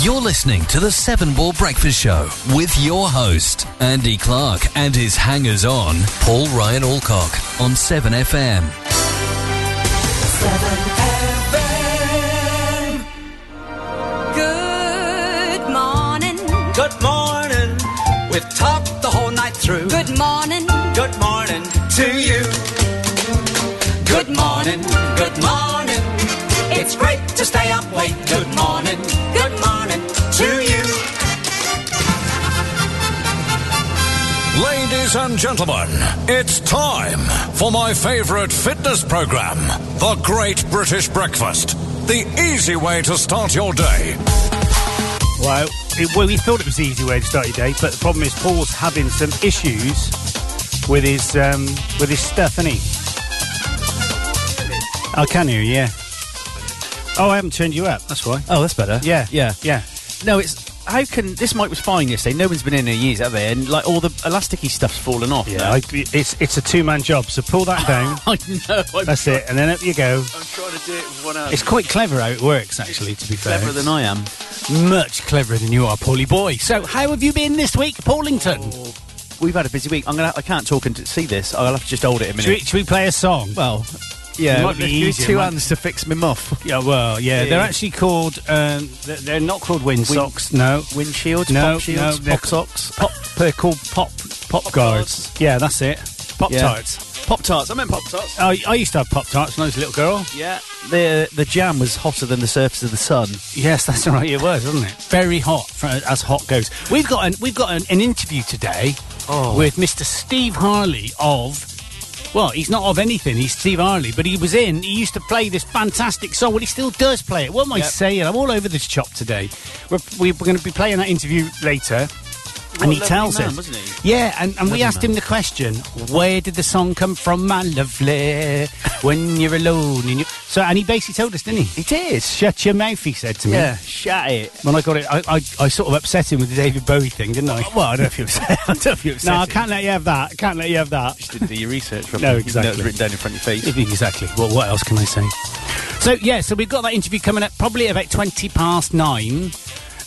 You're listening to the Seven Ball Breakfast Show with your host, Andy Clark, and his hangers on, Paul Ryan Alcock, on 7FM. Good morning. Good morning. We've talked the whole night through. Good, Good morning. good morning to you. Good morning. Good morning. It's great to stay up late. Good morning. Good morning to you. Ladies and gentlemen, it's time for my favorite fitness program, The Great British Breakfast. The easy way to start your day. Well, it, well, we thought it was the easy way to start your day, but the problem is Paul's having some issues with his um, with his stuff, isn't he? I can hear you, yeah. Oh, I haven't turned you up. That's why. Oh, that's better. Yeah, yeah, yeah. No, it's how can this mic was fine yesterday. No one's been in there years, have they? And like all the elasticy stuff's fallen off. Yeah, now. I, it's it's a two man job. So pull that down. I know. I'm, That's it, and then up you go. I'm trying to do it with one hand. It's quite clever how it works, actually. To be fair, cleverer than I am. much cleverer than you are, Paulie boy. So, how have you been this week, Paulington? We've had a busy week. I'm gonna. I can't talk and see this. I'll have to just hold it a Should, we, minute. should we play a song? Well, yeah. let's Might be give me easier, two might- hands to fix me muff. Yeah, well, yeah, they're Yeah. actually called. Um, they're, they're not called wind Win- socks. No, Windshields, no, pop no, shields, they're- pop socks, pop. They're called pop pop, guards. guards. Yeah, that's it. Pop Yeah. tarts. pop tarts. I meant pop tarts. Oh, I used to have pop tarts when I was a little girl. Yeah. The the jam was hotter than the surface of the sun. Yes, that's right. It was, wasn't it? Very hot, for, as hot goes. We've got an we've got an, an interview today Oh. with Mr. Steve Harley of. Well, he's not of anything. He's Steve Harley, but he was in. He used to play this fantastic song. Well, he still does play it. What am I Yep. saying? I'm all over this chop today. We're, we're going to be playing that interview later, What and a he lovely tells man, us. wasn't he? Yeah, and, and we Lovely asked him the question, where did the song come from, my lovely, when you're alone? And you... So, and he basically told us, didn't he? He did. Shut your mouth, he said to me. Yeah. Shut it. When I got it, I, I, I sort of upset him with the David Bowie thing, didn't I? Well, I don't know if you upset. I don't know if you upset. no, I him. can't let you have that. Can't let you have that. Just didn't do your research. No, properly. exactly. You know, it's written down in front of your face. Exactly. Well, what else can I say? So, yeah, so we've got that interview coming up probably about 20 past nine.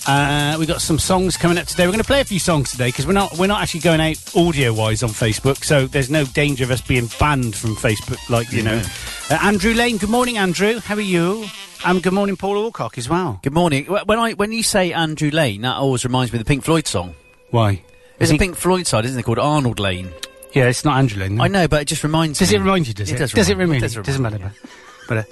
Uh, we've got some songs coming up today. We're going to play a few songs today because we're not we're not actually going out audio wise on Facebook, so there's no danger of us being banned from Facebook. Like you know, uh, Andrew Lane. Good morning, Andrew. How are you? Um, good morning, Paul Alcock as well. Good morning. Wh- When I when you say Andrew Lane, that always reminds me of the Pink Floyd song. Why? There's Is a Pink Floyd side, isn't it, called Arnold Lane? Yeah, it's not Andrew Lane. I know, but it just reminds Does me. it remind you? Does it? Does, does it remind me. remind you? Does Doesn't remind matter. me. But uh,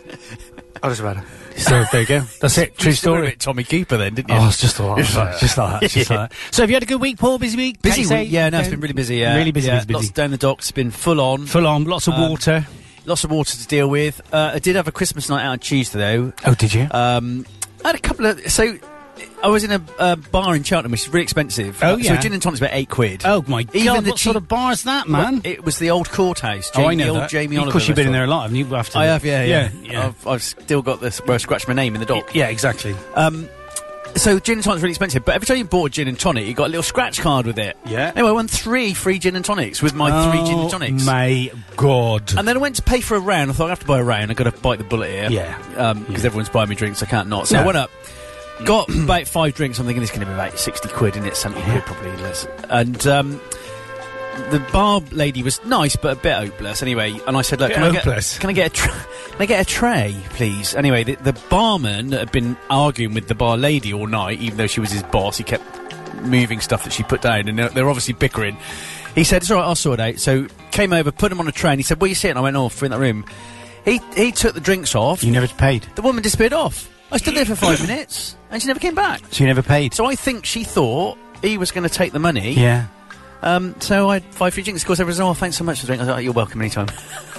oh, doesn't matter. So there you go. That's it. True You still were a story. bit Tommy Cooper then, didn't you? Oh, it's just like that. It's sorry, Oh, like- just like that. Just Yeah. like that. So, have you had a good week, Paul? Busy week? Can busy. you say? week. Yeah, no, it's been really busy. Yeah, Really busy, Yeah, busy, Lots busy. down the docks. Been full on. Full on, lots of Um, water. Lots of water to deal with. Uh, I did have a Christmas night out on Tuesday though. Oh, did you? Um, I had a couple of so. I was in a uh, bar in Cheltenham, which is really expensive. Oh, Uh, yeah. So gin and tonic's about eight quid. oh my god! even the what sort cheap- of bar's that, man? It was the old courthouse. Jamie, oh, I know the old that. Jamie of Oliver. course, you've been in there a restaurant. lot, haven't you? After I have, yeah, yeah. yeah, yeah. I've, I've still got this where I scratched my name in the dock. Yeah, exactly. Um, so gin and tonic's really expensive, but every time you bought a gin and tonic, you got a little scratch card with it. Yeah. Anyway, I won three free gin and tonics with my three gin and tonics. Oh my god! And then I went to pay for a round. I thought I have to buy a round. I got to bite the bullet here. Yeah. Because everyone's buying me drinks. I can't not. So No. I went up. Got about five drinks. I'm thinking it's going to be about sixty quid, and it's seventy quid probably less. And um, the bar lady was nice, but a bit hopeless. Anyway, and I said, "Look, Bit can I, get, hopeless. can I get a tra- can I get a tray, please?" Anyway, the, the barman had been arguing with the bar lady all night, even though she was his boss. He kept moving stuff that she put down, and they're, they're obviously bickering. He said, "It's all right, I'll sort it out." So came over, put him on a tray, and he said, "Where you sitting?" I went, "Oh, in that room." He he took the drinks off. you never paid, The woman disappeared off. I stood there for five minutes, and she never came back. so you never paid. So I think she thought he was going to take the money. yeah, Um, so I had five free drinks. Of course, everyone said, "Oh, thanks so much for the drink." I was like, "You're welcome anytime."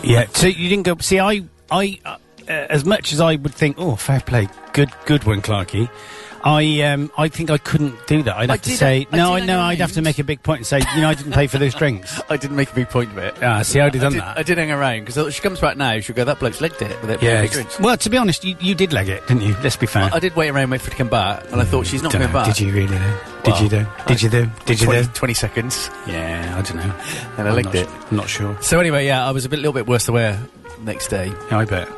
yeah. So you didn't go. See, I, I, uh, uh, as much as I would think, oh, fair play, good, good one, Clarky. I, um, I think I couldn't do that. I'd I have to did- say I no. did I on know your I'd have to own. make a big point and say, you know, I didn't pay for those drinks. I didn't make a big point of it. Ah, see, I'd have I done did, that. I did hang around because she comes back now. She'll go, "That bloke's legged it." With it Yeah. free ex- drinks. Well, to be honest, you, you did leg it, didn't you? Let's be fair. I did wait around wait for her to come back, and I thought she's not Dunno, coming back. Did you really though? Did Well, you though? Did you though? Did you 20, though? 20 seconds. Yeah, I don't know. And I licked it. I'm not sure. So anyway, yeah, I was a bit, little bit worse the wear next day. Yeah, I bet.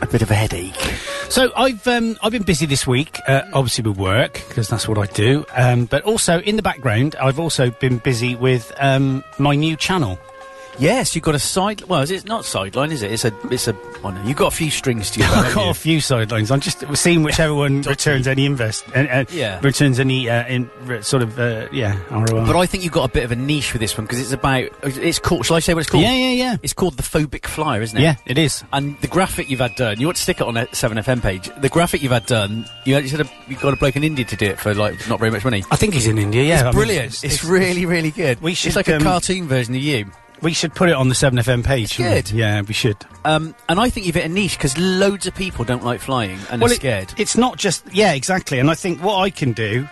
a bit of a headache. So I've um, I've been busy this week, uh, obviously with work because that's what I do. Um, but also in the background, I've also been busy with um, my new channel. Yes, you've got a side. Well, is it not sideline? Is it? It's a. It's a. Oh no, you've got a few strings to your. bow, I've haven't got you? a few sidelines. I'm just seeing whichever one returns any invest and uh, Yeah. returns any uh, in, re- sort of uh, yeah ROI. But I think you've got a bit of a niche with this one because it's about. It's called. Shall I say what it's called? yeah, yeah, yeah, It's called the phobic flyer, isn't it? yeah. It is. And the graphic you've had done, you ought to stick it on a 7FM page. The graphic you've had done, you actually said you got a bloke in India to do it for like not very much money. I think he's in India. Yeah, I mean, It's brilliant. it's, really, really good. We should, it's like a um, cartoon version of you. we should put it on the Seven FM page. shouldn't we? good. Yeah, we should. Um, and I think you've hit a niche because loads of people don't like flying and are it- scared. it's not just yeah, exactly. And I think what I can do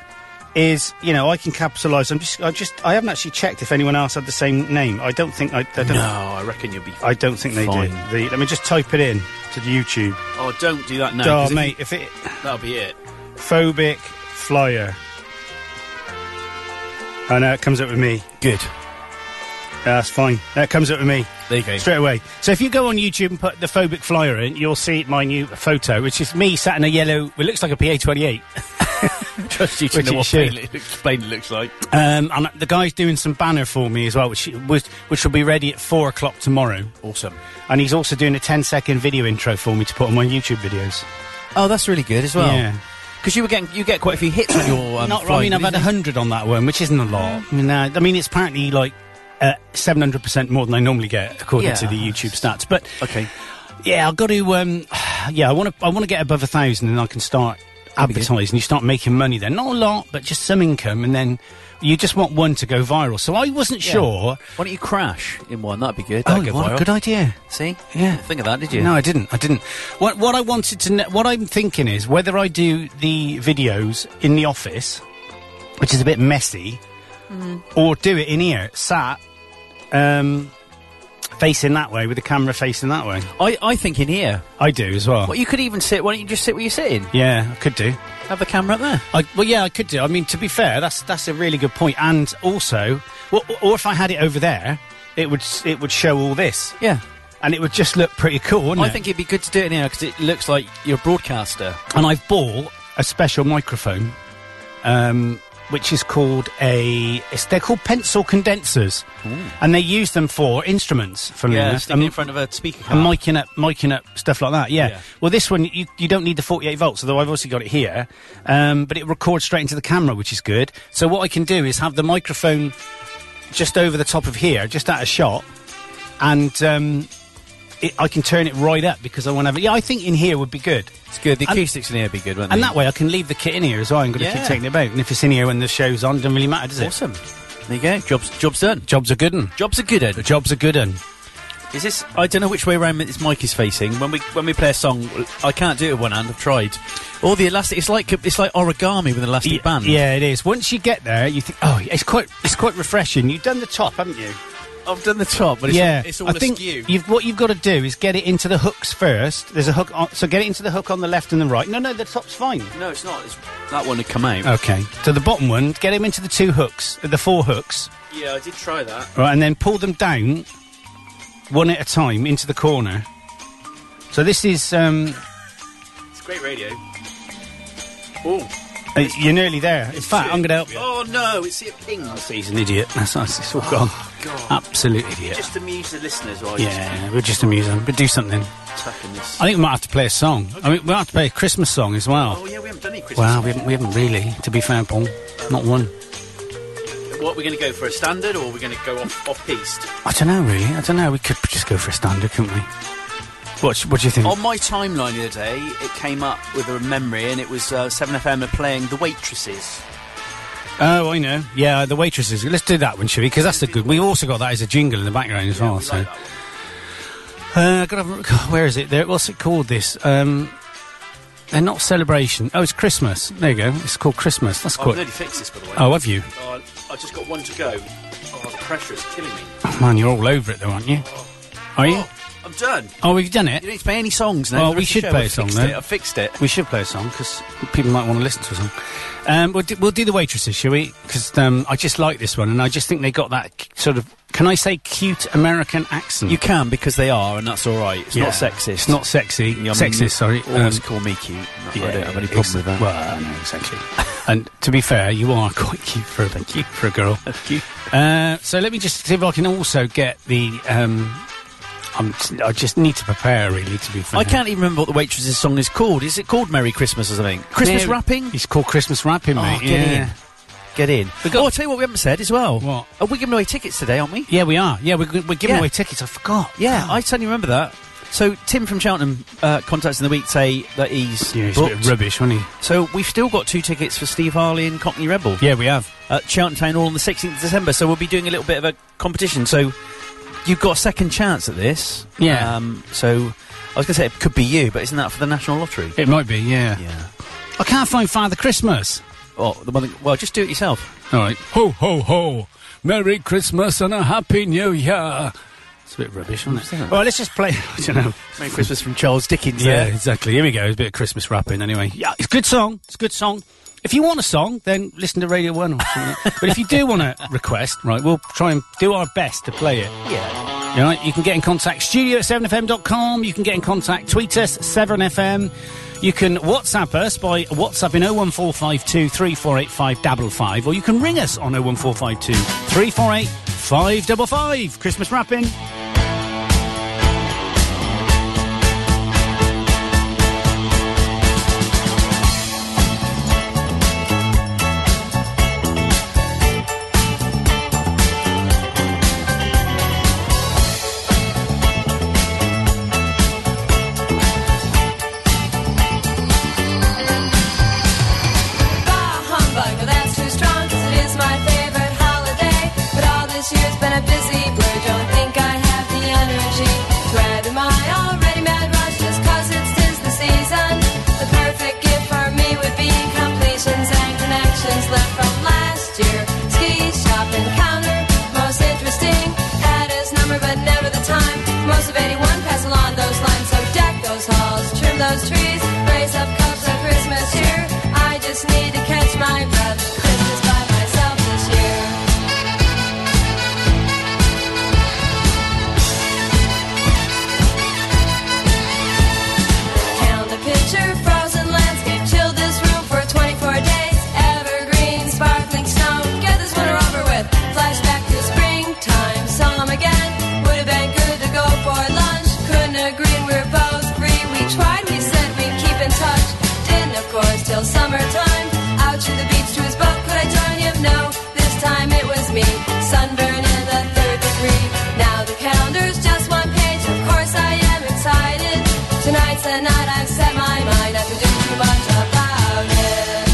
is you know I can capitalise. I'm just I just I haven't actually checked if anyone else had the same name. I don't think I, I don't. I reckon you'll be. I don't think they Fine. do. The, let me just type it in to the YouTube. Oh, don't do that now. 'cause Oh, if you- mate, if it that'll be it. phobic flyer, and uh, it comes up with me. Good. Yeah, that's fine. That comes up with me. There you go. straight away. So if you go on YouTube and put the phobic flyer in, you'll see my new photo, which is me sat in a yellow. It looks like a PA twenty eight, Trust you to Which know it what should. pain it looks, pain it looks like. um, and the guy's doing some banner for me as well, which which, which will be ready at four o'clock tomorrow. Awesome. And he's also doing a 10 second video intro for me to put on my YouTube videos. Oh, that's really good as well. Yeah. Because you were getting, you get quite a few hits on your. Um, Not right. I flying, mean, I've had didn't you? hundred on that one, which isn't a lot. No, I mean it's apparently like uh, seven hundred percent more than I normally get according Yeah. to the YouTube stats. But Okay. Yeah, I've got to. Um, yeah, I want to. I want to get above a thousand, and I can start be good. advertising. You start making money then, not a lot, but just some income, and then you just want one to go viral. So I wasn't Yeah. sure. Why don't you crash in one? That'd be good. Oh, That'd go what viral. a good idea! See? Yeah. Think of that, did you? No, I didn't. I didn't. What What I wanted to know, what I'm thinking is whether I do the videos in the office, which is a bit messy, or do it in here, sat, um, facing that way with the camera facing that way. I, I think in here. I do as well. Well, you could even sit. Why don't you just sit where you're sitting? yeah, I could do. Have the camera up there. I, well, yeah, I could do. I mean, to be fair, that's that's a really good point. And also, well, or if I had it over there, it would s- it would show all this, Yeah. and it would just look pretty cool, wouldn't I it? think it'd be good to do it in here because it looks like you're a broadcaster. And I've bought a special microphone, um, which is called a. It's, they're called pencil condensers, and they use them for instruments. From sticking in front of a speaker. and miking up, miking up stuff like that. Yeah. Yeah. Well, this one you, you don't need the 48 volts, although I've also got it here. Um, but it records straight into the camera, which is good. So what I can do is have the microphone just over the top of here, just out of shot, and um, it, I can turn it right up because I want to have it. Yeah, I think in here would be good. It's good. The And- acoustics in here would be good, wouldn't And they? that way I can leave the kit in here as well. I'm going to Yeah. keep taking it about. And if it's in here when the show's on, doesn't really matter, does it? Awesome. There you go. Jobs, jobs done. Job's a good one. Jobs are good. Ed. Job's a good one. Is this? I don't know which way around this mic is facing. When we when we play a song, I can't do it with one hand. I've tried. All the elastic. It's like it's like origami with an elastic Ye- band. Yeah, it is. Once you get there, you think, oh, it's quite, it's quite refreshing. You've done the top, haven't you? I've done the top, but it's yeah, all, it's all I think askew. You've, what you've got to do is get it into the hooks first. There's a hook, on, so get it into the hook on the left and the right. No, no, the top's fine. no, it's not. It's, that one had come out. Okay, so the bottom one, get him into the two hooks, uh, the four hooks, Yeah, I did try that. right, and then pull them down one at a time into the corner. So this is, um, It's great radio. Oh, uh, you're nearly there. In fact, I'm going to help you. Oh no, it's it pings. He's an idiot. That's us. It's all gone. Oh, Absolute idiot. Just amuse the listeners while yeah, we'll just amuse him, but do something. you're tucking this. I think we might have to play a song. I mean, we'll have to play a Christmas song as well. oh yeah, we haven't done any Christmas. Well, we haven't, we haven't really, to be fair, Paul. Not one. What we're going to go for a standard, or we're going to go off off piste? I don't know, really. I don't know. We could just go for a standard, couldn't we? What, sh- what do you think? On my timeline the other day, it came up with a memory, and it was uh, 7FM are playing The Waitresses. Oh, I know. Yeah, the waitresses. Let's do that one, shall we? Because that's a good. We've also got that as a jingle in the background as well. We So, like that one. uh, gotta have a- God, where is it? There. What's it called? This. Um, they're not celebration. Oh, it's Christmas. There you go. It's called Christmas. That's I've quite. nearly fixed this, by the way. Oh, have you? Oh, I- I've just got one to go. Oh, the pressure is killing me. Oh, man, you're all over it, though, aren't you? Are you? Oh, I'm done. Oh, we've done You it. don't need to play any songs now. Well, The we rest of should the show, play a I've song, fixed then. it, I fixed it. We should play a song because people might want to listen to a song. Um, we'll, do, we'll do the waitresses, shall we? Because um, I just like this one, and I just think they got that k- sort of Can I say cute American accent? You can because they are, and that's all right. It's not Yeah. sexist. It's not sexy. Yeah, I mean, sexist, sorry. Always Um, call me cute. I yeah, don't have any ex- problem with that. Well, no, exactly. and to be fair, you are quite cute for a cute for a girl. Uh, so let me just see if I can also get the. Um, I'm, I just need to prepare really. To be fair, I can't even remember what the waitress's song is called. Is it called "Merry Christmas" or something? Christmas Mary- wrapping. It's called Christmas wrapping, Oh, mate. get yeah. in. Get in. oh, I'll tell you what we haven't said as well. What? Are we giving away tickets today, aren't we? Yeah, we are. Yeah, we're, g- we're giving Yeah. away tickets. I forgot. Yeah, I suddenly remember that. So Tim from Cheltenham uh, contacts in the week say that he's Yeah, he's a booked. bit rubbish, wasn't so we've still got two tickets for Steve Harley and Cockney Rebel he? Yeah, we have. at Cheltenham Town Hall on the 16th of December. So we'll be doing a little bit of a competition. So you've got a second chance at this. Yeah. Um, so I was going to say it could be you, but isn't that for the National Lottery? It might be. Yeah. Yeah. Oh, I can't find Father Christmas. Well, the one that- well, just do it yourself. All right. Ho ho ho! Merry Christmas and a happy New Year. It's a bit rubbish, isn't it? Well, let's just play. I don't know. Merry Christmas from Charles Dickens. Yeah, there. exactly. Here we go. It's a bit of Christmas rapping, anyway. Yeah, it's a good song. It's a good song. If you want a song, then listen to Radio 1 or something. but if you do want a request, right, we'll try and do our best to play it. yeah. All right, you can get in contact studio at 7fm.com. You can get in contact, tweet us, 7fm. You can WhatsApp oh us by WhatsApping 01452 348555, or you can ring us on 01452 348 555. Christmas wrapping. Bah humbug, that's too strong, 'cause it is my favorite holiday. But all this year's been a busy blur, don't think I have the energy to add to my already mad rush just 'cause it's 'tis the season. The perfect gift for me would be completions and connections left from last year. Ski shop encounter, most interesting. Add his number, but never the time. Most of 81 pass along those lines, so deck those halls, trim those trees, raise up cups of Christmas cheer. I just need to catch my breath. Christmas by myself this year. Count the picture, frozen landscape, chill this room for 24 days. Evergreen, sparkling snow, get this winter over with. Flashback to springtime, some again. Would have been good to go for lunch. Couldn't agree, we we're both free. We tried, we said we'd keep in touch. Didn't, of course, till summertime. Out to the beach to his boat, could I join him? No, this time it was me. Sunburn in the third degree. Now the calendar's just one page, of course I am excited. Tonight's the night I've set my mind, I can do too much about it.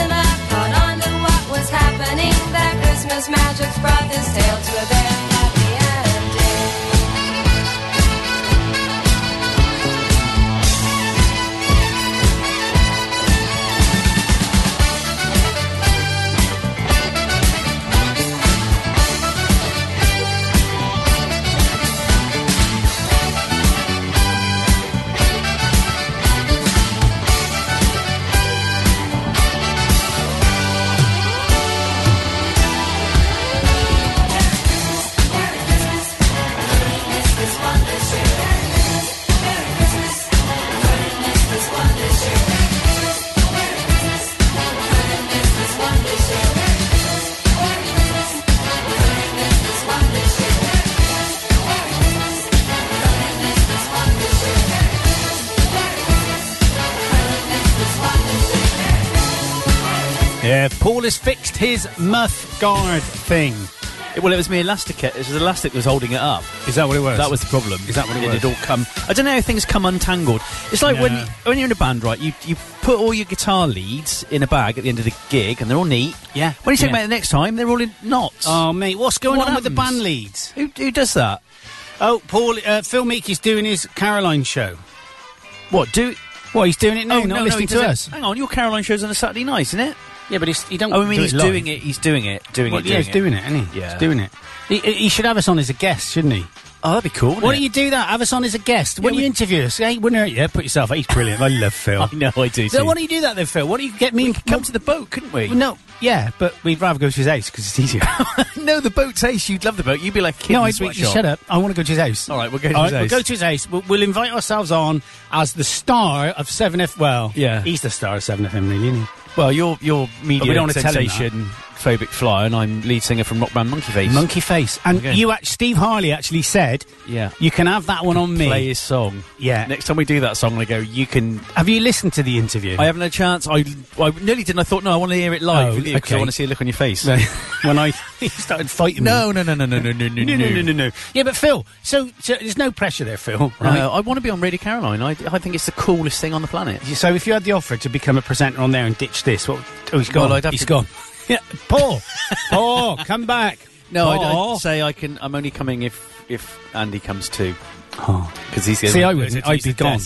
Oh, Yeah, Paul has fixed his muff guard thing. Well, it was me elastic. It was elastic that was holding it up. Is that what it was? That was the problem. Is that what it It was? had all come. I don't know how things come untangled. It's like when Yeah. when you're in a band, right? You you put all your guitar leads in a bag at the end of the gig, and they're all neat. Yeah, When you take yeah. them out the next time, they're all in knots. Oh mate, what's going What on with the happens? band leads? who, who does that? Oh, Paul, uh, Phil Meekey's doing his Caroline show. What do? Well, he's doing it now, oh, not no, no, listening he to does it- us. Hang on, your Caroline show's on a Saturday night, isn't it? Yeah, but he's, he don't. Oh, I mean, do he's it doing it. He's doing it. Doing Well, it. yeah, he's doing it, isn't he? Yeah. He's doing it. He, he he should have us on as a guest, shouldn't he? Oh, that'd be cool. Why don't you do that? Have us on as a guest. when Yeah, you we- interview us, eh? hey, wouldn't hurt you? Put yourself. He's brilliant. I love Phil. I know I do. so too. why don't you do that then, Phil? Why don't you get me? and come to the boat, couldn't we? No, yeah, but we'd rather go to his house because it's easier. no, the boat tastes. You'd love the boat. You'd be like, a kid no, in a I'd be, sweatshop. shut up. I want to go to his house. All right, we'll go to All his right, house. We'll go to his house. We'll, we'll invite ourselves on as the star of Seven F. Well, Yeah. he's the star of Seven FM, really. Isn't he? Well, you're you're media we don't wanna tell him sensation, phobic fly, and I'm lead singer from rock band Monkey Face. Monkey face, and Okay. you, act- Steve Harley, actually said, Yeah. you can have that one on me." play his song. Yeah. Next time we do that song, I go. You can. Have you listened to the interview? I haven't had a chance. I I nearly didn't. I thought no. I want to hear it live Oh, with you because okay. I want to see a look on your face. when I he started fighting me. no, no, no, no, no, no, no, no, No, no, no, no, no. Yeah, but Phil, so, so there's no pressure there, Phil, right? No, I want to be on Radio Caroline. I, I think it's the coolest thing on the planet. So if you had the offer to become a presenter on there and ditch this, what? Oh, he's gone. Well, I'd have He's to- gone. Yeah, Paul, Paul, come back. No, I'd, Paul. I'd say I can. I'm only coming if if Andy comes too. Oh. Because he's See, I wouldn't. I'd be gone.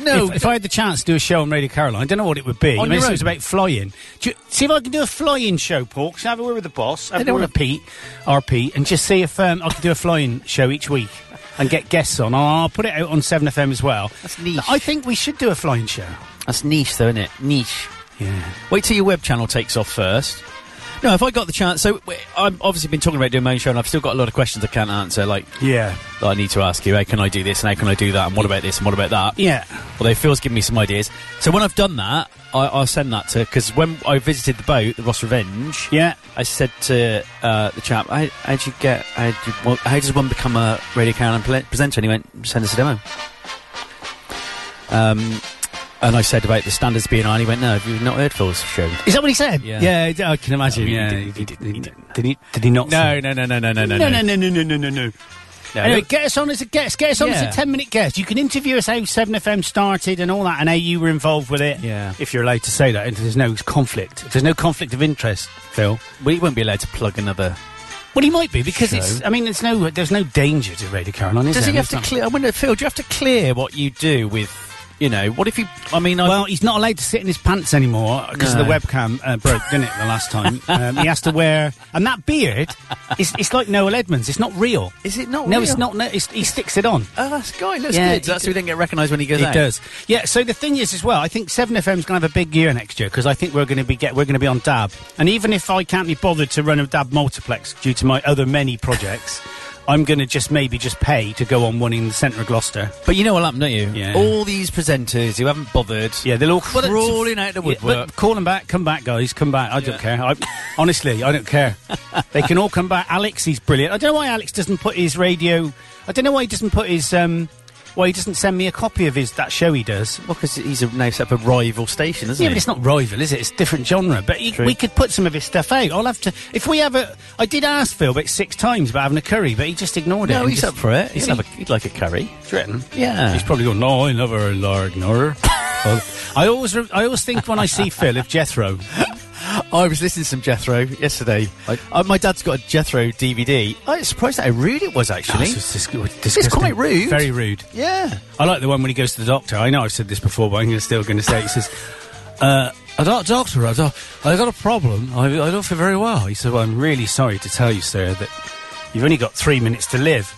No, if, if I had the chance to do a show on Radio Caroline, I don't know what it would be. On I mean, your it was own. about flying. Do you, see if I can do a flying show, Paul. Can I have a word with the boss? Have I a don't word wanna- with Pete, our Pete, and just see if um, I can do a flying show each week and get guests on. I'll put it out on Seven FM as well. That's niche. I think we should do a flying show. That's niche, though, isn't it? Niche. Yeah. Wait till your web channel takes off first. No, if I got the chance, so w- I've obviously been talking about doing my own show, and I've still got a lot of questions I can't answer. Like, Yeah. that I need to ask you, how can I do this, and how can I do that, and what about this, and what about that? Yeah. Although Phil's given me some ideas, so when I've done that, I, I'll send that to because when I visited the boat, the Ross Revenge, Yeah. I said to uh, the chap, how, "How'd you get? How, do you, well, how does one become a Radio Caroline pre- presenter?" And he went, "Send us a demo." Um, and I said about the standards being high, and he went, "No, have you not heard Phil's show?" Is that what he said? Yeah. I can imagine. No, he yeah. didn't- he did, didn't- he did he? Did he not? say- no, no, no, no, no, no, No, no, no, no, no, no, no, no. No, Anyway, no. get us on as a guest. Get us on Yeah. as a 10 minute guest. You can interview us how 7FM started and all that and how you were involved with it. Yeah. If you're allowed to say that, if there's no conflict, if there's no conflict of interest, Phil. We won't be allowed to plug another. Well, he might be because it's, I mean, there's no there's no danger to Radio Caroline, is um, Does there? he have There's to not- clear? I wonder, Phil, do you have to clear what you do with, you know, what if you? I mean, I, Well, he's not allowed to sit in his pants anymore because No. the webcam uh, broke, didn't it, the last time? um, he has to wear. And that beard, it's, it's like Noel Edmonds. It's not real. Is it not No, it's real? not. No, it's, he sticks it on. oh, that's guy looks Yeah, good. he That's who we didn't get recognised when he goes It out. does. Yeah. So the thing is, as well, I think Seven FM's going to have a big year next year because I think we're going to be get we're going to be on DAB. And even if I can't be bothered to run a DAB multiplex due to my other many projects, I'm going to just maybe just pay to go on one in the centre of Gloucester. But you know what happened, don't you? Yeah. All these presenters who haven't bothered. Yeah, they'll all Well, it's crawling f- out the yeah, but woodwork. call them back. Come back, guys. Come back. I don't care. I, honestly, I don't care. they can all come back. Alex, he's brilliant. I don't know why Alex doesn't put his radio. I don't know why he doesn't put his. Um, why he doesn't send me a copy of his that show he does. Well, because he's a, now set up a rival station, isn't Yeah, he? but it's not rival, is it? It's different genre. But he, True. we could put some of his stuff out. I'll have to. If we have a, I did ask Phil about six times about having a curry, but he just ignored it. No, and he's just- up for it. He'd, Is have a, he? he'd like a curry. Threaten. Yeah. He's probably going. No, I never I'll ignore her. Well, I always, re- I always think when I see Phil of Jethro. I was listening to some Jethro yesterday. uh, my dad's got a Jethro DVD. I was surprised at how rude it was, actually. This is dis- disgusting. quite rude. Very rude. yeah. I like the one when he goes to the doctor. I know I've said this before, but I'm gonna- still going to say it. He says, uh, "I don't- Doctor, I, don't, I got a problem. I, I don't feel very well. He said, well, I'm really sorry to tell you, sir, that you've only got three minutes to live.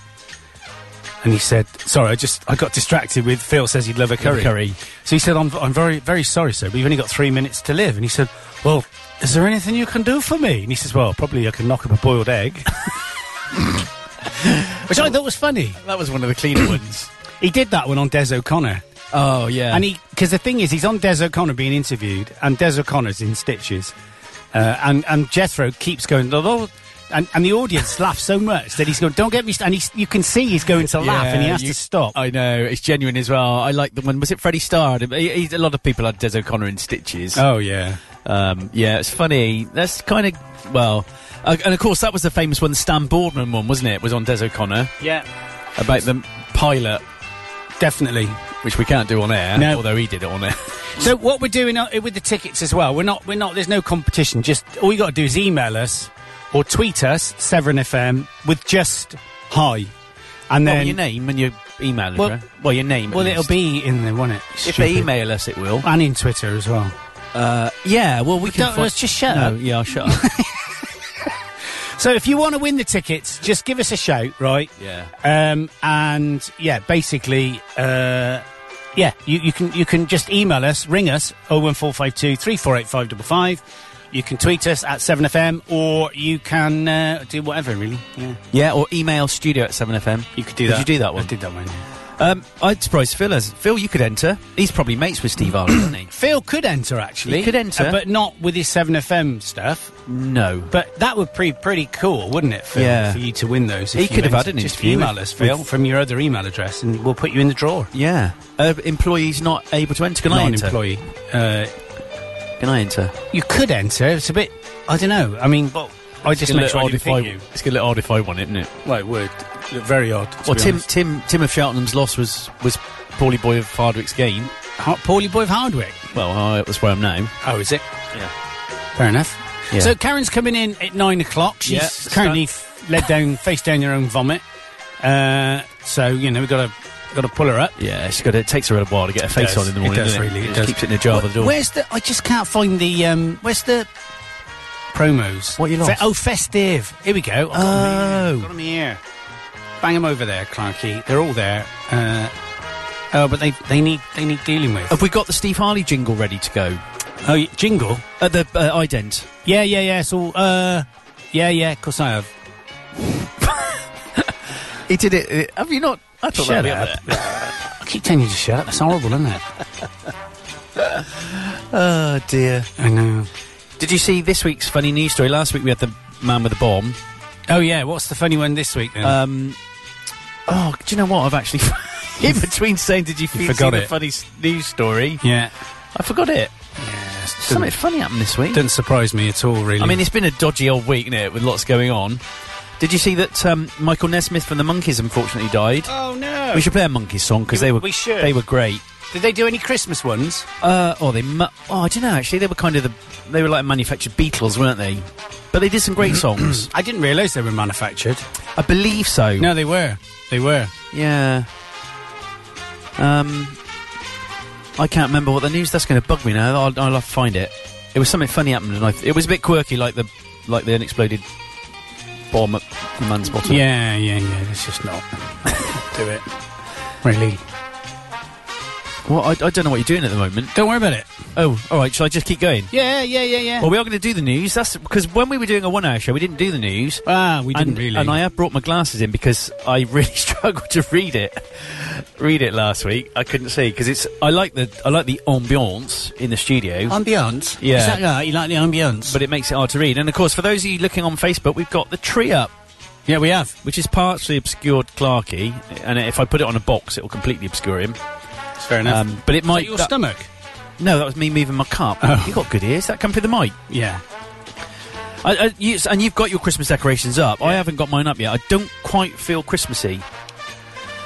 And he said, sorry, I just, I got distracted with Phil says he'd love a curry. curry. So he said, I'm, I'm very, very sorry, sir, but you've only got three minutes to live. And he said, well, is there anything you can do for me? And he says, well, probably I can knock up a boiled egg. Which I thought was funny. That was one of the cleaner ones. He did that one on Des O'Connor. Oh, yeah. And he, because the thing is, he's on Des O'Connor being interviewed, and Des O'Connor's in stitches, uh, and and Jethro keeps going, "Oh, oh," and and the audience laughs so much that he's going, "Don't get me!" St-, and he's, you can see he's going to laugh, and he Yeah, has you- to stop. I know it's genuine as well. I like the one. Was it Freddie Starr? He, he, a lot of people had Des O'Connor in stitches. oh yeah, Um, yeah, it's funny. That's kind of well, uh, and of course that was the famous one, the Stan Boardman one, wasn't it? It was on Des O'Connor Yeah, about the pilot, definitely. which we can't do on air. No. although he did it on air. So what we're doing uh, with the tickets as well, we're not, we're not. There's no competition. Just all you got to do is email us or tweet us Severin FM with just hi, and Well, then your name and your email Well- address. Well, your name. at well it'll least. be in there, won't it? if Stupid. they email us, it will. Uh, and in Twitter as well. Yeah, well we can. don't- fi- let's just shut no, up. Yeah, I'll shut up. So if you want to win the tickets, just give us a shout, right? yeah. Um, and yeah, basically, uh, yeah, you, you can you can just email us, ring us, 01452 348555. You can tweet us at 7FM or you can uh, do whatever, really. Yeah, Yeah, or email studio at 7fm. you could do Did that. you do that one? I did that one. yeah. Um, I'd surprise Phil as Phil. You could enter. He's probably mates with Steve Arnold, isn't he? Phil could enter, actually. He could enter. uh, but not with his 7FM stuff. No, But that would be pretty cool, wouldn't it, Phil, Yeah. for you to win those? if He you could have entered? had an Just interview email with- us, Phil, with- from your other email address and we'll put you in the drawer. yeah. Uh, employees not able to enter. Can I Not an enter? employee. Uh, Can I enter? You could enter. It's a bit. I don't know. I mean, but I just make sure I didn't think you. It's gonna look odd if I won it, isn't it? Well, it would look very odd. Well, Tim, Tim, Tim of Cheltenham's loss was was Paulie Boy of Hardwick's gain. ha- Paulie Boy of Hardwick. Well, uh, that's where I'm now. Oh, is it? Yeah. Fair enough. Yeah. So Karen's coming in at nine o'clock. She's Yeah. currently f- led down, face down her own vomit. Uh, so you know we've got to got to pull her up. Yeah, it's got. It takes her a little while to get her face does. on in the morning. It does doesn't really. It Just does. keeps it in a jar by the door. Where's the? I just can't find the. Um, where's the promos? What you lost? Oh. Fe- oh, festive. Here we go. I've got 'em here. Got 'em here. Bang 'em over there, Clarky. They're all there. Uh, oh, but they they need they need dealing with. Have we got the Steve Harley jingle ready to go? Oh, y jingle. At the uh, ident. Yeah, yeah, yeah. So, uh, yeah, yeah. Of course I have. He did it. uh, Have you not? I thought Shut that'd be up. there. I keep telling you to shut up. That's horrible, isn't it? Oh dear. I know. Did you see this week's funny news story? Last week we had the man with the bomb. Oh yeah. What's the funny one this week then? Um, oh, do you know what? I've actually in between saying, "Did you, feel forgot see the it. funny s- news story?" yeah. I forgot it. yeah it's- Something doesn't, funny happened this week. doesn't surprise me at all, really. I mean, it's been a dodgy old week, is it, with lots going on. Did you see that um, Michael Nesmith from the Monkeys unfortunately died? oh no. We should play a Monkeys song because they were We should. they were great. Did they do any Christmas ones? Uh, oh, they mu- oh, I don't know. Actually, they were kind of the they were like manufactured Beatles, weren't they? But they did some great songs. Mm-hmm. I didn't realise they were manufactured. I believe so. No, they were. They were. Yeah. Um, I can't remember what the news. That's going to bug me now. I'll, I'll have to find it. It was something funny happened, and I, it was a bit quirky, like the like the unexploded bomb at the man's bottom. Yeah, yeah, yeah. It's just not. do it. Really? Well, I, I don't know what you're doing at the moment. Don't worry about it. Oh, all right. Shall I just keep going? Yeah, yeah, yeah, yeah. Well, we are going to do the news. That's because when we were doing a one-hour show, we didn't do the news. ah, we didn't and, really. And I have brought my glasses in because I really struggled to read it. read it last week. I couldn't see because it's. I like the I like the ambiance in the studio. ambiance. Yeah. Is that right? You like the ambiance? but it makes it hard to read. And of course, for those of you looking on Facebook, we've got the tree up, yeah, we have. which is partially obscured Clarky. And if I put it on a box, it will completely obscure him. It's fair enough. Um, but it might. your that- stomach. No, that was me moving my cup. Oh. You got good ears. That come through the mic. Yeah. I, I, you, and you've got your Christmas decorations up. I haven't got mine up yet. I don't quite feel Christmassy.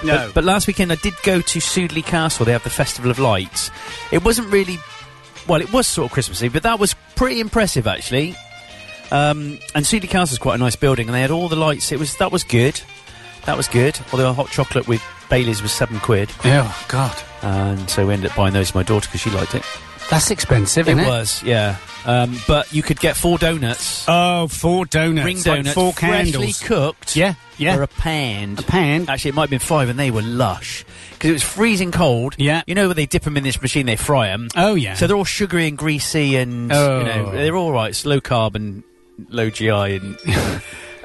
No. But, but last weekend I did go to Sudley Castle. They have the Festival of Lights. It wasn't really, well, it was sort of Christmassy, but that was pretty impressive actually. Um, and Sudley Castle's quite a nice building, and they had all the lights. It was that was good. That was good. Although a hot chocolate with Bailey's was seven quid, oh God, and so we ended up buying those for my daughter because she liked it. that's expensive, It isn't it? was, yeah. Um, but you could get four donuts, Oh, four donuts. ring like donuts, four freshly candles. cooked. yeah, yeah. For a pound. A pound. Actually, it might have been five, and they were lush because it was freezing cold. Yeah. you know where they dip them in this machine, they fry them. Oh, yeah. So they're all sugary and greasy, and Oh. you know they're all right. It's low carb and low GI, and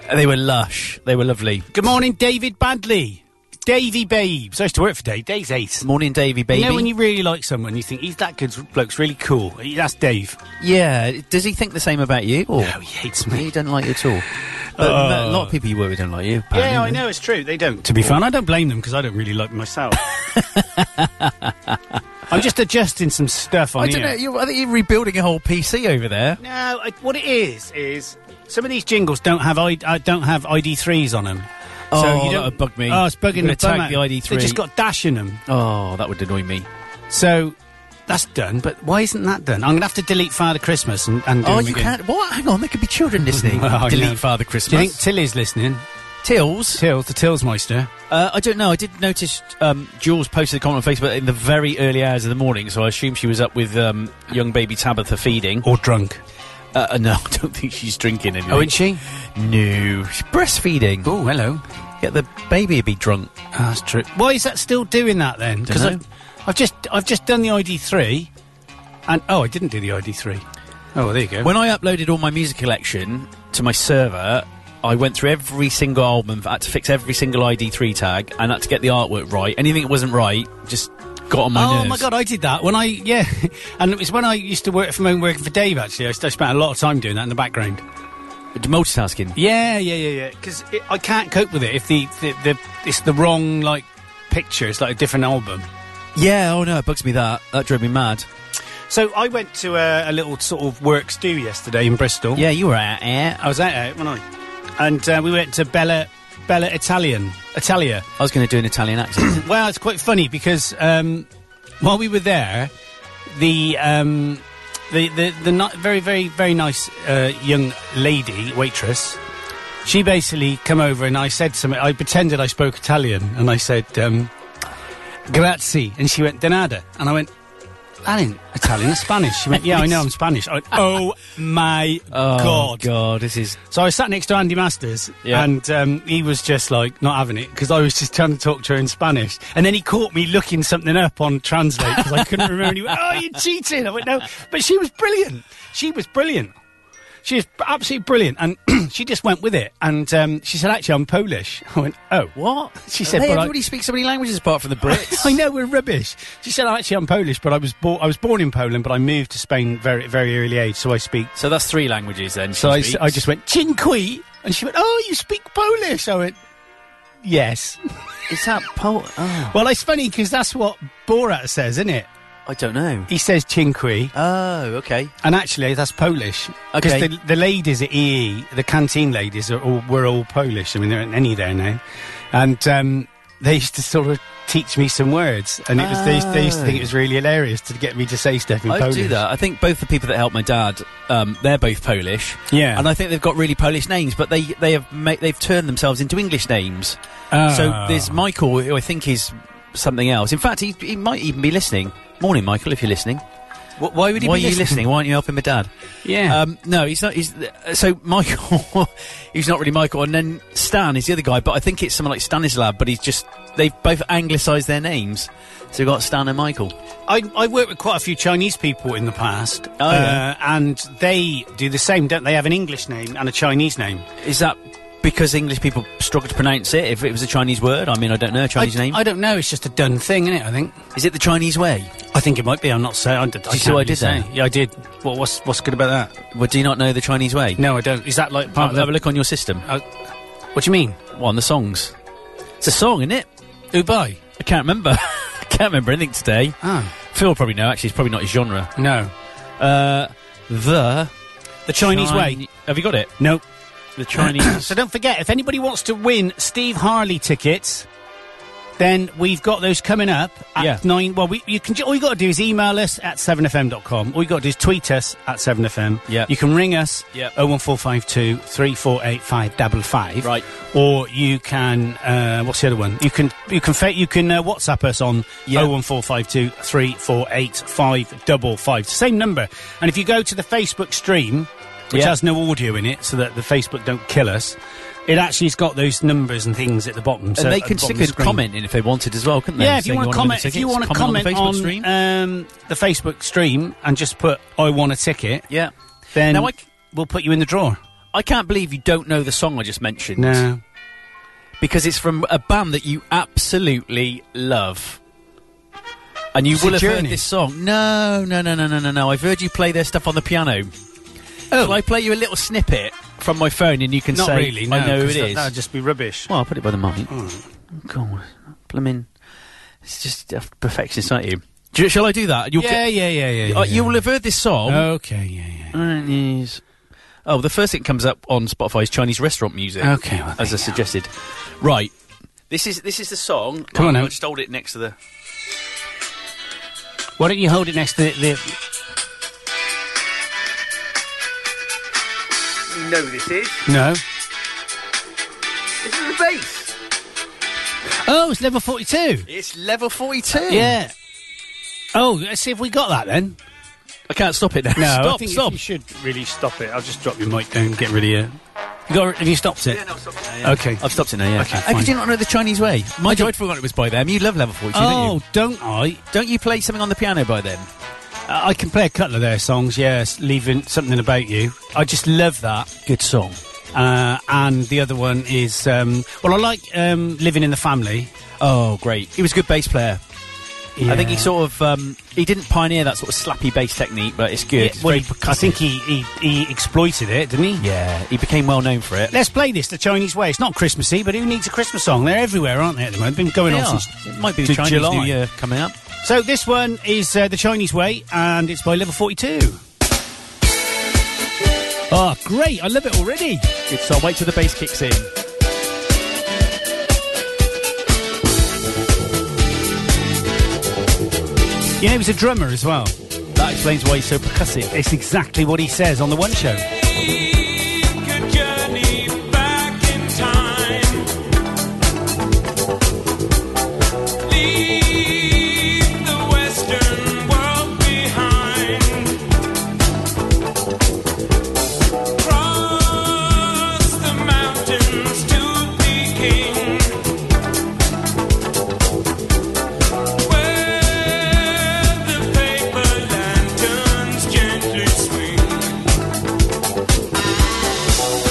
and they were lush. They were lovely. Good morning, David Badley. Davy Babes. I used to work for Dave. Dave's ace. Morning, Davy baby. You know when you really like someone, you think he's that good bloke's really cool. He- That's Dave. yeah, does he think the same about you? Or? No, he hates He me. Oh. doesn't like you at all. But a lot of people you work with don't like you. apparently. Yeah, I know it's true. They don't. To be fair, and I don't blame them because I don't really like myself. I'm just adjusting some stuff on I don't here. know. You, I think you're rebuilding a whole PC over there. No, I, what it is is some of these jingles don't have I, I don't have ID threes on them. Oh, that'll bug me. Oh, it's You're bugging gonna the bum tag out. the ID3. They just got dash in them. Oh, that would annoy me. So that's done. But why isn't that done? I'm gonna have to delete Father Christmas and, and do Oh, 'em you again. can't. What? Hang on, there could be children listening. Oh, Delete no. Father Do you think Christmas. Tilly's listening? Tills? Till the Tillsmeister. Uh, I don't know. I did notice um, Jules posted a comment on Facebook in the very early hours of the morning, so I assume she was up with um, young baby Tabitha feeding. Or drunk. Uh, uh, no, I don't think she's drinking anyway. Oh, isn't she? No, she's breastfeeding. Oh, hello. Yeah, the baby would be drunk. Ah, that's true. Why is that still doing that then? Because Dunno. I've, I've just I've just done the ID three, and oh, I didn't do the ID three. Oh, well, there you go. When I uploaded all my music collection to my server, I went through every single album. I had to fix every single ID3 tag and had to get the artwork right. Anything that wasn't right just got on my oh nerves. my god, I did that when I yeah, and it was when I used to work from home, working for Dave. Actually, I st- spent a lot of time doing that in the background. Multitasking. Yeah, yeah, yeah, yeah. Because I can't cope with it if the, the the it's the wrong like picture. It's like a different album. Yeah, oh no, it bugs me that. That drove me mad. So I went to a, a little sort of work stew yesterday in Bristol. Yeah, you were out there. I was out there, wasn't I? And uh, we went to Bella Bella Italian Italia. I was going to do an Italian accent. Well, it's quite funny because um, while we were there, the um, the the, the not very very very nice uh, young lady waitress, she basically come over and I said something. I pretended I spoke Italian and I said um, grazie, and she went de nada, and I went. That ain't Italian, it's Spanish. She went, Yeah, I know I'm Spanish. I went, oh my God. Oh, God, this is. So I sat next to Andy Masters, Yeah. and um, he was just like not having it because I was just trying to talk to her in Spanish, and then he caught me looking something up on translate because I couldn't remember. And he went, "Oh, you're cheating!" I went, "No," but she was brilliant. She was brilliant. She was absolutely brilliant, and she just went with it. And um, she said, "Actually, I'm Polish." I went, "Oh, What? She said, Hey, but I- everybody speaks so many languages apart from the Brits. I know we're rubbish. She said, "Actually, I'm Polish, but I was born I was born in Poland, but I moved to Spain very very early age, so I speak So that's three languages then. So I, s- I just went, Cinque. And she went, Oh, you speak Polish. I went, Yes. Is that Pol. Oh, Well, it's funny because that's what Borat says, isn't it? I don't know. He says Cinque. Oh, okay. And actually, that's Polish. Because Okay. the, the ladies at EE, the canteen ladies, are all, were all Polish. I mean, there aren't any there now. And um, they used to sort of teach me some words. And it was they, used- they used to think it was really hilarious to get me to say stuff in I Polish. do that. I think both the people that helped my dad, um, they're both Polish. Yeah. and I think they've got really Polish names, but they they have ma- they've turned themselves into English names. So Ah. there's Michael, who I think is something else. In fact, he, he might even be listening. Morning, Michael, if you're listening. Why would Why are you listening? Why aren't you helping my dad? Yeah. Um, no, he's not. He's uh, so Michael. he's not really Michael, and then Stan is the other guy. But I think it's someone like Stanislav. But he's just they've both anglicised their names. So we've got Stan and Michael. I, I worked with quite a few Chinese people in the past, Oh, yeah. uh, and they do the same, don't they? Have an English name and a Chinese name. Is that because English people struggle to pronounce it? If it was a Chinese word, I mean, I don't know a Chinese I, name. I don't know. It's just a done thing, isn't it? I think. is it the Chinese way? I think it might be. I'm not saying. I, d- I you see can't what I really did say. there? Yeah, I did. Well, what's what's good about that? Well, do you not know the Chinese way? No, I don't. Is that like part Have, have of a the, Uh, look on your system. What do you mean? Well, on the songs. It's a song, isn't it? Dubai? I can't remember. I can't remember anything today. Ah, Phil probably know. Actually, it's probably not his genre. no. Uh, the The Chinese way. Chi- Have you got it? Nope. The Chinese. So don't forget, if anybody wants to win Steve Harley tickets, then we've got those coming up at Yeah. nine. Well, we, you can ju- all you got to do is email us at 7fm.com. All you got to do is tweet us at 7fm. Yeah. You can ring us Yep. 01452 348555. Right. Or you can uh, what's the other one? You can you can fa- you can uh, WhatsApp us on Yeah. 01452 348555. Same number. And if you go to the Facebook stream, which Yeah. has no audio in it, so that the Facebook don't kill us. It actually's got those numbers and things at the bottom. so and they at the can stick bottom of the a screen. comment in if they wanted as well, couldn't they? Yeah, if you Saying want to win the comment, if you tickets, want to comment, on the Facebook stream. um, the Facebook stream and just put "I want a ticket," yeah. then Now I c- we'll put you in the drawer. I can't believe you don't know the song I just mentioned. No, because it's from a band that you absolutely love. And you Is will it have heard Journey? this song. No, no, no, no, no, no, no. I've heard you play their stuff on the piano. Oh. Shall I play you a little snippet from my phone and you can not say, really. No, I know who it 'cause that- is? That'd just be rubbish. Well, I'll put it by the mic. Oh, God. Blooming. It's just uh, perfectionist, aren't you? Do you- shall I do that? You'll yeah, get- yeah, yeah, yeah, Uh, yeah. You will have heard this song. Okay, yeah, yeah. Oh, the first thing that comes up on Spotify is Chinese restaurant music. Okay, well, there as I suggested. Right. This is this is the song. Come on I now. just hold it next to the. Why don't you hold it next to the. the You know this is. no. This is the bass. Oh, it's level 42. It's level forty-two. Yeah. Oh, let's see if we got that then. I can't stop it now. No, I stop, think stop. You should really stop it. I'll just drop your mic down and get rid of you. You got, have you stopped it? Okay. I've stopped it now. Yeah. Okay, How fine. could you not know the Chinese way? My joy forgot it was by them. You love level forty-two, don't Oh, you? don't I? Don't you play something on the piano by them? Uh, I I can play a couple of their songs, yes, leaving something about you. I just love that. Good song. Uh, and the other one is, um, well, I like um, Living in the Family. Oh, great. He was a good bass player. I think he Yeah. sort of um, he didn't pioneer that sort of slappy bass technique, but it's good. Yeah, It's well, very he- I percussive. think he, he, he exploited it, didn't he? yeah, he became well known for it. Let's play this the Chinese way. It's not Christmassy, but who needs a Christmas song? They're everywhere, aren't they? At the moment, been going They on are. since It might be the to Chinese July. New Year coming up. So this one is uh, the Chinese way, and it's by Level Forty Two. Oh, great! I love it already. Good song. Wait till the bass kicks in. You know, he's a drummer as well. That explains why he's so percussive. It's exactly what he says on the One Show. Gently swing. It's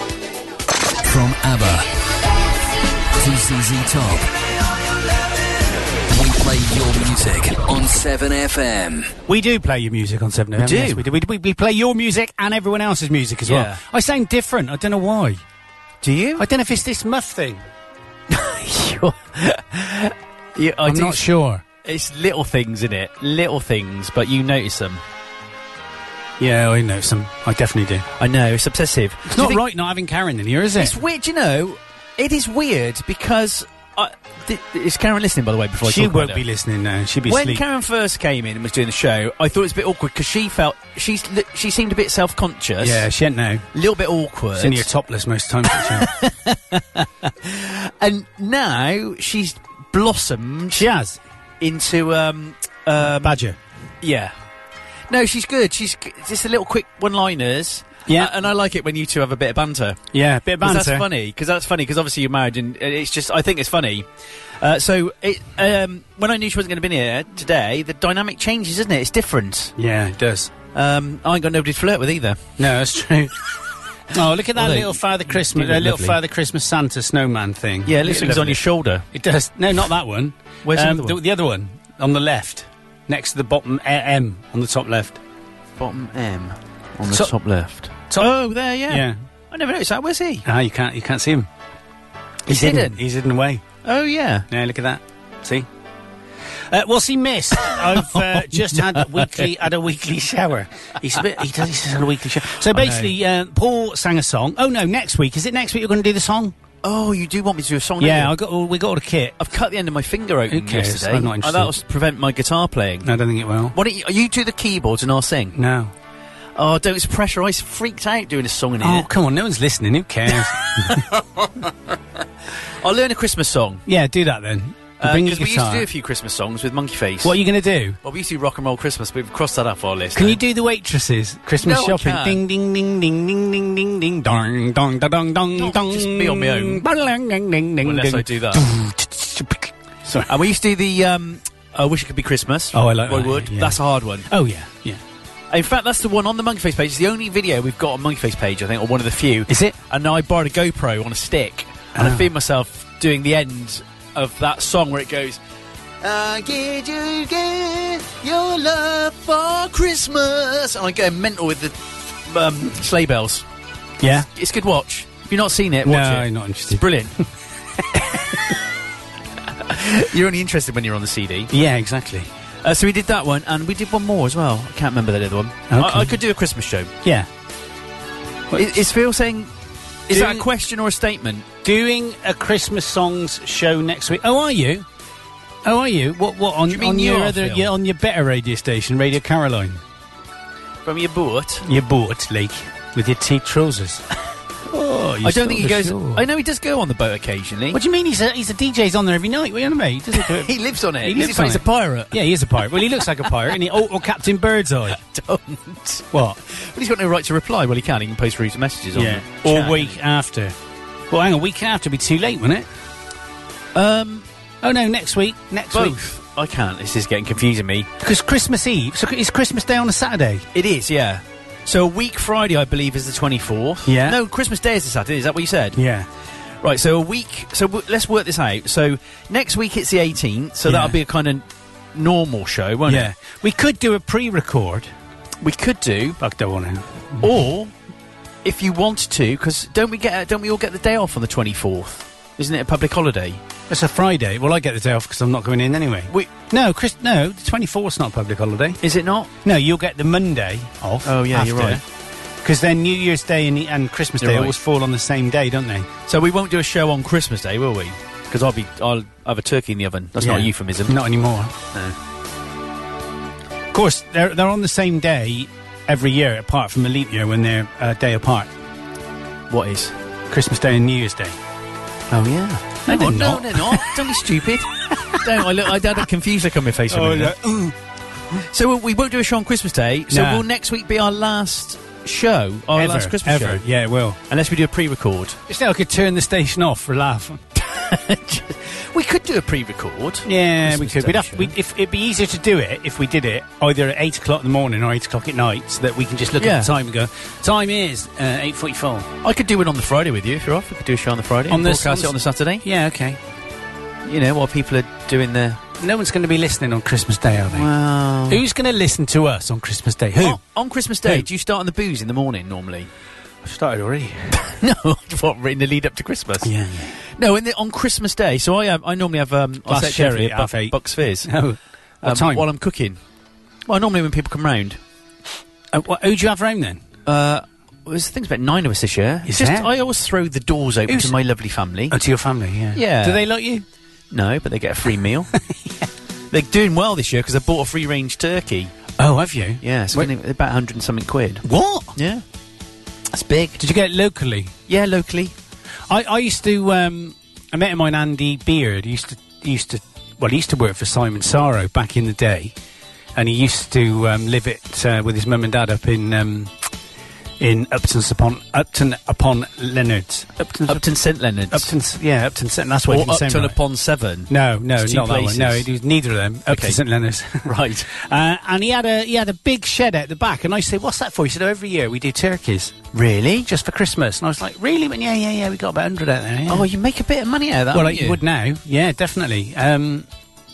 From ABBA to ZZ Top. We play your music on 7FM. We do play your music on 7 We do. Yes, we do. We, we, we play your music and everyone else's music as Yeah. well. I sound different. I don't know why. Do you? I don't know if it's this muff thing. Yeah, I I'm do not sure. It's little things in it, little things, but you notice them. Yeah, I know some. I definitely do. I know it's obsessive. It's not right not having Karen in here, is it? It's weird, you know. It is weird because I, th- is Karen listening? By the way, before I she talk about won't it? be listening now. She'd be when asleep. Karen first came in and was doing the show, I thought it was a bit awkward because she felt she's li- she seemed a bit self conscious. yeah, she ain't now. a little bit awkward. She's in here topless most times. isn't she? and now she's blossomed she has. into um um Badger. yeah. No, she's good. She's g- just a little quick one liners. Yeah. and I like it when you two have a bit of banter. Yeah, bit of Because banter. that's funny. Because that's funny. Because obviously you're married, and and it's just I think it's funny. Uh, so it, um, when I knew she wasn't going to be here today, the dynamic changes, isn't it? It's different. Yeah, it does. Um, I ain't got nobody to flirt with either. No, that's true. oh, look at that Although- little Father Christmas, Yeah, uh, little lovely. Father Christmas Santa snowman thing. Yeah, it looks like it's on your shoulder. It does. No, not that one. Where's the other the, one? the other one on the left, next to the bottom uh, M on the top left. Bottom M on the So- top left. Top- oh, there, yeah. Yeah. I never noticed that. Where's he? Ah, you can't. You can't see him. He's hidden. He's hidden away. Oh, yeah. Yeah, look at that. See. Uh, what's he missed? I've uh, just had a weekly had a weekly shower. He's a bit. He does. He's had a weekly shower. So basically, uh, Paul sang a song. Oh no, next week is it? Next week you're going to do the song? Oh, you do want me to do a song? yeah, don't I you? got. all we got all the kit. I've cut the end of my finger open Who cares? yesterday. I'm not and interested. that was to prevent my guitar playing. No, I don't think it will. Why don't you, you do the keyboards and I'll sing? No. Oh, don't it's pressure. I s- freaked out doing a song in Oh here. come on, no one's listening. Who cares? I'll learn a Christmas song. yeah, do that then. Because Bring we your used to guitar. do a few Christmas songs with Monkey Face. what are you going to do? well, we used to do Rock and Roll Christmas, but we've crossed that off our list. Can now. you do the waitresses Christmas No, I shopping? can't. Ding ding ding ding ding ding ding ding dong dong da dong dong No, dong. just be on my own. Ding, ding, ding, ding, Unless ding. I do that. Sorry. And we used to do the um, I Wish It Could Be Christmas. Oh, I like that, Wood. yeah. That's a hard one. Oh yeah, yeah. In fact, that's the one on the Monkey Face page. It's the only video we've got on Monkey Face page, I think, or one of the few. Is it? Ah. And I borrowed a GoPro on a stick, and I filmed myself doing the end of that song where it goes. I did you get your love for Christmas? And I go mental with the um, sleigh bells. Yeah. It's a good watch. If you've not seen it, No, watch it. I'm not It's interested. brilliant. you're only interested when you're on the CD. Yeah, exactly. Uh, so we did that one, and we did one more as well. I can't remember the other one. Okay. I, I could do a Christmas show. Yeah. Is, is Phil saying? Is that a Doing- question or a statement? Doing a Christmas songs show next week. Oh, are you? Oh, are you? What? What on, you mean on you your are, other Phil? yeah, on your better radio station, Radio Caroline? From your boot? You bought Leek with your tea trousers. oh, you I don't think he goes. Sure. I know he does go on the boat occasionally. What do you mean? He's a he's a DJ's on there every night. What do you know what I mean? He doesn't do it. He lives on it. He lives He's on he's it. a pirate. Yeah, he is a pirate. Well, he looks like a pirate, and he Oh, or, or Captain Birdseye. Don't. What? But he's got no right to reply. Well, he can. He can post rude messages on. Yeah. the Or chat. week after. Well, hang on, week after would be too late, wouldn't it? Um, Oh no, next week. Next week. both. I can't. This is getting confusing me. Because Christmas Eve. So it's Christmas Day on a Saturday. It is. Yeah. So a week Friday, I believe, is the twenty fourth. Yeah. No, Christmas Day is the Saturday. Is that what you said? Yeah. Right, so a week. So w- let's work this out. So next week it's the 18th, so Yeah. that'll be a kind of normal show, won't Yeah. We could do a pre-record. it? We could do, But I don't want to. or if you want to, because don't we get don't we all get the day off on the 24th? Isn't it a public holiday? It's a Friday. Well, I get the day off because I'm not going in anyway. We, No, Chris. No, the 24th's not a public holiday. is it not? No, you'll get the Monday off. Oh, yeah, you're right. Because then New Year's Day and, and Christmas You're Day right. always fall on the same day, don't they? So we won't do a show on Christmas Day, will we? Because I'll be I'll have a turkey in the oven. That's not a Yeah. euphemism. Not anymore. No. Of course, they're they're on the same day every year, apart from a leap year when they're a day apart. What is? Christmas Day and New Year's Day. Oh yeah. No, they're no, not. they're not. Don't be stupid. don't I look? I had a confused look on my face. a Oh, minute ago. So we- we won't do a show on Christmas Day. So Nah. will next week be our last show? Our ever, last Christmas ever. show? Yeah, it will. Unless we do a pre-record. Just now I could turn the station off for a laugh. We could do a pre-record. Yeah, This we is could. We'd dumb have, we shit. if, it'd be easier to do it if we did it either at eight o'clock in the morning or eight o'clock at night, so that we can just look Yeah. at the time and go, "Time is uh, eight forty-four I could do one on the Friday with you if you're off. We could do a show on the Friday. On and the- broadcast on the- it on the Saturday. Yeah, okay. You know while people are doing their. No one's going to be listening on Christmas Day, are they? Wow. Who's going to listen to us on Christmas Day? Who? On, on Christmas Day, Who? do you start on the booze in the morning normally? I've started already. no, what in the lead up to Christmas? Yeah. No, in the, on Christmas Day. So I um, I normally have um, I Glass set of sherry every at bu- half eight. Bucks fizz. yeah. Oh, what um, time? while I'm cooking. Well, normally when people come round, Uh, what, who do you have round then? uh, there's things about nine of us this year. Is It's just there? I always throw the doors open Who's- to my lovely family. Oh, to your family, yeah. Yeah. Do they like you? No, but they get a free meal. They're doing well this year because I bought a free range turkey. Oh, have you? Yeah, it's Wait- gonna- about 100 and something quid. What? Yeah. That's big. Did you get it locally? Yeah, locally. I, I used to um, a mate of mine, Andy Beard, used to he used to well, he used to work for Simon Sorrow back in the day, and he used to um, live it uh, with his mum and dad up in um, in Upton upon Upton upon Leonard's Upton Upton St Leonard's. Upton yeah Upton St- that's what or it didn't sound Upton right. upon Severn. No, no, It's two not places. that one. No, it was neither of them. Up Okay. to St Um, Leonard's, Right. Uh, and he had a he had a big shed at the back, and I said, "What's that for?" He said, oh, "Every year we do turkeys Really? just for Christmas." And I was like, "Really?" But yeah, yeah, yeah, we got about hundred out there. yeah." Oh, you make a bit of money out of that. Well, I don't you? would now. Yeah, definitely. Um,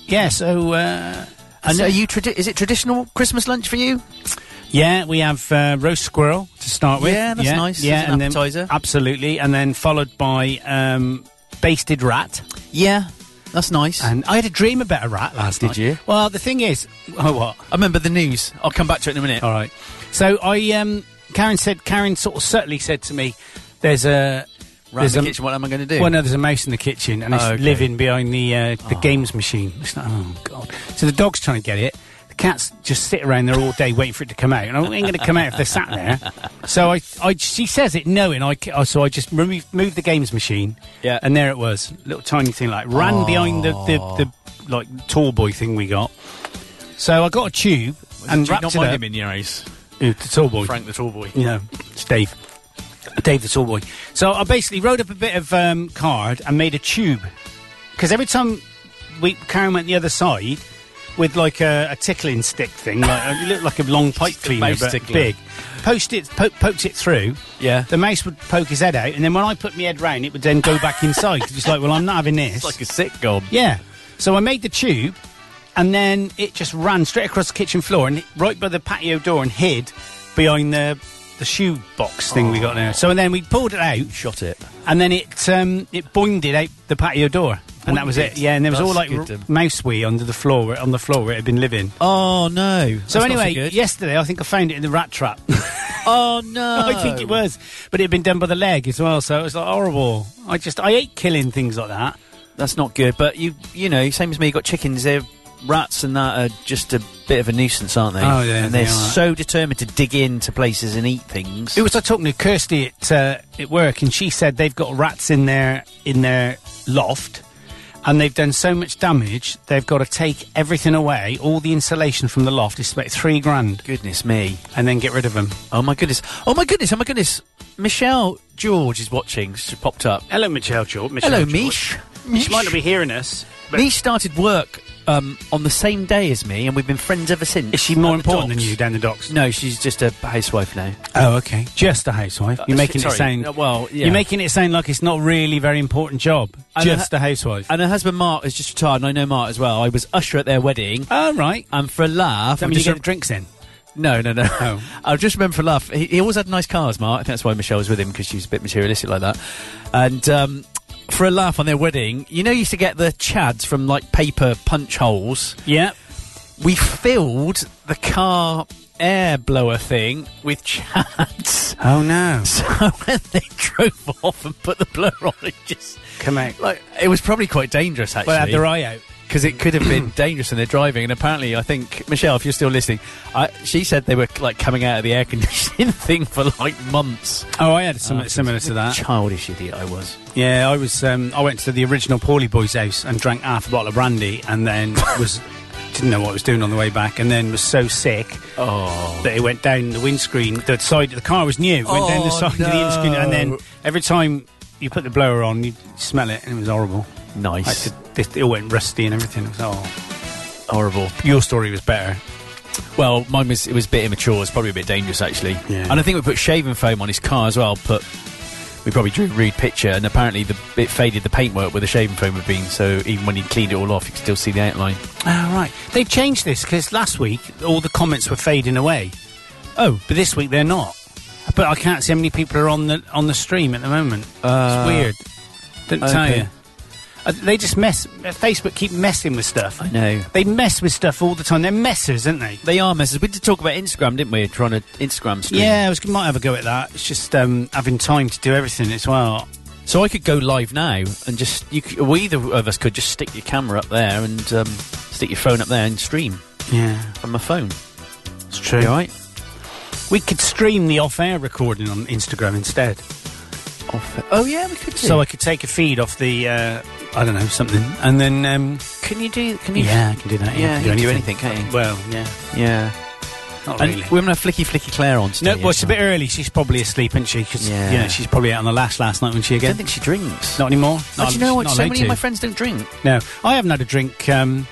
yeah, so uh, And are you tradi- is it traditional Christmas lunch for you? yeah, we have uh, roast squirrel to start with. Yeah, that's nice Yeah, as an and then- appetizer. absolutely, and then followed by um, basted rat. Yeah, that's nice. And I had a dream about a rat last Did night. you? Well, the thing is, oh what? I remember the news. I'll come back to it in a minute. All right. So I, um, Karen said, Karen sort of subtly said to me, "There's a." Right in there's the a- kitchen, what am I going to do? Well, no, there's a mouse in the kitchen, and it's Oh, okay. Oh. living behind the uh, the games machine. It's like, oh god! So the dog's trying to get it. The cats just sit around there all day waiting for it to come out, and I ain't going to come out if they're sat there. So I, I, she says it knowing I, ca- so I just removed moved the games machine. Yeah. and there it was, little tiny thing like ran behind the, the the like tall boy thing we got. So I got a tube and Do you wrapped not it mind up. him in your ace? Ooh, the tall boy Frank the tall boy. you know, it's Dave. Dave the tall boy. So I basically wrote up a bit of um, card and made a tube. Because every time we Karen went the other side with like a, a tickling stick thing, like uh, it looked like a long pipe Just a cleaner, mouse but tickler. big. Post it, po- poked it through. Yeah. The mouse would poke his head out, and then when I put my head round, it would then go back inside. 'Cause It's like, well, I'm not having this. It's like a sick gob. Yeah. So I made the tube, and then it just ran straight across the kitchen floor and right by the patio door and hid behind the the shoe box thing we got there. So then we pulled it out, Shot it. and then it um, it boinded out the patio door, and that was it. Boinded? Yeah, and there was That's all like good, r- then. mouse wee under the floor where- on the floor where it had been living. Oh no. So That's not anyway, good. yesterday I think I found it in the rat trap. Oh no. I think it was, but it had been done by the leg as well, Oh, so it was like horrible. I just I hate killing things like that. That's not good. But you, you know, same as me. You got chickens. They're rats, and that are just a bit of a nuisance, aren't they? Oh, yeah, And they're they are. so determined to dig into places and eat things. Who was I talking to? Kirsty at uh, at work, and she said they've got rats in their in their loft, and they've done so much damage they've got to take everything away, all the insulation from the loft. It's about three grand, goodness me. and then get rid of them. Oh my goodness. Oh my goodness. Oh my goodness. Michelle George is watching. She popped up. Hello, Michelle George. Hello, Mish. She might not be hearing us. But Mish started work um, on the same day as me, and we've been friends ever since. is she more At the important than docks. you down the docks? No, she's just a housewife now. Oh, okay. Just a housewife. You're Uh, making sorry. it sound Uh, well, yeah. You're making it sound like it's not Oh, really a very important job. And Just I- a housewife. And her husband Mark is just retired, and I know Mark as well. I was usher at their wedding, All Ah, right. and for a laugh, That I'm means you just get rem- the drinks in. No, no, no. Oh. I just remember for a laugh. He, he always had nice cars, Mark. I think that's why Michelle was with him because she was a bit materialistic like that. And um, for a laugh on their wedding, you know, you used to get the chads from like paper punch holes. Yeah. We filled the car air blower thing with chads. Oh no. So when they drove off and put the blower on, it just Come out. like it was probably quite dangerous actually. Well, had their eye out. because it could have been dangerous when they're driving. And apparently, I think Michelle, if you're still listening, I, she said they were like coming out of the air conditioning thing for like months. Uh, Oh, I had something similar to that. Childish idiot, I was. Yeah, I was. Um, I went to the original Paulie Boy's house and drank half a bottle of brandy, and then was didn't know what I was doing on the way back, and then was so sick Oh. that it went down the windscreen. The side of the car was new, it went down the Oh, side of the windscreen, and no. then every time you put the blower on, you smell it, and it was horrible. I Nice. said, this, it all went rusty and everything. It was oh, horrible. Your story was better. Well, mine was it was a bit immature. It's probably a bit dangerous actually. Yeah. And I think we put shaving foam on his car as well. But we probably drew a rude picture, and apparently the it faded the paintwork where the shaving foam had been. So even when he cleaned it all off, you could still see the outline. Ah, right. They changed this because last week all the comments were fading away. Oh, but this week they're not. But I can't see how many people are on the on the stream at the moment. Uh, it's weird. Don't tell okay. you. Uh, they just mess. uh, Facebook keep messing with stuff. I know. They mess with stuff all the time. They're messers, aren't they? They are messes. We did talk about Instagram, didn't we? Trying to Instagram stream. Yeah, I was, might have a go at that. It's just um, having time to do everything as well. So I could go live now and just you. c- Well, either of us could just stick your camera up there and um, stick your phone up there and stream Yeah, from my phone. it's true. You all right? We could stream the off-air recording on Instagram instead. Oh yeah, we could. Do. So I could take a feed off the, uh, I don't know, something, and then, um, can you do? Can you? yeah, I can do that. Yeah, I you can can do do anything, anything. can't you? Well, yeah, Yeah. not And really. we're gonna have Flicky Flicky Claire on. today, No, well, it's a actually. bit early. She's probably asleep, isn't she? 'Cause, Yeah. you know, she's probably out on the lash last night, wasn't she, I don't again? think she drinks. Not anymore. But Not- you know what? not So allowed many to. of my friends don't drink. No, I haven't had a drink. Um,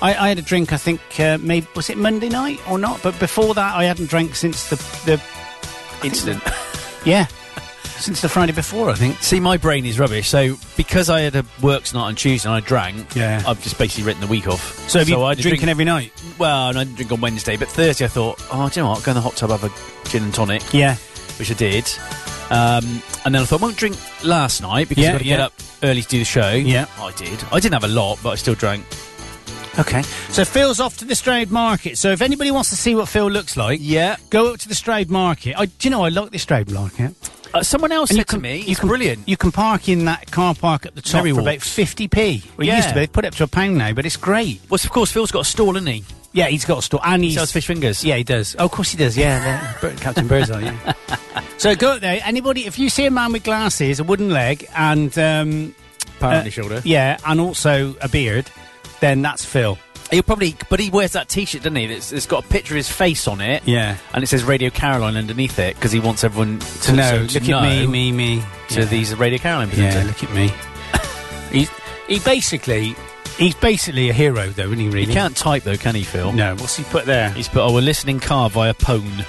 I, I had a drink, I think, uh, maybe, was it Monday night or not? But before that, I hadn't drank since the, the Incident. yeah, since the Friday before, I think. See, my brain is rubbish. So because I had a works night on Tuesday and I drank, Yeah. I've just basically written the week off. So, have I you had a drinking drink, every night? Well, and I didn't drink on Wednesday, but Thursday I thought, oh, do you know what? I'll go in the hot tub, have a gin and tonic, Yeah. which I did. Um, and then I thought, I won't drink last night because Yeah, I've got to get yeah. up early to do the show. Yeah. I did. I didn't have a lot, but I still drank. Okay. So Phil's off to the Stroud Market. So if anybody wants to see what Phil looks like, Yeah. go up to the Stroud Market. I, do you know I like the Stroud Market? Uh, someone else And said to me, it's can, brilliant. You can park in that car park at the top Merry for about Walks. fifty p. Well, it used Yeah. to be. They've put it up to a pound now, but it's great. well, of course, Phil's got a stall, isn't he? Yeah, he's got a store, and he's sells fish fingers. Yeah, he does. Oh, of course he does. Yeah, the- Captain Birdseye. Yeah. so go up there. Anybody, if you see a man with glasses, a wooden leg, and um, Power uh, on his shoulder. yeah, and also a beard, then that's Phil. He'll probably, but he wears that T-shirt, doesn't he? That's, it's got a picture of his face on it. Yeah. and it says Radio Caroline underneath it because he wants everyone to, So no, so to look at me, know me, me. To Yeah. these Radio Caroline Yeah, presenters. look at me. he, he basically, he's basically a hero, though, isn't he? Really? He can't type though, can he, Phil? No, what's he put there? He's put, oh, we're listening car via Pone.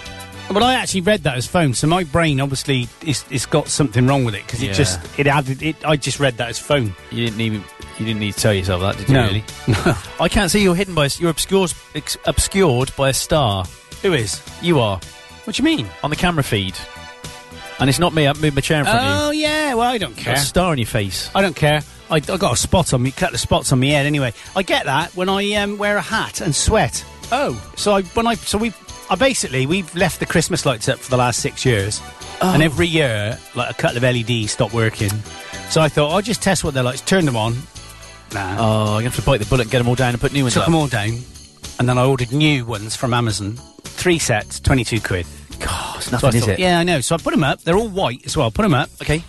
Well, I actually read that as phone, so my brain obviously it's, it's got something wrong with it because Yeah. it just it added it. I just read that as phone. You didn't even, you didn't need to tell yourself that, did you? No. Really? I can't see you're hidden by, a s- you're obscured, ex- obscured by a star. Who is? You are What do you mean? on the camera feed, and it's not me. I've moved my chair in front of you. Oh yeah, well I don't Got care. a star on your face. I don't care. I, I got a spot on me, cut the spots on my head anyway. I get that when I um, wear a hat and sweat. Oh, So I when I so we I basically we've left the Christmas lights up for the last six years, and every year like a couple of LEDs stop working. So I thought I'll just test what they're like. Turn them on. Nah. oh, you have to bite the bullet and get them all down and put new ones Took up. them all down, and then I ordered new ones from Amazon. Three sets, twenty-two quid. God, it's So I nothing, is thought, it? Yeah, I know. So I put them up. They're all white as well. Put them up, Okay.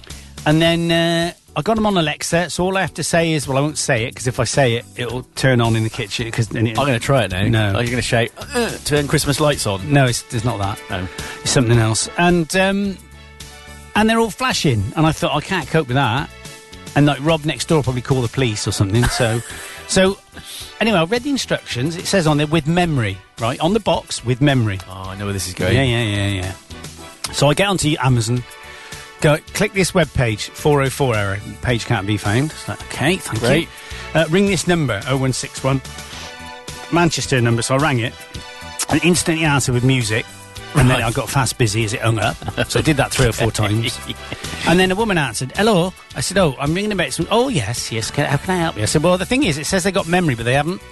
and then uh, I got them on Alexa. So all I have to say is, well, I won't say it because if I say it, it'll turn on in the kitchen. Because I'm going to try it now. No. Oh, you're going to shout, "Uh, turn Christmas lights on. no, it's, it's not that. No. It's something else. And um, and they're all flashing. And I thought I can't cope with that. And like Rob next door will probably call the police or something. So so anyway, I read the instructions. It says on there with memory, right on the box with memory. Oh, I know where this is going. Yeah, yeah, yeah, yeah. So I get onto Amazon, go click this web page, 404 error, page can't be found. It's like, okay, thank Great. you. Uh, ring this number, 0161, Manchester number. So I rang it and instantly answered with music. And then I got fast busy as it hung up. So I did that three or four times. And then a woman answered, Hello. I said, Oh, I'm ringing about some. Oh, yes, yes. Can, how can I help you? I said, Well, the thing is, it says they got memory, but they haven't.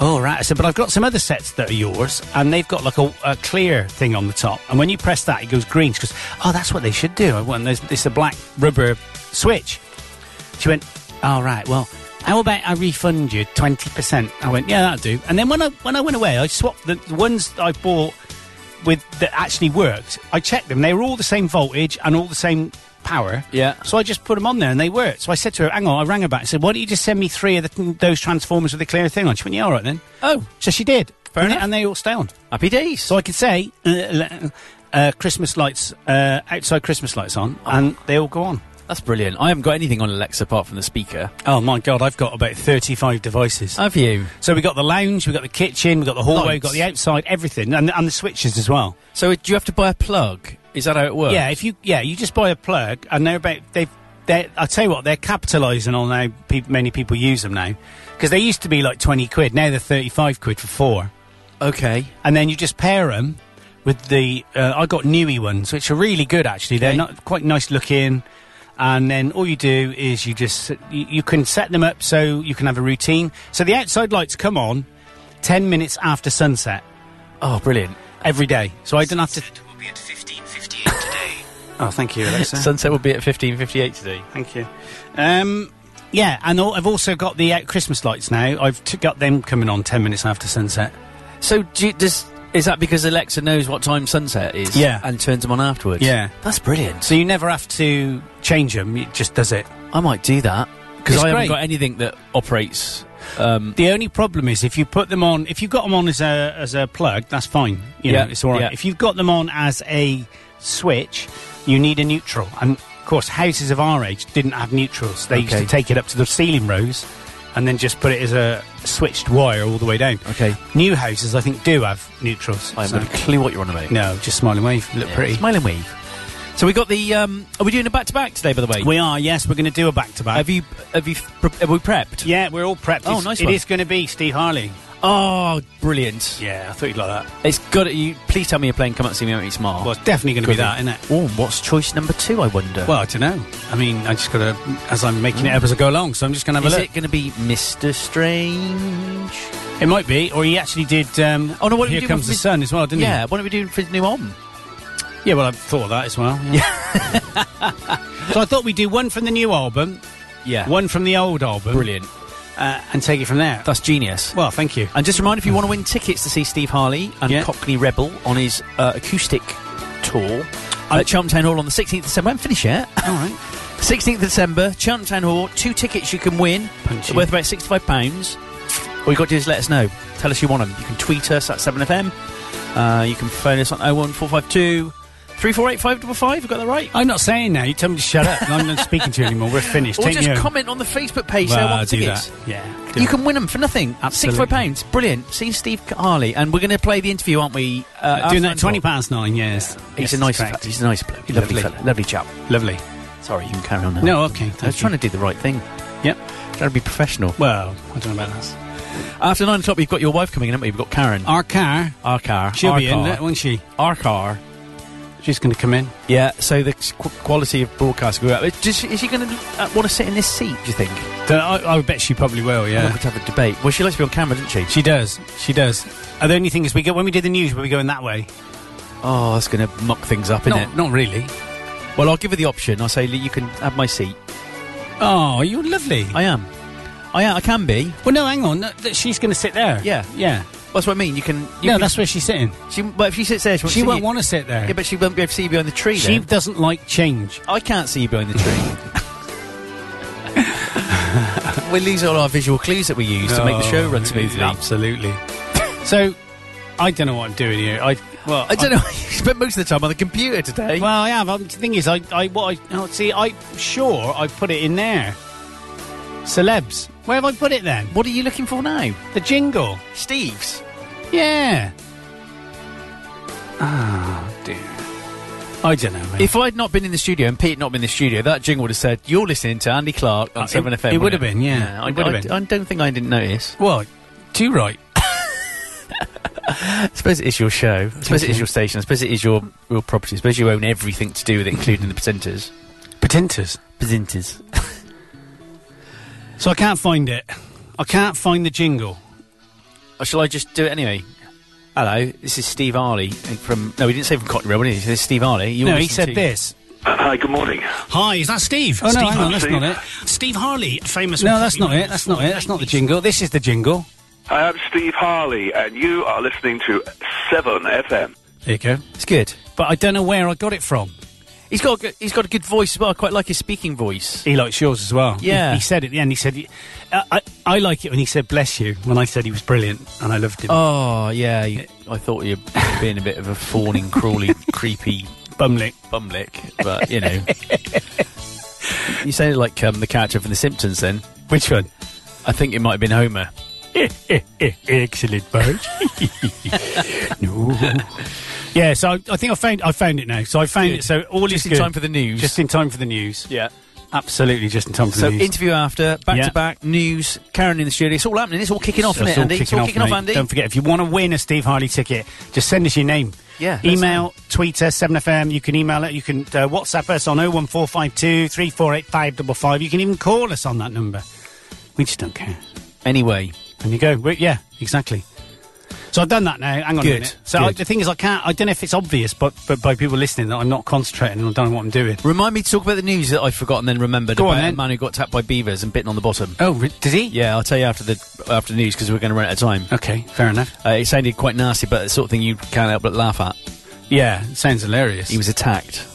Oh, right. I said, But I've got some other sets that are yours, and they've got like a, a clear thing on the top. And when you press that, it goes green. She goes, Oh, that's what they should do. I want this, this a black rubber switch. She went, "All right, well, how about I refund you twenty percent?" I went, "Yeah, that'll do." And then when I when I went away, I swapped the, the ones that I bought with that actually worked. I checked them; they were all the same voltage and all the same power. Yeah. So I just put them on there, and they worked. So I said to her, "Hang on," I rang her back and said, "Why don't you just send me three of the, those transformers with the clear thing on?" She went, "Yeah, all right then." Oh, So she did, Fair and, enough. and they all stay on. happy days. So I could say, uh, uh, Christmas lights uh, outside Christmas lights on, and they all go on. Oh. That's brilliant. I haven't got anything on Alexa apart from the speaker. Oh my god, I've got about 35 devices. Have you? So we got the lounge, we got the kitchen, we got the hallway, we got Lights. the outside, everything, and, and the switches as well. So do you have to buy a plug? Is that how it works? Yeah, if you yeah, you just buy a plug, and they're about they've they I tell you what, they're capitalising on how pe- many people use them now because they used to be like 20 quid, now they're 35 quid for four, Okay. and then you just pair them with the uh, I got newy ones, which are really good actually. They're Okay. not quite nice looking. And then all you do is you just you, you can set them up so you can have a routine. So the outside lights come on 10 minutes after sunset. Oh, brilliant. every day. So I don't have to. will be at 15.58 today. Oh, thank you, Alexa. Sunset will be at 15.58 today. thank you. Um, yeah, and al- I've also got the uh, Christmas lights now. I've t- got them coming on ten minutes after sunset. So do you, does, is that because Alexa knows what time sunset is? Yeah. And turns them on afterwards? Yeah. That's brilliant. So you never have to change them. It just does it. I might do that. Because It's I haven't great. got anything that operates... Um, The only problem is if you put them on. If you've got them on as a as a plug, that's fine. You Yeah, know, it's all right. yeah. If you've got them on as a switch, you need a neutral. And of course, houses of our age didn't have neutrals. They used Okay. to take it up to the ceiling rows, and then just put it as a switched wire all the way down. okay. New houses, I think, do have neutrals. I so- haven't got a clue what you're on about. No, just smiling wave. Look Yeah, pretty. Smile and wave. So we got the. Um, are we doing a back to back today? By the way, We are. Yes, we're going to do a back to back. have you have you pre- have we prepped? Yeah, we're all prepped. Oh, It's- nice It one. is going to be Steve Harley. Oh, brilliant! Yeah, I thought you'd like that. It's good. You please tell me you're playing. Come up, see me, make me smile. Well, it's definitely going to be that, isn't it? Oh, what's choice number two? I wonder. Well, I don't know. I mean, I just got to, as I'm making it up as I go along, so I'm just going to have is it a look. going to be Mister Strange? It? might be, or he actually did. Um, Oh, no, what did we Here do comes with the Miss- sun as well, didn't Yeah. What are we doing for his new album? he? Yeah, well, I've thought of that as well. Yeah. so I thought we'd do one from the new album, Yeah. one from the old album, Brilliant. uh, and take it from there. That's genius. well, thank you. And just a reminder, if you want to win tickets to see Steve Harley and Yeah. Cockney Rebel on his uh, acoustic tour at Cheltenham Town Hall on the 16th of December, I haven't finished yet. All right. 16th of December, Cheltenham Town Hall. Two tickets you can win, Punchy. worth about £65. All you've got to do is let us know. Tell us you want them. You can tweet us at 7FM. Uh, you can phone us on 01452 348555. Have I got that right? I'm not saying now. You tell me to shut up. I'm not speaking to you anymore. We're finished. Or Take just me home. comment on the Facebook page. Well, say I want do tickets. that. Yeah. do You it. can win them for nothing. Absolutely. £65. Brilliant. See Steve Harley. And we're going to play the interview, aren't we? Uh, after doing that nine at twenty o'clock. past nine. Yes, He's Yes, a nice correct. fella. He's a nice bloke. Lovely, Lovely. fella. Lovely chap. lovely. Sorry, you can carry on now. No, okay. I was Thank you. trying to do the right thing. Yep. Trying to be professional. Well, I don't know about that. After nine o'clock, we've got your wife coming in, haven't we? We've got Karen. Our car, Our car. she'll our be in, car. it, won't she? Our car. She's going to come in. Yeah, so the qu- quality of broadcast grew up. It Just, is she going to uh, want to sit in this seat, do you think? Don't- Uh, I, I bet she probably will. We're Yeah, going to have a debate. Well, she likes to be on camera, doesn't she? she does. She does. And the only thing is, we go when we do the news, we're going that way. Oh, that's going to muck things up, isn't Not, not really. it? Well, I'll give her the option. I'll say, "Lee, you can have my seat. Oh, you're lovely. I am. I am. I can be. well, no, hang on. No, th- she's going to sit there. Yeah. yeah. That's what I mean. You can. You no, can- that's where she's sitting. She, but if she sits there, she won't She see won't you. want to sit there. Yeah, but she won't be able to see you behind the tree. she then. doesn't like change. I can't see you behind the tree. we lose all our visual clues that we use to make the show run Oh, smoothly. Absolutely. so, I don't know what I'm doing here. I well, I don't know. You spent most of the time on the computer today. Well, I have. Um, the thing is, I, I, what I, oh, see, I'm sure I put it in there. Celebs. Where have I put it then? what are you looking for now, The jingle. Steve's? Yeah. Ah, dear. I don't know, mate. If I'd not been in the studio and Pete had not been in the studio, that jingle would have said, "You're listening to Andy Clark on Uh, it- Seven FM." it would wouldn't have been, yeah. I, It would have I- been. I don't think I didn't notice. well, too right. I suppose it is your show. I suppose it is your station. I suppose it is your real property. I suppose you own everything to do with it, including the presenters. Patenters. Presenters. So I can't find it. I can't find the jingle. Or Oh, shall I just do it anyway? Hello, this is Steve Harley from. No, he didn't say from Cotton Rebel, did he? He said, This is Steve Harley. You no, all he listen said to- this. Hi, good morning. Hi, is that Steve? Oh, no, Steve hang on, that's Hartley. not it. Steve Harley, famous. No, that's not it. That's not it. That's not the jingle. This is the jingle. I am Steve Harley, and you are listening to 7FM. There you go. It's good. But I don't know where I got it from. He's got, a good, he's got a good voice as well. I quite like his speaking voice. He likes yours as well. Yeah. He, he said at the end, he said, I, I, I like it when he said, bless you, when I said he was brilliant and I loved him. Oh, yeah. you- I thought you were being a bit of a fawning, crawly, creepy Bumlick. bumlick, but, you know. You sounded like um, the character from The Simpsons then. Which one? I think it might have been Homer. Excellent, Bert. no. Yeah, so I, I think I found I found it now. So I found Good. it. So all Just is in good. time for the news. Just in time for the news. Yeah. Absolutely, just in time for So the news. interview after, back Yeah. to back, news, Karen in the studio. It's all happening. It's all kicking off, So isn't it, it's all Andy? it's all kicking off, mate. Andy. Don't forget, if you want to win a Steve Harley ticket, just send us your name. Yeah, that's Email, tweet us, 7FM. You can email it. You can uh, WhatsApp us on 01452 348555. You can even call us on that number. We just don't care. Anyway, And you go, we- yeah, exactly. So I've done that now. Hang on Good, a minute. So I, good. the thing is, I can't. I don't know if it's obvious, but but by people listening, that I'm not concentrating and I don't know what I'm doing. remind me to talk about the news that I forgot and then remembered Go on about then. a man who got tapped by beavers and bitten on the bottom. Oh, re- did he? Yeah, I'll tell you after the after the news because we're going to run out of time. Okay, fair enough. Uh, it sounded quite nasty, but the sort of thing you can't help but laugh at. Yeah, it sounds hilarious. He was attacked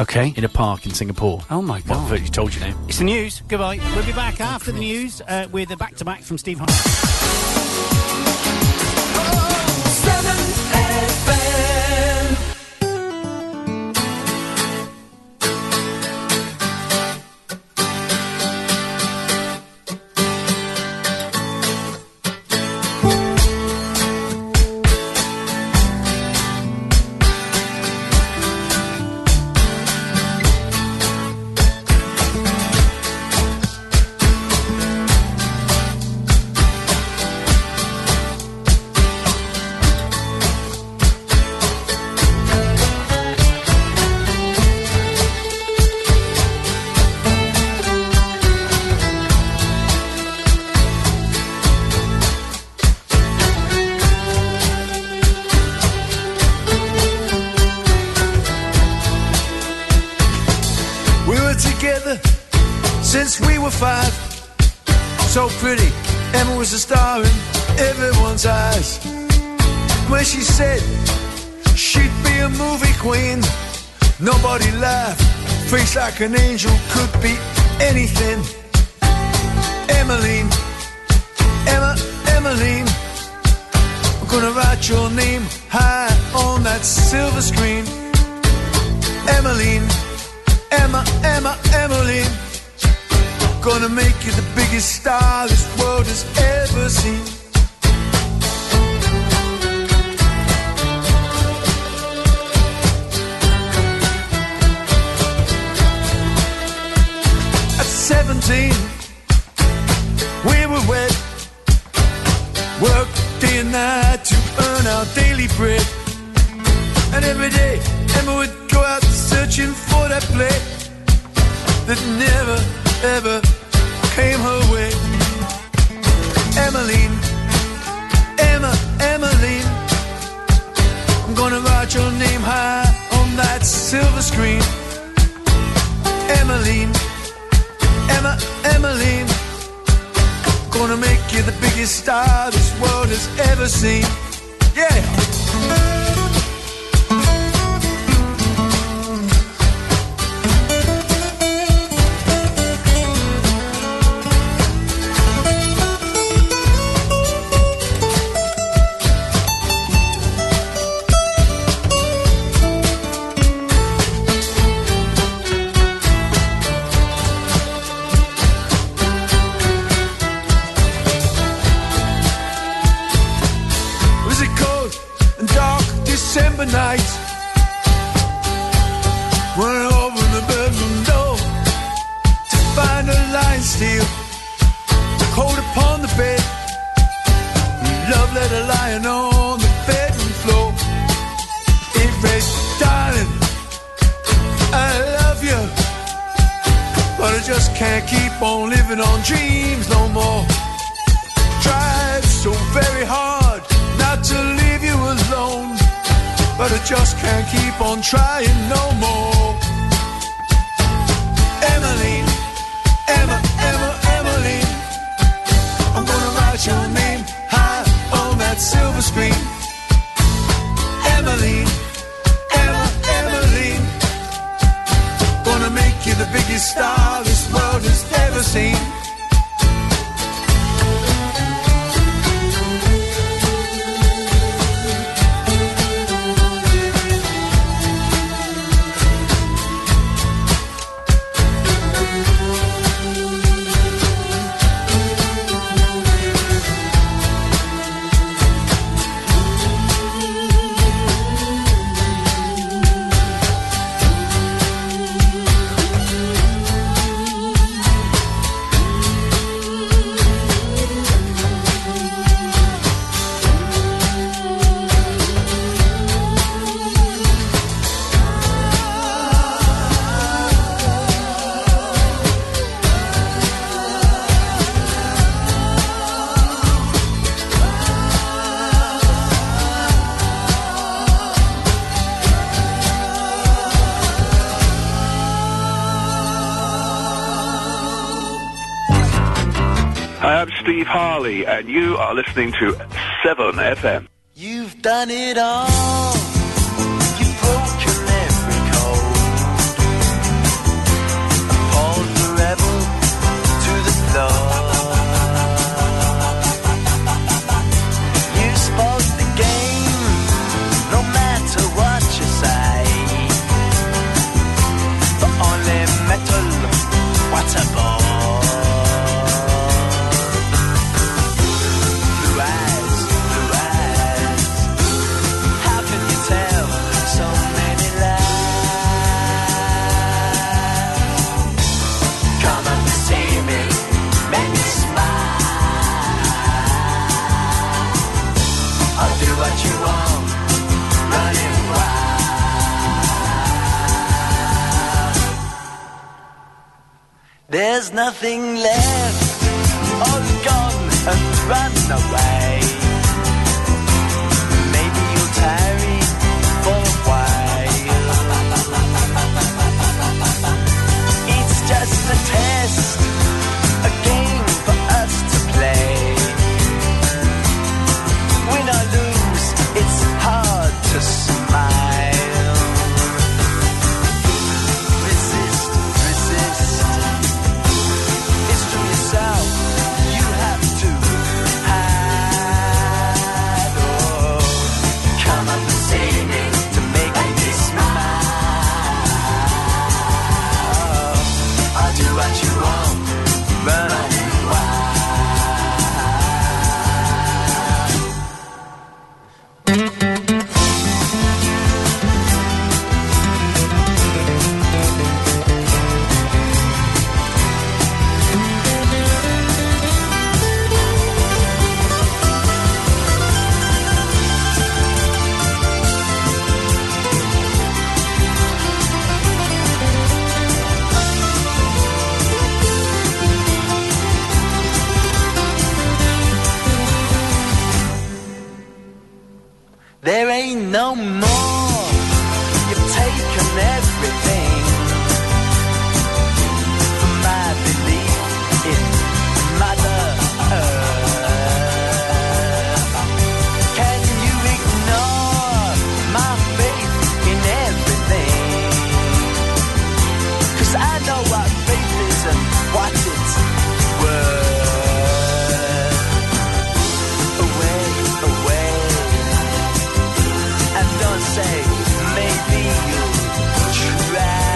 okay. in a park in Singapore. Oh my Well, god. I've already told you now. It's the news. Goodbye. We'll be back after the news uh, with a back to back from Steve Harvey. 7FM. We were together since we were five. So pretty, Emma was a star in everyone's eyes. When she said she'd be a movie queen, nobody laughed. Face like an angel could be anything. Emmeline, Emma, Emmeline. I'm gonna write your name high on that silver screen. Emmeline. Emma, Emma, Emily. Gonna make you the biggest star this world has ever seen. At 17, we were wed. Worked day and night to earn our daily bread. And every day, Emma would go out searching for that plate that never, ever came her way. Emmeline, Emma, Emmeline, I'm gonna write your name high on that silver screen. Emmeline, Emma, Emmeline, gonna make you the biggest star this world has ever seen. Yeah! It was a cold and dark December night. When I opened the bedroom door to find a lion steel cold upon the bed. Love letter lying on the bedroom floor. It read, darling, I love you. But I just can't keep on living on dreams no more tried so very hard not to leave you alone. But I just can't keep on trying no more. Emmeline, Emma, Emma, Emmeline. I'm gonna write your name high on that silver screen. Emmeline, Emma, Emmeline. Gonna make you the biggest star this world has ever seen. I'm Steve Harley, and you are listening to 7 FM. You've done it all. You've broken every code. Pawn the rebel to the floor. You spoiled the game, no matter what you say. But only metal, what a bore. Blue eyes, blue eyes. How can you tell so many lies? Come and see me, make me smile. I'll do what you want, running wild. There's nothing left, all gone and run away. Maybe you'll tarry for a while. It's just a test, a game for us to play. Win or lose, it's hard to smile. Resist, resist. It's from yourself you have to hide. Oh. Come up and see me to make me smile. I'll do what you want, but I do why. There ain't no more. You've taken everything. From my belief in Mother Earth. Can you ignore my faith in everything? Cause I know what faith is and what it's worth. Away, away and don't say maybe you'll try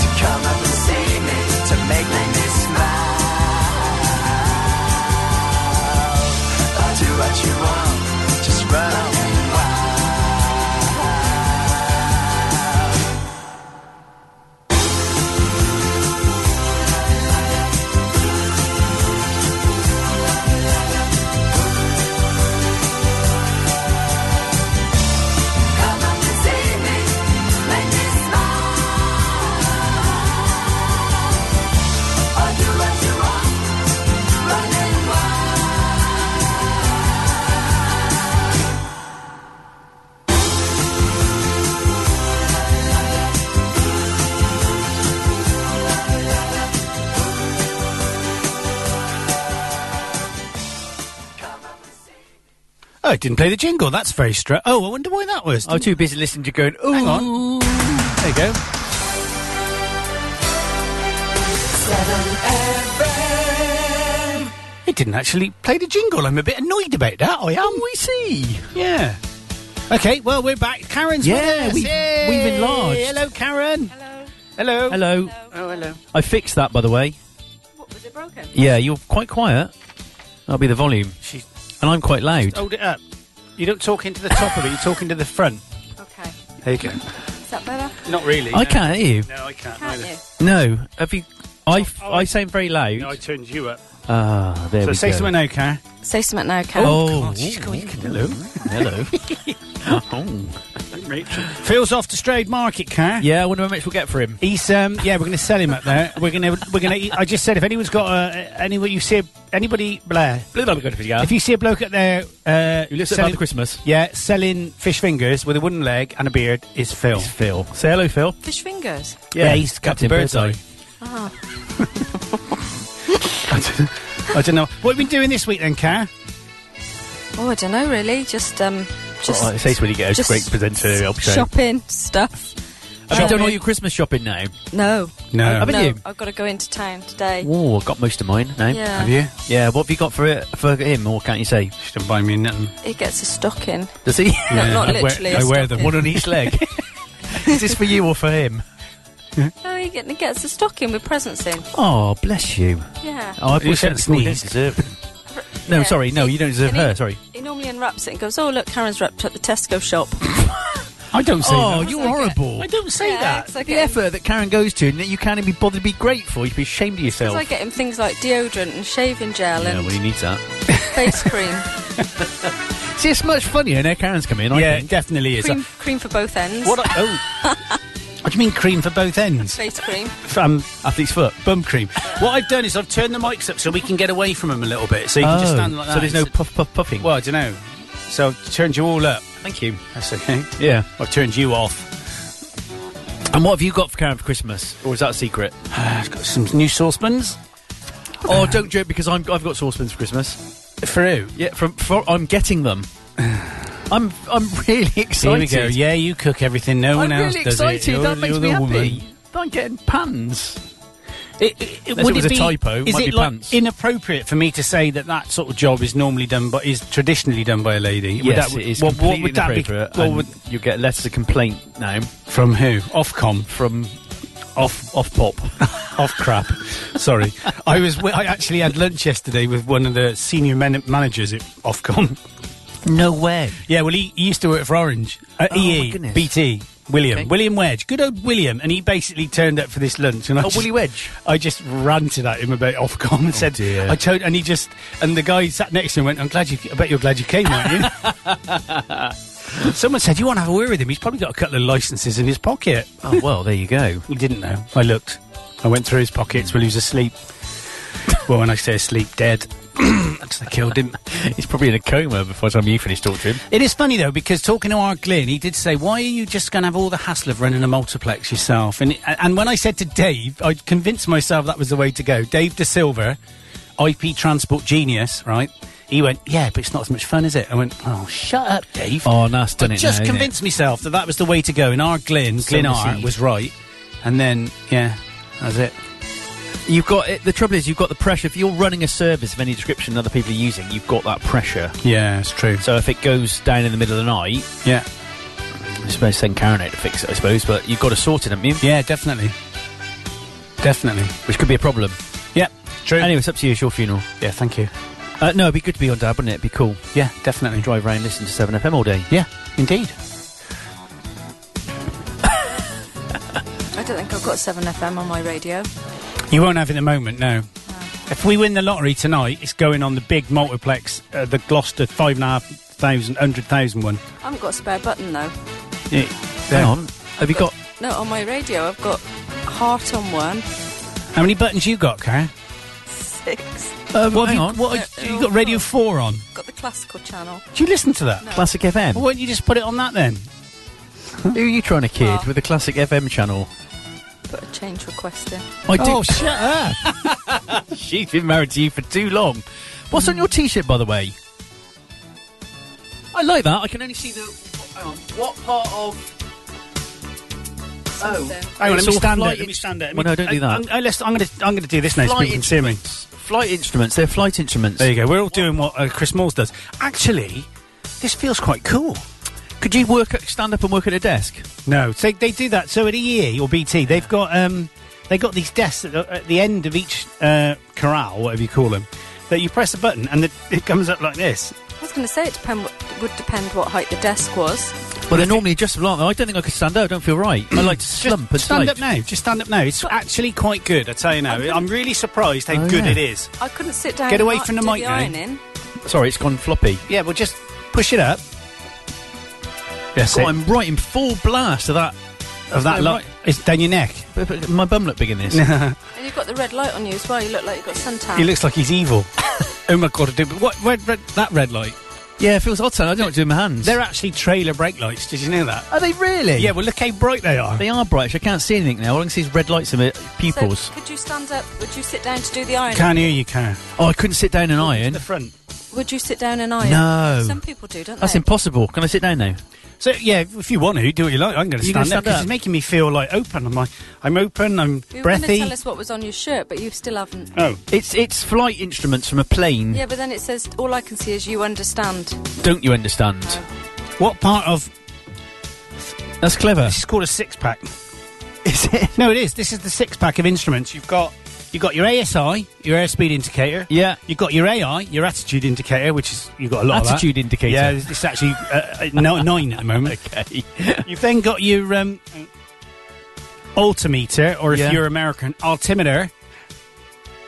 to come up and see me to make me smile. I'll do what you want, just run wild. Come up and see me, make me smile. I'll do what you want, running wild. Oh, it didn't play the jingle. That's very str. Oh, I wonder why that was. I was too busy listening to going. Oh, hang on. There you go. It didn't actually play the jingle. I'm a bit annoyed about that. I am. Oh, we see. Yeah. Okay. Well, we're back. Karen's Yeah, with us. we- Yay! we've enlarged. Hello, Karen. Hello. Hello. Hello. Oh, hello. I fixed that, by the way. What was it broken? Yeah, you're quite quiet. That'll be the volume. She- and I'm quite loud. Hold it up. You don't talk into the top of it. You're talking to the front. Okay. There you go. Is that better? Not really. I no. can't hear you. No, I can't. Can't either. you? No, have you? I f- Oh, I sound very loud. No, I turned you up. Ah, there so we say go. something now, Karen. Say something now, Cam. Oh, Hello. hello. Oh. Phil's off to Strade Market, Car. Yeah, I wonder how much we'll get for him. He's um yeah, we're gonna sell him up there. We're gonna we're gonna. I just said if anyone's got uh, anyone you see a, anybody Blair, if you see a bloke up there uh, who It's about the Christmas. yeah, selling fish fingers with a wooden leg and a beard is Phil. Phil. Say hello, Phil. Fish fingers. Ah. Yeah, he's Captain Birdseye. I don't know. What have you been doing this week then, Car? Oh, I don't know really. Just um, just Well, it says when you get a just great presenter, help show. shopping stuff. Have you Um, done all your Christmas shopping now? No. No. Haven't you? I've got to go into town today. Oh, I've got most of mine now. Yeah. Have you? Yeah, what have you got for it for him, or can't you say? She didn't buy me nothing. He gets a stocking. Does he? Not- not literally. a stocking. One on each leg. Is this for you or for him? No, he, get, he gets a stocking with presents in. Oh, bless you. Yeah. Oh, I You wish said that sneeze. sneeze. deserve it. No, Yeah. sorry, no, you don't deserve And he- her, sorry. He normally unwraps it and goes, "Oh look, Karen's wrapped up the Tesco shop." I don't say Oh, that. you're That's okay. horrible. I don't say Yeah, that. it's The okay. effort that Karen goes to and that you can't even be bothered to be grateful. You'd be ashamed of Because yourself. I get him things like deodorant and shaving gel yeah, and well, he needs that. face cream, See, it's much funnier now Karen's come in, I Yeah, think. definitely is. cream, cream for both ends, What? I, oh. what do you mean cream for both ends? face cream. Um, Athlete's foot. Bum cream. what I've done is I've turned the mics up so we can get away from them a little bit. So you can just Oh, stand like that. So there's no It's- puff, puff, puffing. Well, I don't know. So I've turned you all up. Thank you. That's okay. Yeah. I've turned you off. And what have you got for Karen for Christmas? Or is that a secret? I've got some new saucepans. oh, don't joke because I'm, I've got saucepans for Christmas. For who? Yeah, from, for, I'm getting them. I'm I'm really Here excited. we go. Yeah, you cook everything. No I'm one else really does excited. it. You're- that makes you're me the happy. woman. I'm getting pans. It, it, it, Unless would it was it a be, typo, Is might it be like pants. inappropriate for me to say that that sort of job is normally done, but is traditionally done by a lady? Would yes, that, it is what, completely what would that be? inappropriate, What and would, you get letters of complaint now from who? Ofcom. from off off pop. off crap. Sorry, I was. wi- I actually had lunch yesterday with one of the senior man- managers at Ofcom. no way. Yeah, well, he, he used to work for Orange, uh, Oh, my EE, goodness. BT, William, Okay. William Wedge, good old William, and he basically turned up for this lunch, and I Oh, just, Willie Wedge. Oh, I just ranted at him about Ofcom and said, dear. I told, and he just, and the guy sat next to him went, I'm glad you, I bet you're glad you came, aren't you? Someone said, you want to have a word with him? He's probably got a couple of licenses in his pocket. Oh well, there you go. He didn't know. I looked. I went through his pockets while he was asleep. well, when I say asleep, dead. 'Cause I killed him. He's probably in a coma before the time you finish talking to him. It is funny though because talking to our Glyn, he did say, "Why are you just going to have all the hassle of running a multiplex yourself?" And and when I said to Dave, I convinced myself that was the way to go. Dave De Silva, IP transport genius, right? He went, "Yeah, but it's not as much fun, is it?" I went, "Oh, shut up, Dave." Oh, that's done I it. just now, innit? convinced myself that that was the way to go, and our Glyn, Glyn R, deceived. was right. And then, yeah, that's it. You've got it, the trouble is you've got the pressure. If you're running a service of any description other people are using, you've got that pressure. Yeah, it's true. So if it goes down in the middle of the night, Yeah. I suppose send Karen out to fix it. I suppose, but you've got to sort it, haven't you? Yeah, definitely. Definitely. Which could be a problem. Yeah. True. Anyway, it's up to you. It's your funeral. Yeah, thank you. Uh, no, it'd be good to be on Dab, wouldn't it? It'd be cool. Yeah, definitely. Drive around, listen to Seven FM all day. Yeah, indeed. I don't think I've got Seven FM on my radio. You won't have it in a moment, no. If we win the lottery tonight, it's going on the big multiplex, uh, the Gloucester five and a half thousand, hundred thousand one. I haven't got a spare button though. Yeah, Hang on. Have you got? No, on my radio I've got heart on one How many buttons you got, Karen? six. Um, What have hang you, on. What Uh, have you you got Radio Four on? Got the classical channel. Do you listen to that? Classic FM. Well, why don't you just put it on that then? Who are you trying to kid Well- with the Classic FM channel? Put a change request in. I Oh, shut up! She's been married to you for too long. What's on your T-shirt, by the way? I like that. I can only see the. Hang on. What part of? Something. Oh. Hang on, let It's me all stand flight it. Let me ins- stand it. Let Well, me- um, no, don't do I- that. I'm, I, let's, I'm going to I'm gonna do this now so Flight people can see me. Flight instruments. They're flight instruments. There you go. We're all doing what uh, Chris Moores does. Actually, this feels quite cool. Could you work at, stand up and work at a desk? No, so they do that. So at EE or BT, they've got um, they got these desks at the, at the end of each uh, corral, whatever you call them, that you press a button and the, it comes up like this. I was going to say it depend what, would depend what height the desk was. Well, they're normally just long. I don't think I could stand up. I don't feel right. I like to slump and Just stand slouch. up now. Just stand up now. It's actually quite good. I tell you now. I'm really surprised how Oh, good yeah. it is. I couldn't sit down. Get and away ar- from the do mic now. ironing. Sorry, it's gone floppy. Yeah, well, just push it up. Yes, God, I'm right in full blast of that. of that I'm lot. right- It's down your neck. but- but My bum look big in this. And you've got the red light on you as Ah. well. You look like you've got suntan. He looks like he's evil. oh my god! I do- But what red, red? That red light. Yeah, it feels odd, son. I don't do my hands. They're actually trailer brake lights. Did you know that? Are they really? Yeah, well, look how bright they are. They are bright. I can't see anything now. All I can see is red lights in my pupils. So could you stand up? Would you sit down to do the iron? Can hear you, can. Oh, I couldn't sit down and iron. The front. Would you sit down and iron? No. Some people do, don't That's they? impossible. Can I sit down now? So yeah, if you want to, do what you like. I'm going to You gonna stand stand up because up? it's making me feel like open. I'm like, I'm open. I'm You were going to breathy. tell us what was on your shirt, but you still haven't. Oh, it's it's flight instruments from a Mm. plane. Yeah, but then it says all I can see is you understand. Don't you understand? What part of? That's clever. This is called a six pack. Is it? No, it is. This is the six pack of instruments. You've got you've got your ASI, your airspeed indicator. Yeah. You've got your AI, your attitude indicator, which is you've got a lot of that. Attitude indicator. Yeah, it's it's actually uh, uh, no, nine at the moment. okay. You've then got your um, altimeter, or if Yeah. you're American, altimeter.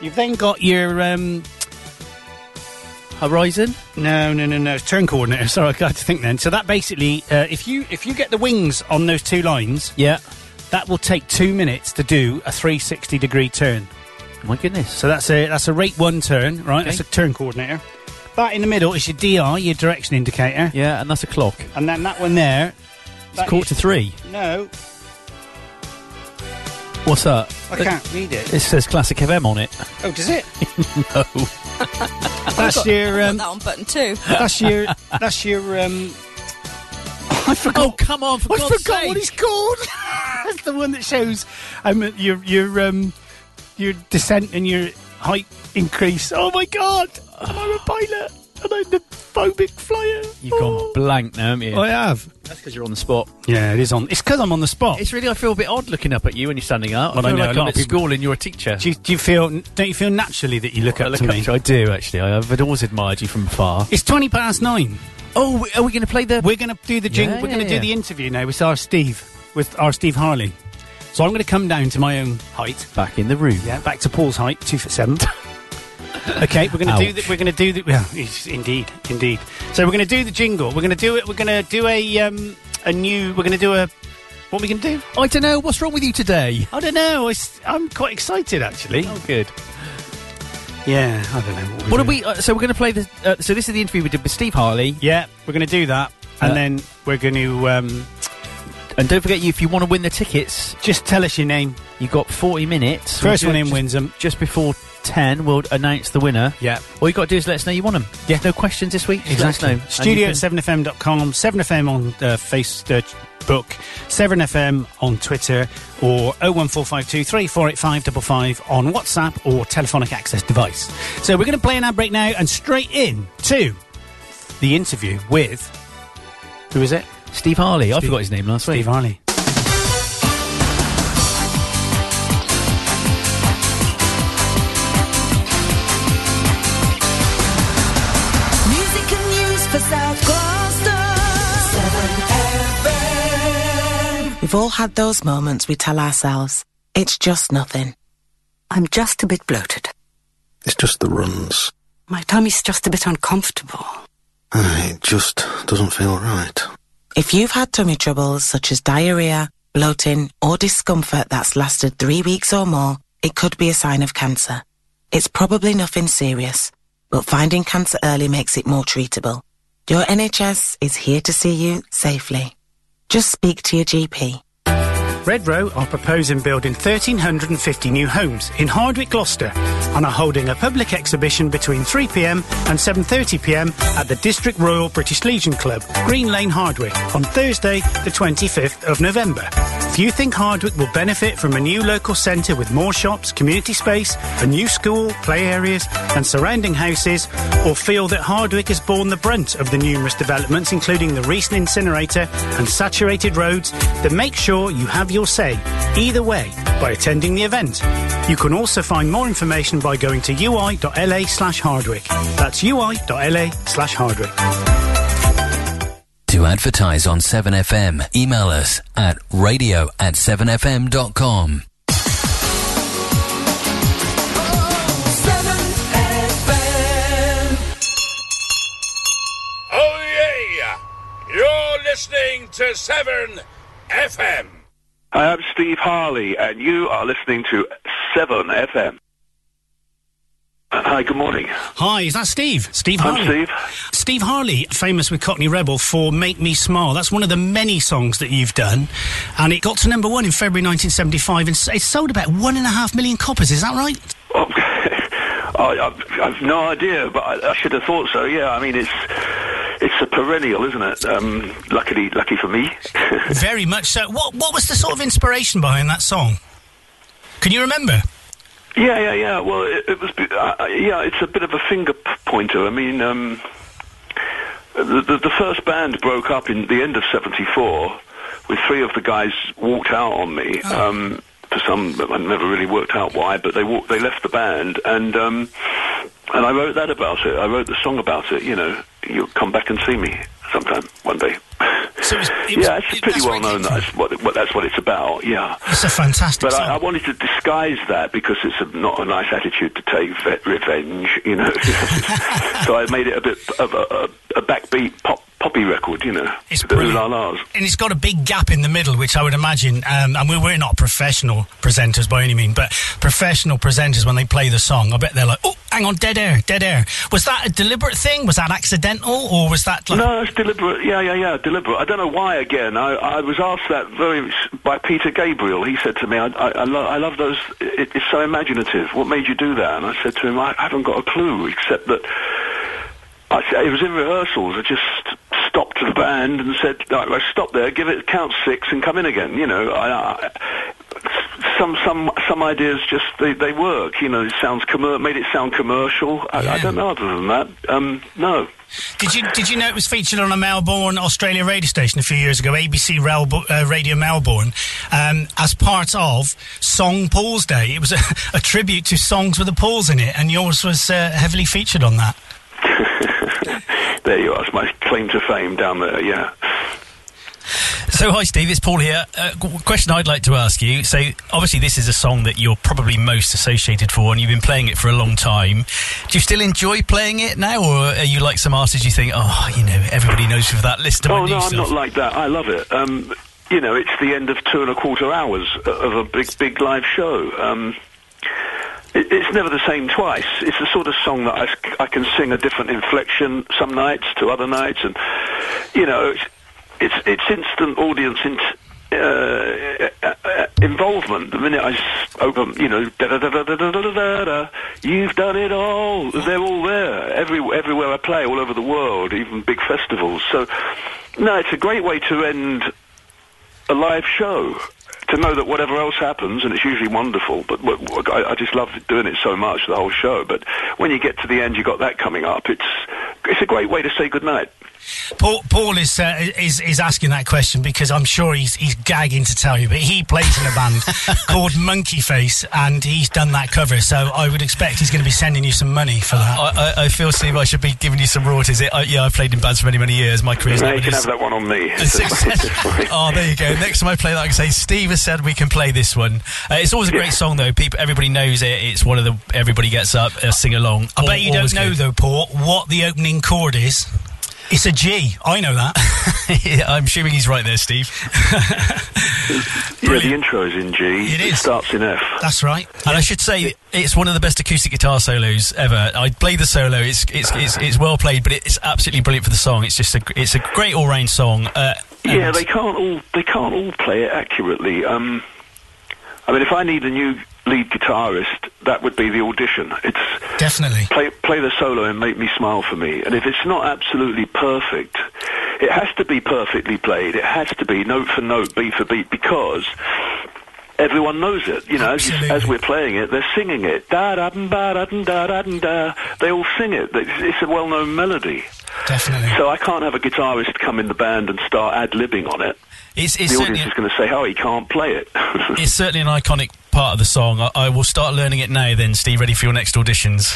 You've then got your um, horizon. No, no, no, no. Turn coordinator. Sorry, I got to think then. So that basically, uh, if you if you get the wings on those two lines, yeah, that will take two minutes to do a 360 degree turn. My goodness. So that's a that's a rate one turn, right? That's a turn coordinator. That in the middle is your DI, your direction indicator. Yeah, and that's a clock. And then that one there. It's quarter to three. No, What's that? Uh, I can't read it. It says Classic FM on it. Oh, does it? no. That's your. Um, that on button two. that's your. That's your. Um, I forgot. Oh come on! For I God's forgot sake. what it's called. That's the one that shows um, your your um, your descent and your height increase. Oh my god! And I'm a pilot, and I'm the phobic flyer. Oh. You've gone blank now, haven't you? I have. That's because you're on the spot. Yeah, it is on. It's because I'm on the spot. It's really. I feel a bit odd looking up at you when you're standing up. Well, I I feel know a like lot I'm of at people- school and you're a teacher. do, you, do you feel? Don't you feel naturally that you look I up look to up me? to- I do actually. I- I've always admired you from far. It's twenty past nine. Oh, we- are we going to play the? We're going to do the jing. Yeah, we're yeah, going to yeah. do the interview now with our Steve, with our Steve Harley. So I'm going to come down to my own height. Back in the room. Yeah, back to Paul's height, two foot seven. okay, we're going to do Ouch. the, we're going to do the well, yes, indeed, indeed. So we're going to do the jingle. We're going to do it. We're going to do a um, a new. We're going to do a what are we going to do? I don't know. What's wrong with you today? I don't know. I, am quite excited actually. Oh, good. Yeah, I don't know. What are we? Uh, so we're going to play the. Uh, so this is the interview we did with Steve Harley. Yeah, we're going to do that, and Yeah. then we're going to um, And don't forget, you if you want to win the tickets, just tell us your name. you have got 40 minutes. First We'll one do it in just- wins 'em. Just before 10, we'll announce the winner. Yeah. All you got to do is let us know you want them. Yeah. No questions this week. Just Let us know. Studio at And you 7fm.com, 7fm on uh, Facebook, 7fm on Twitter, or 01452 348555 on WhatsApp or telephonic access device. So we're going to play an ad break now and straight in to the interview with. Who is it? can- Steve Harley. I forgot his name last week. Steve Harley. Music and news for South Gloucester. 7FM. We've all had those moments we tell ourselves, it's just nothing. I'm just a bit bloated. It's just the runs. My tummy's just a bit uncomfortable. Ah, It just doesn't feel right. If you've had tummy troubles such as diarrhea, bloating, or discomfort that's lasted three weeks or more, it could be a sign of cancer. It's probably nothing serious, but finding cancer early makes it more treatable. Your NHS is here to see you safely. Just speak to your GP. Red Row are proposing building 1,350 new homes in Hardwick, Gloucester, and are holding a public exhibition between 3pm and 7.30pm at the District Royal British Legion Club, Green Lane, Hardwick, on Thursday, the 25th of November. If you think Hardwick will benefit from a new local centre with more shops, community space, a new school, play areas, and surrounding houses, or feel that Hardwick has borne the brunt of the numerous developments, including the recent incinerator and saturated roads, then make sure you have your say, either way, by attending the event. You can also find more information by going to ui.la slash Hardwick. That's ui.la slash Hardwick. To advertise on 7FM, email us at radio at 7fm.com. 7FM. Oh yeah! You're listening to Severn FM. Hi, I'm Steve Harley, and you are listening to 7FM. Hi, good morning. Hi, is that Steve? Steve I'm Harley. Steve. Steve Harley, famous with Cockney Rebel for Make Me Smile. That's one of the many songs that you've done. And it got to number one in February 1975 and s- it sold about one and a half million copies, is that right? I, I've, I've no idea, but I, I should have thought so. Yeah, I mean it's it's a perennial, isn't it? Um, luckily, lucky for me. Very much so. What, what was the sort of inspiration behind that song? Can you remember? Yeah, yeah, yeah. Well, it, it was. be- Uh, uh, yeah, it's a bit of a finger p- pointer. I mean, um, the, the the first band broke up in the end of '74, with three of the guys walked out on me. Um, for some, I never really worked out why, but they walked, they left the band, and um, and I wrote that about it. I wrote the song about it. You know, you'll come back and see me sometime one day. yeah, it's pretty well known. that That's what, it- what that's what it's about. Yeah. It's a fantastic But I, I wanted to disguise that because it's a, not a nice attitude to take ve- revenge, you know. so I made it a bit of a, a, a backbeat pop, poppy record, you know. It's with the ooh la la's. And it's got a big gap in the middle, which I would imagine. Um, and we're, we're not professional presenters by any mean, but professional presenters when they play the song, I bet they're like, "Oh, hang on, dead air, dead air." Was that a deliberate thing? Was that accidental, or was that like? No, it's deliberate. Yeah, yeah, yeah, deliberate. I don't know why. Again, I, I was asked that very s- by Peter Gabriel. He said to me, "I, I, I, lo- I love those. It, it's so imaginative. What made you do that?" And I said to him, "I haven't got a clue, except that I, s- it was in rehearsals. I just stopped the band and said, "Right, well, stop there, give it count six, and come in again." You know, I, I, some some some ideas just they, they work. You know, it sounds commer- made it sound commercial. I, I don't know other than that. Um, no. Did you did you know it was featured on a Melbourne, Australia radio station a few years ago, ABC Relbo- uh, Radio Melbourne, um, as part of Song Paul's Day? It was a, a tribute to songs with the Pauls in it, and yours was uh, heavily featured on that. There you are. It's my claim to fame down there. Yeah. So, hi, Steve. It's Paul here. Uh, qu- question I'd like to ask you. So, obviously, this is a song that you're probably most associated for, and you've been playing it for a long time. Do you still enjoy playing it now, or are you like some artists? You think, oh, you know, everybody knows for that list of my Oh new no, stuff. I'm not like that. I love it. Um, you know, it's the end of two and a quarter hours of a big, big live show. Um, it, it's never the same twice. It's the sort of song that I, s- I can sing a different inflection some nights to other nights, and you know, it's it's, it's instant audience in, uh, uh, uh, involvement. The minute I s- open, you know, da da da da da da da da da, you've done it all. They're all there. Every everywhere I play, all over the world, even big festivals. So, no, it's a great way to end a live show. To know that whatever else happens, and it's usually wonderful, but w- w- I, I just love doing it so much, the whole show. But when you get to the end, you've got that coming up. It's it's a great way to say goodnight. Paul, Paul is, uh, is is asking that question because I'm sure he's he's gagging to tell you, but he plays in a band called Monkey Face, and he's done that cover. So I would expect he's going to be sending you some money for that. I, I, I feel, Steve, I should be giving you some royalties. It, I, yeah, I've played in bands for many, many years. My career's Yeah, not you been can as- have that one on me. as successful. oh, there you go. Next time I play that, I can say Steve has said we can play this one. Uh, it's always a great song, though. People, everybody knows it. It's one of the everybody gets up, uh, sing along. I bet you don't know though. though, Paul, what the opening chord is. It's a G. I know that. yeah, I'm assuming he's right there, Steve. Yeah, the intro's in G. It, starts in F. That's right. And I should say it's one of the best acoustic guitar solos ever. I played the solo. It's it's it's, it's well played, but it's absolutely brilliant for the song. It's just a gr- it's a great all round song. Uh, Yeah, they can't all they can't all play it accurately. Um, I mean, if I need a new lead guitarist, that would be the audition. It's definitely play play the solo and make me smile for me. And if it's not absolutely perfect, it has to be perfectly played. It has to be note for note, beat for beat, because everyone knows it. You know, as, you, as we're playing it, they're singing it. Da da da da da da da. They all sing it. It's, it's a well-known melody. Definitely. So I can't have a guitarist come in the band and start ad libbing on it. It's- it's the audience certainly- is going to say, "Oh, he can't play it." it's certainly an iconic part of the song. I, I will start learning it now. Then, Steve, ready for your next auditions.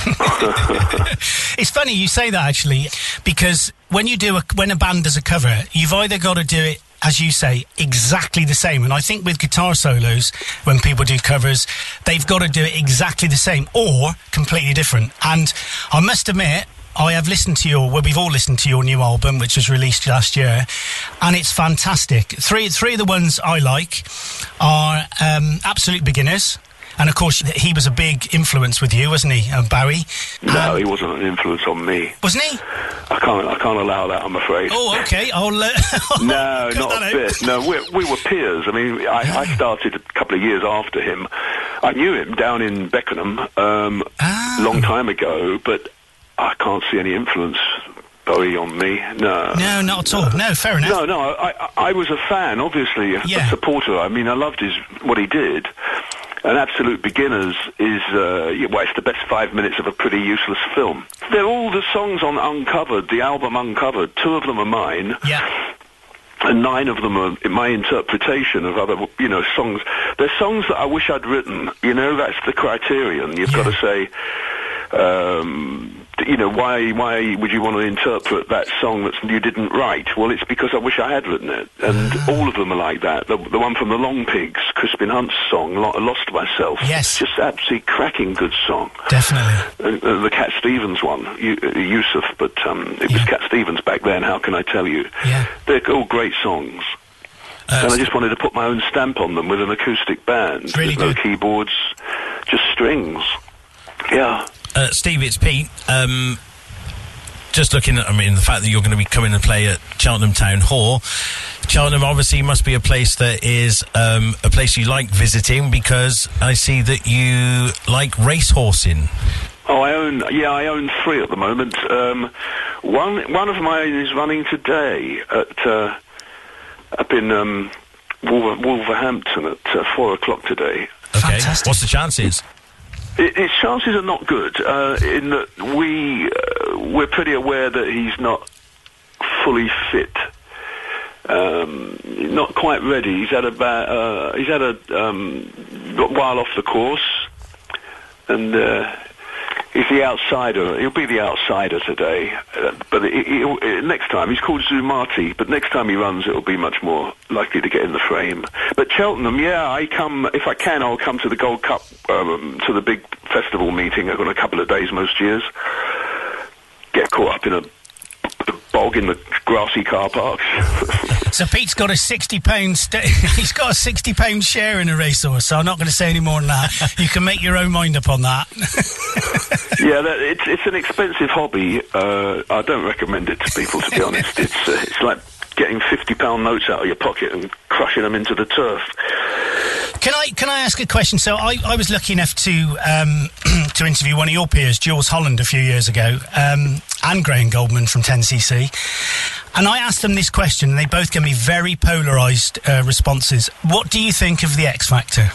It's funny you say that actually, because when you do a, when a band does a cover, you've either got to do it as you say exactly the same, and I think with guitar solos, when people do covers, they've got to do it exactly the same or completely different. And I must admit. I have listened to your well, we've all listened to your new album, which was released last year, and it's fantastic. Three three of the ones I like are um, Absolute Beginners, And of course, he was a big influence with you, wasn't he, uh, Barry? No, Um, he wasn't an influence on me. Wasn't he? I can't. I can't allow that. I'm afraid. Oh, okay. I'll. Uh, no, not a bit. No, we we were peers. I mean, I, I started a couple of years after him. I knew him down in Beckenham um, long time ago, but I can't see any influence Bowie on me. No. no, not at all. No, fair enough. No, no, I, I, I was a fan, obviously, a, a supporter. I mean, I loved his what he did. And Absolute Beginners is, uh, yeah, well, it's the best five minutes of a pretty useless film. They're all the songs on Uncovered, the album Uncovered. Two of them are mine. Yeah. And nine of them are my interpretation of other, you know, songs. They're songs that I wish I'd written. You know, that's the criterion. You've got to say, um, th- you know, why why would you want to interpret that song that you didn't write? Well, it's because I wish I had written it, and all of them are like that. The, the one from the Long Pigs, Crispin Hunt's song, Lo- "Lost Myself," yes, just absolutely cracking good song. Definitely. Uh, uh, the Cat Stevens one, you, uh, Yusuf, but um, it was Cat Stevens back then. How can I tell you? Yeah. They're all great songs. and I just wanted to put my own stamp on them with an acoustic band. Really There's No keyboards, just strings. Yeah. Uh, Steve, it's Pete. Um, just looking at, I mean, the fact that you're going to be coming and play at Cheltenham Town Hall. Cheltenham obviously must be a place that is um, a place you like visiting because I see that you like racehorsing. Oh, I own yeah, I own three at the moment. Um, one one of mine is running today at uh, up in um, Wolver- Wolverhampton at uh, four o'clock today. Okay. What's the chances? I- His chances are not good uh, in that we uh, we're pretty aware that he's not fully fit, um, not quite ready. He's had a ba- uh, he's had a um, got while off the course, and uh, he's the outsider. He'll be the outsider today, uh, but he, he'll- uh, next time he's called Zumati. But next time he runs, it'll be much more likely to get in the frame. But Cheltenham, yeah, I come if I can. I'll come to the Gold Cup um, to the big festival meeting. I've got a couple of days most years. Get caught up in a bog in the grassy car park. So Pete's got a sixty pound. St- he's got a sixty pound share in a racehorse. So I'm not going to say any more than that. you can make your own mind up on that. yeah, that, it's it's an expensive hobby. Uh, I don't recommend it to people. To be honest, it's uh, it's like getting fifty pound notes out of your pocket and crushing them into the turf. Can I can I ask a question? So I, I was lucky enough to um, to interview one of your peers, Jules Holland, a few years ago, um, and Graham Goldman from 10cc, and I asked them this question, and they both gave me very polarised uh, responses. What do you think of the X Factor?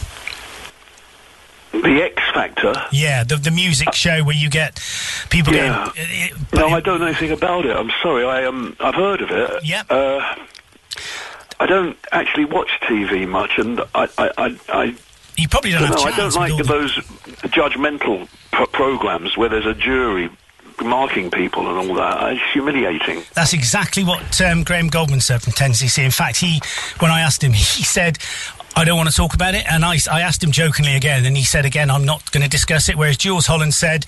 The X Factor. Yeah, the the music show where you get people Yeah. getting. uh, uh, No, I don't know anything about it. I'm sorry. I um, I've heard of it. Yep. Uh, I don't actually watch TV much, and I I I. I you probably don't have know, I chance don't with all like the- those judgmental pro- programs where there's a jury marking people and all that. It's humiliating. That's exactly what um, Graham Goldman said from 10cc. In fact, he, when I asked him, he said, I don't want to talk about it. And I, I asked him jokingly again, and he said again, I'm not going to discuss it. Whereas Jules Holland said,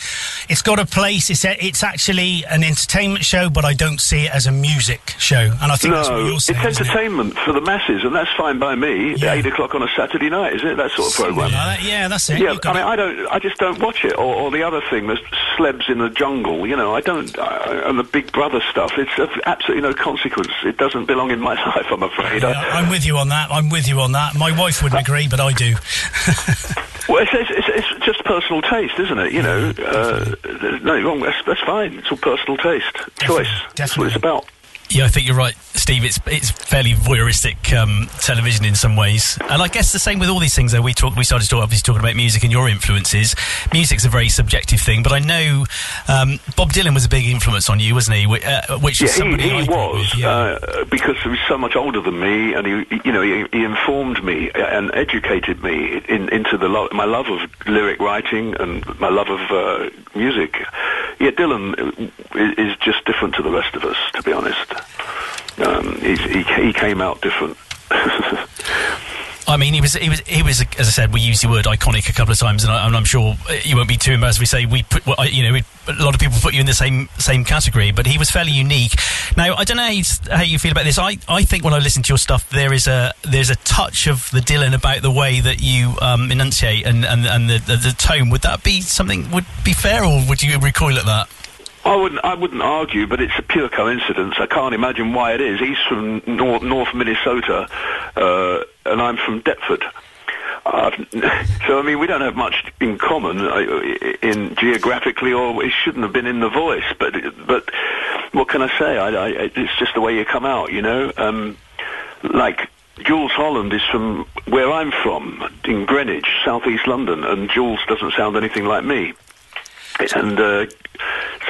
it's got a place. It's, a, it's actually an entertainment show, but I don't see it as a music show. And I think no, that's what you're saying. it's entertainment for the masses, and that's fine by me. Eight o'clock on a Saturday night, is it? That sort of program. like that, yeah, that's it. Yeah, You've I got mean, it. I don't. I just don't watch it. Or, or the other thing, the celebs in the jungle. You know, I don't. I, and the Big Brother stuff. It's of absolutely no consequence. It doesn't belong in my life. I'm afraid. I- I'm with you on that. I'm with you on that. My wife Uh, wouldn't agree, but I do. well, it's, it's, it's, it's just personal taste, isn't it? You know, uh, there's nothing wrong. That's, that's fine. It's all personal taste, choice. That's what it's about. Yeah, I think you're right, Steve. It's it's fairly voyeuristic um, television in some ways, and I guess the same with all these things. Though we talk, we started talk, obviously talking about music and your influences. Music's a very subjective thing, but I know um, Bob Dylan was a big influence on you, wasn't he? Wh- uh, which yeah, is somebody he, he I grew up was with, yeah. uh, because he was so much older than me, and he, you know, he, he informed me and educated me in, into the lo- my love of lyric writing and my love of uh, music. Yeah, Dylan i- is just different to the rest of us, to be honest. Um, he's, he, ca- he came out different. I mean, he was he was he was as I said, we used the word iconic a couple of times, and, I, and I'm sure uh, you won't be too embarrassed if we say we put well, I- you know we, a lot of people put you in the same same category, but he was fairly unique. Now I don't know how you, s- how you feel about this. I, I think when I listen to your stuff, there is a there's a touch of the Dylan about the way that you um, enunciate and and, and the, the the tone. Would that be something would be fair, or would you recoil at that? I wouldn't. I wouldn't argue, but it's a pure coincidence. I can't imagine why it is. He's from North, North Minnesota, uh, and I'm from Deptford. Uh, so I mean, we don't have much in common uh, in geographically, or it shouldn't have been in the voice. But but what can I say? I, I, it's just the way you come out, you know. Um, like Jules Holland is from where I'm from, in Greenwich, southeast London, and Jules doesn't sound anything like me. And uh, it's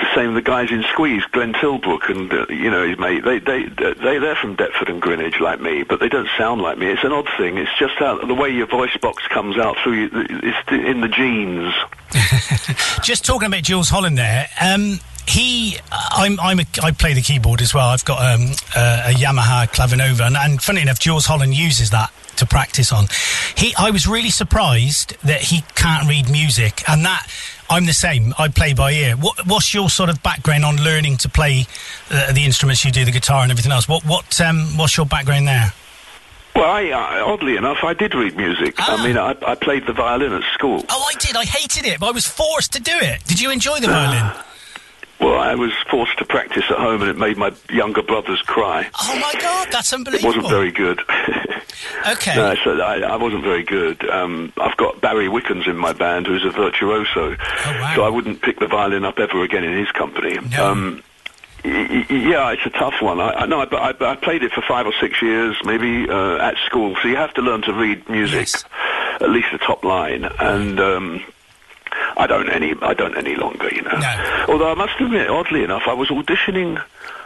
the same. The guys in Squeeze, Glenn Tilbrook, and uh, you know his mate. They they they they're from Deptford and Greenwich, like me, but they don't sound like me. It's an odd thing. It's just how the way your voice box comes out through. You, it's in the genes. Just talking about Jules Holland there. Um, he, I'm, I'm a, I play the keyboard as well. I've got um, uh, a Yamaha Clavinova, and, and funny enough, Jules Holland uses that to practice on. He, I was really surprised that he can't read music, and that I'm the same. I play by ear. What, what's your sort of background on learning to play uh, the instruments you do, the guitar and everything else? What, what, um, what's your background there? Well, I, I, oddly enough, I did read music. Ah. I mean, I, I played the violin at school. Oh, I did. I hated it, but I was forced to do it. Did you enjoy the violin? Ah. Well, I was forced to practice at home, and it made my younger brothers cry. Oh my God, that's It unbelievable. wasn't very good. Okay. No, so I, I wasn't very good. Um, I've got Barry Wickens in my band, who's a virtuoso. So I wouldn't pick the violin up ever again in his company. Um, y- y- yeah, it's a tough one. I, I no, I, I, I played it for five or six years, maybe uh, at school. So you have to learn to read music, at least the top line, and. Um, I don't any. I don't any longer. You know. Although I must admit, oddly enough, I was auditioning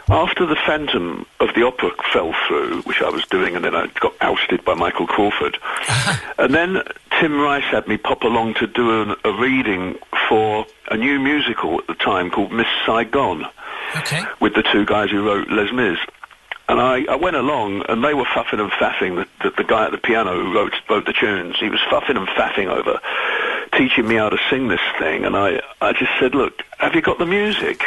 after the Phantom of the Opera fell through, which I was doing, and then I got ousted by Michael Crawford. and then Tim Rice had me pop along to do an, a reading for a new musical at the time called Miss Saigon, with the two guys who wrote Les Mis. And I, I went along, and they were fuffing and faffing. The, the, the guy at the piano who wrote, wrote the tunes, he was fuffing and faffing over teaching me how to sing this thing. And I, I just said, look, have you got the music?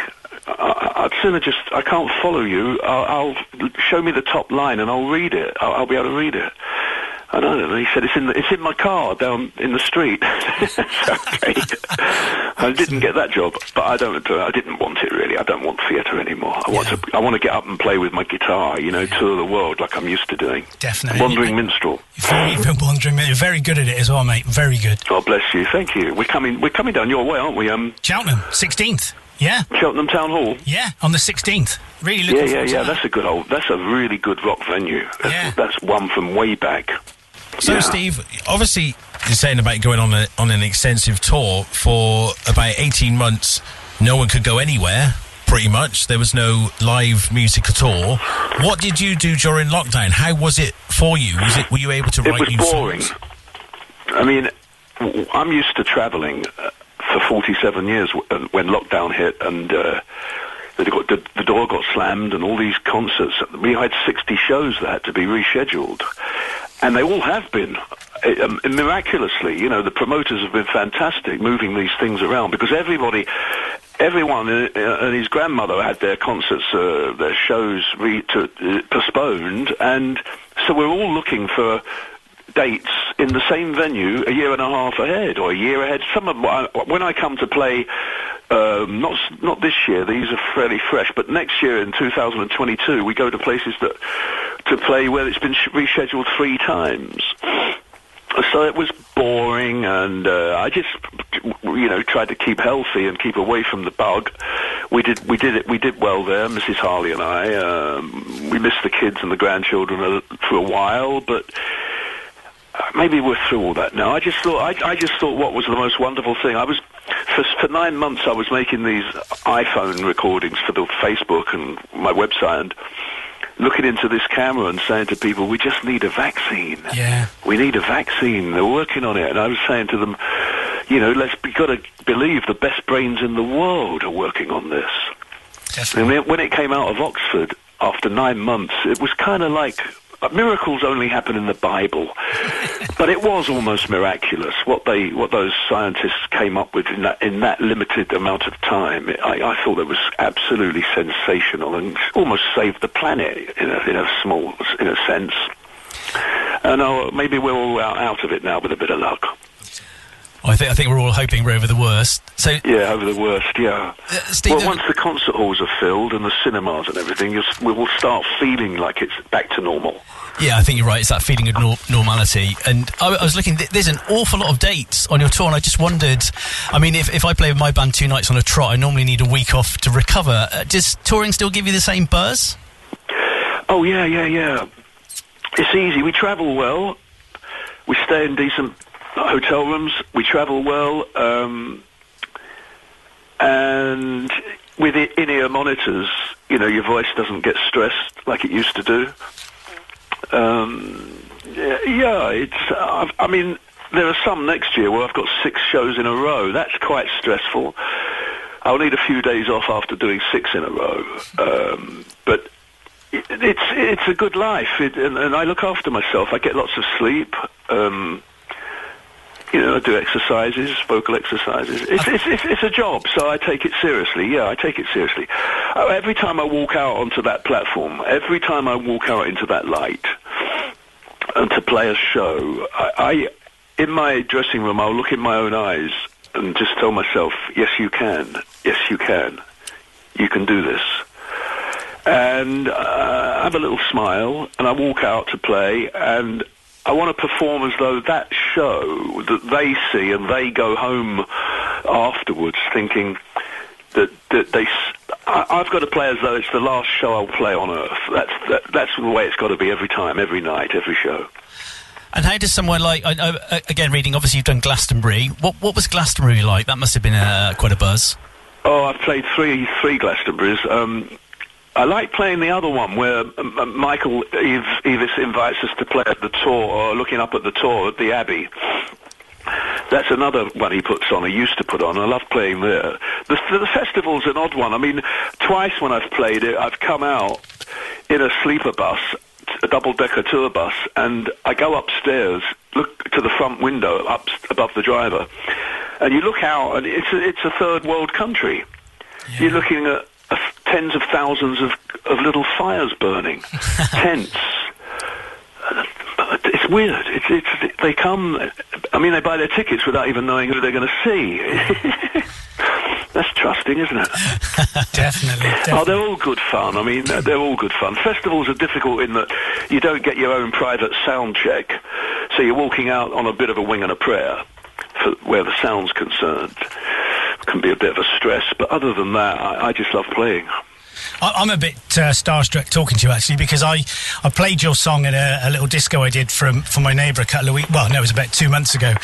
I, I'd sooner just, I can't follow you. I'll, I'll show me the top line and I'll read it. I'll, I'll be able to read it. And I don't know. He said, it's in, the, it's in my car down in the street. okay. I didn't get that job, but I don't, I didn't want it really. I don't want theatre anymore. I want to, I want to get up and play with my guitar, you know, tour the world like I'm used to doing. Definitely. Wandering minstrel. Very good wandering man. You're very good at it as well, mate. Very good. God bless you. Thank you. We're coming, we're coming down your way, aren't we? Um, Cheltenham, 16th. Yeah. Cheltenham Town Hall. Yeah, on the 16th. Really looking yeah, yeah, forward to yeah. that. That's a good old. That's a really good rock venue. That's, that's one from way back. So, Yeah. Steve, obviously, you're saying about going on a, on an extensive tour for about 18 months. No one could go anywhere, pretty much. There was no live music at all. What did you do during lockdown? How was it for you? Was it, were you able to It write was new boring. songs? I mean, w- I'm used to travelling uh, for 47 years w- uh, when lockdown hit and uh, the, do- the, the door got slammed and all these concerts. We had 60 shows that had to be rescheduled, and they all have been. Uh, um, miraculously, you know, the promoters have been fantastic moving these things around because everybody, everyone uh, uh, and his grandmother had their concerts, uh, their shows re- to, uh, postponed, and so we're all looking for dates in the same venue a year and a half ahead or a year ahead. Some of my, when I come to play, um, not s- not this year. These are fairly fresh, but next year in 2022, we go to places that to play where it's been sh- rescheduled three times. So it was boring, and uh, I just, you know, tried to keep healthy and keep away from the bug. We did, we did it, we did well there, Mrs. Harley and I. Um, we missed the kids and the grandchildren a- for a while, but maybe we're through all that now. I just thought I, I just thought what was the most wonderful thing. I was for, for nine months I was making these iPhone recordings for the Facebook and my website and looking into this camera and saying to people, we just need a vaccine. Yeah. We need a vaccine. They're working on it, and I was saying to them, you know, let's we got to believe the best brains in the world are working on this. And when it- when it came out of Oxford after nine months, it was kind of like But miracles only happen in the Bible. but it was almost miraculous what they what those scientists came up with in that in that limited amount of time. I, I thought it was absolutely sensational and almost saved the planet in a, in a small in a sense. And uh, maybe we're all out out of it now with a bit of luck. I think I think we're all hoping we're over the worst. So yeah, over the worst. Yeah. Steve, well, once the concert halls are filled and the cinemas and everything, you'll, s- we will start feeling like it's back to normal. Yeah, I think you're right. It's that feeling of nor- normality. And I, I was looking, th- there's an awful lot of dates on your tour, and I just wondered I mean, if, if I play with my band two nights on a trot, I normally need a week off to recover. Uh, does touring still give you the same buzz? Oh yeah, yeah, yeah. It's easy. We travel well. We stay in decent hotel rooms. We travel well, um, and with i- in-ear monitors, you know, your voice doesn't get stressed like it used to do. Um, yeah, yeah, it's. Uh, I mean, there are some next year where I've got six shows in a row. That's quite stressful. I'll need a few days off after doing six in a row. Um, but it- it's it's a good life, it, and, and I look after myself. I get lots of sleep. Um, you know, I do exercises, vocal exercises. It's, it's, it's, it's a job, so I take it seriously. Yeah, I take it seriously. Uh, every time I walk out onto that platform, every time I walk out into that light, and to play a show, I, I in my dressing room, I'll look in my own eyes and just tell myself, "Yes, you can. Yes, you can. You can do this." and uh, have a little smile, and I walk out to play, and I want to perform as though that show that they see and they go home afterwards thinking that, that they. s- I, have got to play as though it's the last show I'll play on earth. That's that, that's the way it's got to be every time, every night, every show. And how does someone like, I, I, again, reading, obviously you've done Glastonbury. What, what was Glastonbury like? That must have been uh, quite a buzz. Oh, I've played three three Glastonburys. Um, I like playing the other one where um, um, Michael Eves, Eves invites us to play at the tour or looking up at the tour at the Abbey. That's another one he puts on. He used to put on. I love playing there. The, the, the festival's an odd one. I mean, twice when I've played it, I've come out in a sleeper bus, t- a double-decker tour bus, and I go upstairs, look to the front window up above the driver, and you look out, and it's a, it's a third world country. You're looking at uh, tens of thousands of, of little fires burning, tents. It's weird. It's, it's, they come. I mean, they buy their tickets without even knowing who they're going to see. That's trusting, isn't it? definitely, Oh, they're all good fun. I mean, they're, they're all good fun. Festivals are difficult in that you don't get your own private sound check, so you're walking out on a bit of a wing and a prayer for where the sound's concerned. Can be a bit of a stress, but other than that, I, I just love playing. I, I'm a bit uh, starstruck talking to you actually because I, I played your song at a, a little disco I did from for my neighbour a couple of weeks. Well, no, it was about two months ago,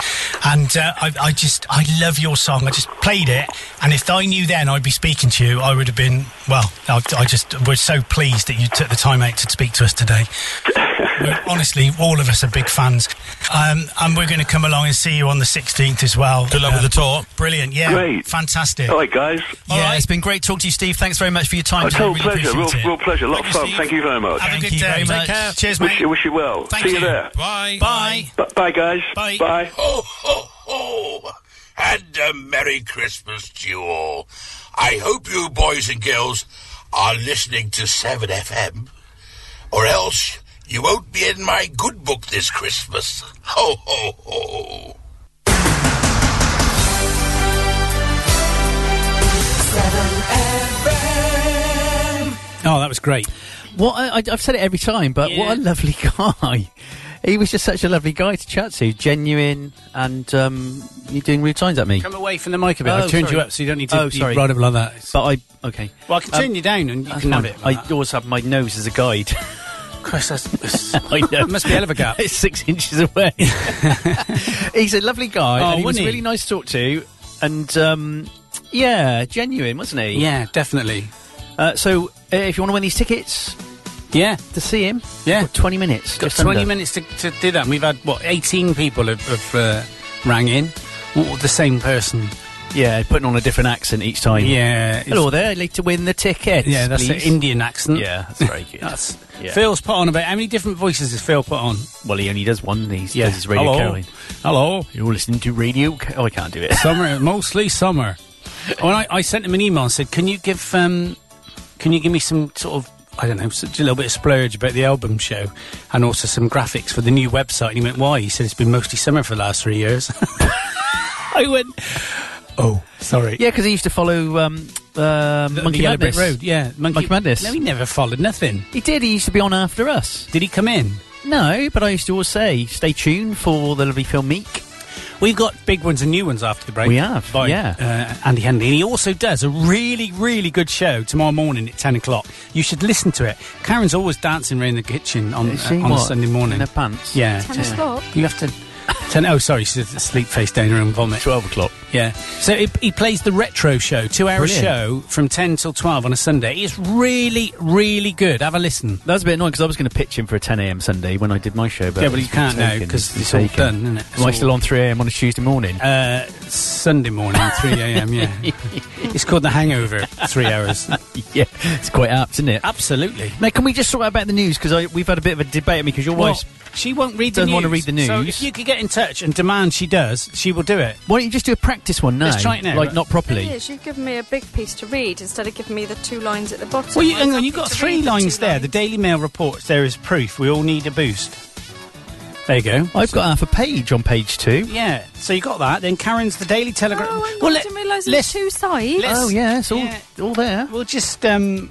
and uh, I, I just I love your song. I just played it, and if I knew then I'd be speaking to you, I would have been well. I, I just we're so pleased that you took the time out to speak to us today. We're- honestly, all of us are big fans, um, and we're going to come along and see you on the 16th as well. Good luck with the tour. Brilliant, yeah, Great. fantastic. All right, guys. All right, it's been great talking to you, Steve. Thanks very much for your time. A today. total really pleasure, real, appreciate it. real pleasure, a lot of fun. Thank you very much. Have a Thank good you day. very Take much. care. Cheers, wish, mate. You, wish you well. Thank See you, you. there. Bye. Bye. B- bye, guys. Bye. Bye. Ho, ho, ho! And a Merry Christmas to you all. I hope you boys and girls are listening to 7FM, or else you won't be in my good book this Christmas. Ho, ho, ho! 7FM. Oh, that was great. What I, I- I've said it every time, but what a lovely guy. He was just such a lovely guy to chat to, genuine, and um, you're doing rude signs at me. Come away from the mic a bit. I've turned you up, so you don't need to Oh, be sorry. right up like that. But I okay. Well, I can turn you down and you that's can have fine. it. Um, I always have my nose as a guide. Chris, that's, I know. Must be a hell of a gap. it's six inches away. He's a lovely guy. Oh, and he was wasn't he? really nice to talk to, and um, yeah, genuine, wasn't he? Yeah, definitely. Uh, so, uh, if you want to win these tickets, yeah, to see him, yeah, twenty minutes. Got just 20 under. minutes to, to do that. And we've had, what, 18 people have, have uh, rang in? All the same person. Yeah, putting on a different accent each time. Yeah, Hello there, I'd like to win the tickets. Yeah, that's please. an Indian accent. Yeah, that's very good. That's- Yeah. Phil's put on about how many different voices is Phil put on? Well, he only does one. He Yeah. does his Radio Hello. Caroline. Hello. You're listening to Radio. Ca- oh, I can't do it. summer, mostly summer. When I, I sent him an email and said, "Can you give um, can you give me some sort of I don't know, such a little bit of splurge about the album show, and also some graphics for the new website?" And he went, "Why?" He said, "It's been mostly summer for the last three years." I went, "Oh, sorry." Yeah, because he used to follow um, uh, Monkey Yellow Madness Brick Road, yeah, Monkey, Madness. No, he never followed nothing. He did. He used to be on after us. Did he come in? No, but I used to always say, stay tuned for the lovely film Meek. We've got big ones and new ones after the break. We have, by, yeah. Uh, Andy Henley. And he also does a really, really good show tomorrow morning at 10 o'clock. You should listen to it. Karen's always dancing around the kitchen on, Is uh, she? on a What? Sunday morning. In her pants? Yeah. 10 yeah. o'clock? You have to. 10, oh, sorry, she's asleep face down in her own vomit. 12 o'clock. Yeah. So he, he plays the retro show, two hour Brilliant. show from 10 till 12 on a Sunday. It's really, really good. Have a listen. That was a bit annoying because I was going to pitch him for a 10 a.m. Sunday when I did my show. But Yeah, but it's you can't been now taken. 'cause been it's all taken. done, isn't it? It's Am I all- still on 3 a.m. on a Tuesday morning? Uh, Sunday morning, 3 a.m., yeah. it's called The Hangover, three hours. yeah, it's quite apt, isn't it? Absolutely. Now, can we just sort out about the news because we've had a bit of a debate because your Well, wife's. she won't read the doesn't news. want to read the So news. if you could get in touch and demand she does, she will do it. Why don't you just do a practice one now? Let's try it now. Like not Thing properly. is, you've given me a big piece to read instead of giving me the two lines at the bottom. Well, you, I hang was on, happy you've got to three read the two lines there. The Daily Mail reports there is proof. We all need a boost. There you go. I've got half a page on page two. Yeah, so you got that. Then Karen's the Daily Telegraph. Oh, well, well, let- I didn't realise it was let's- two sides. let's- yeah, Oh, all, all there. We'll just um,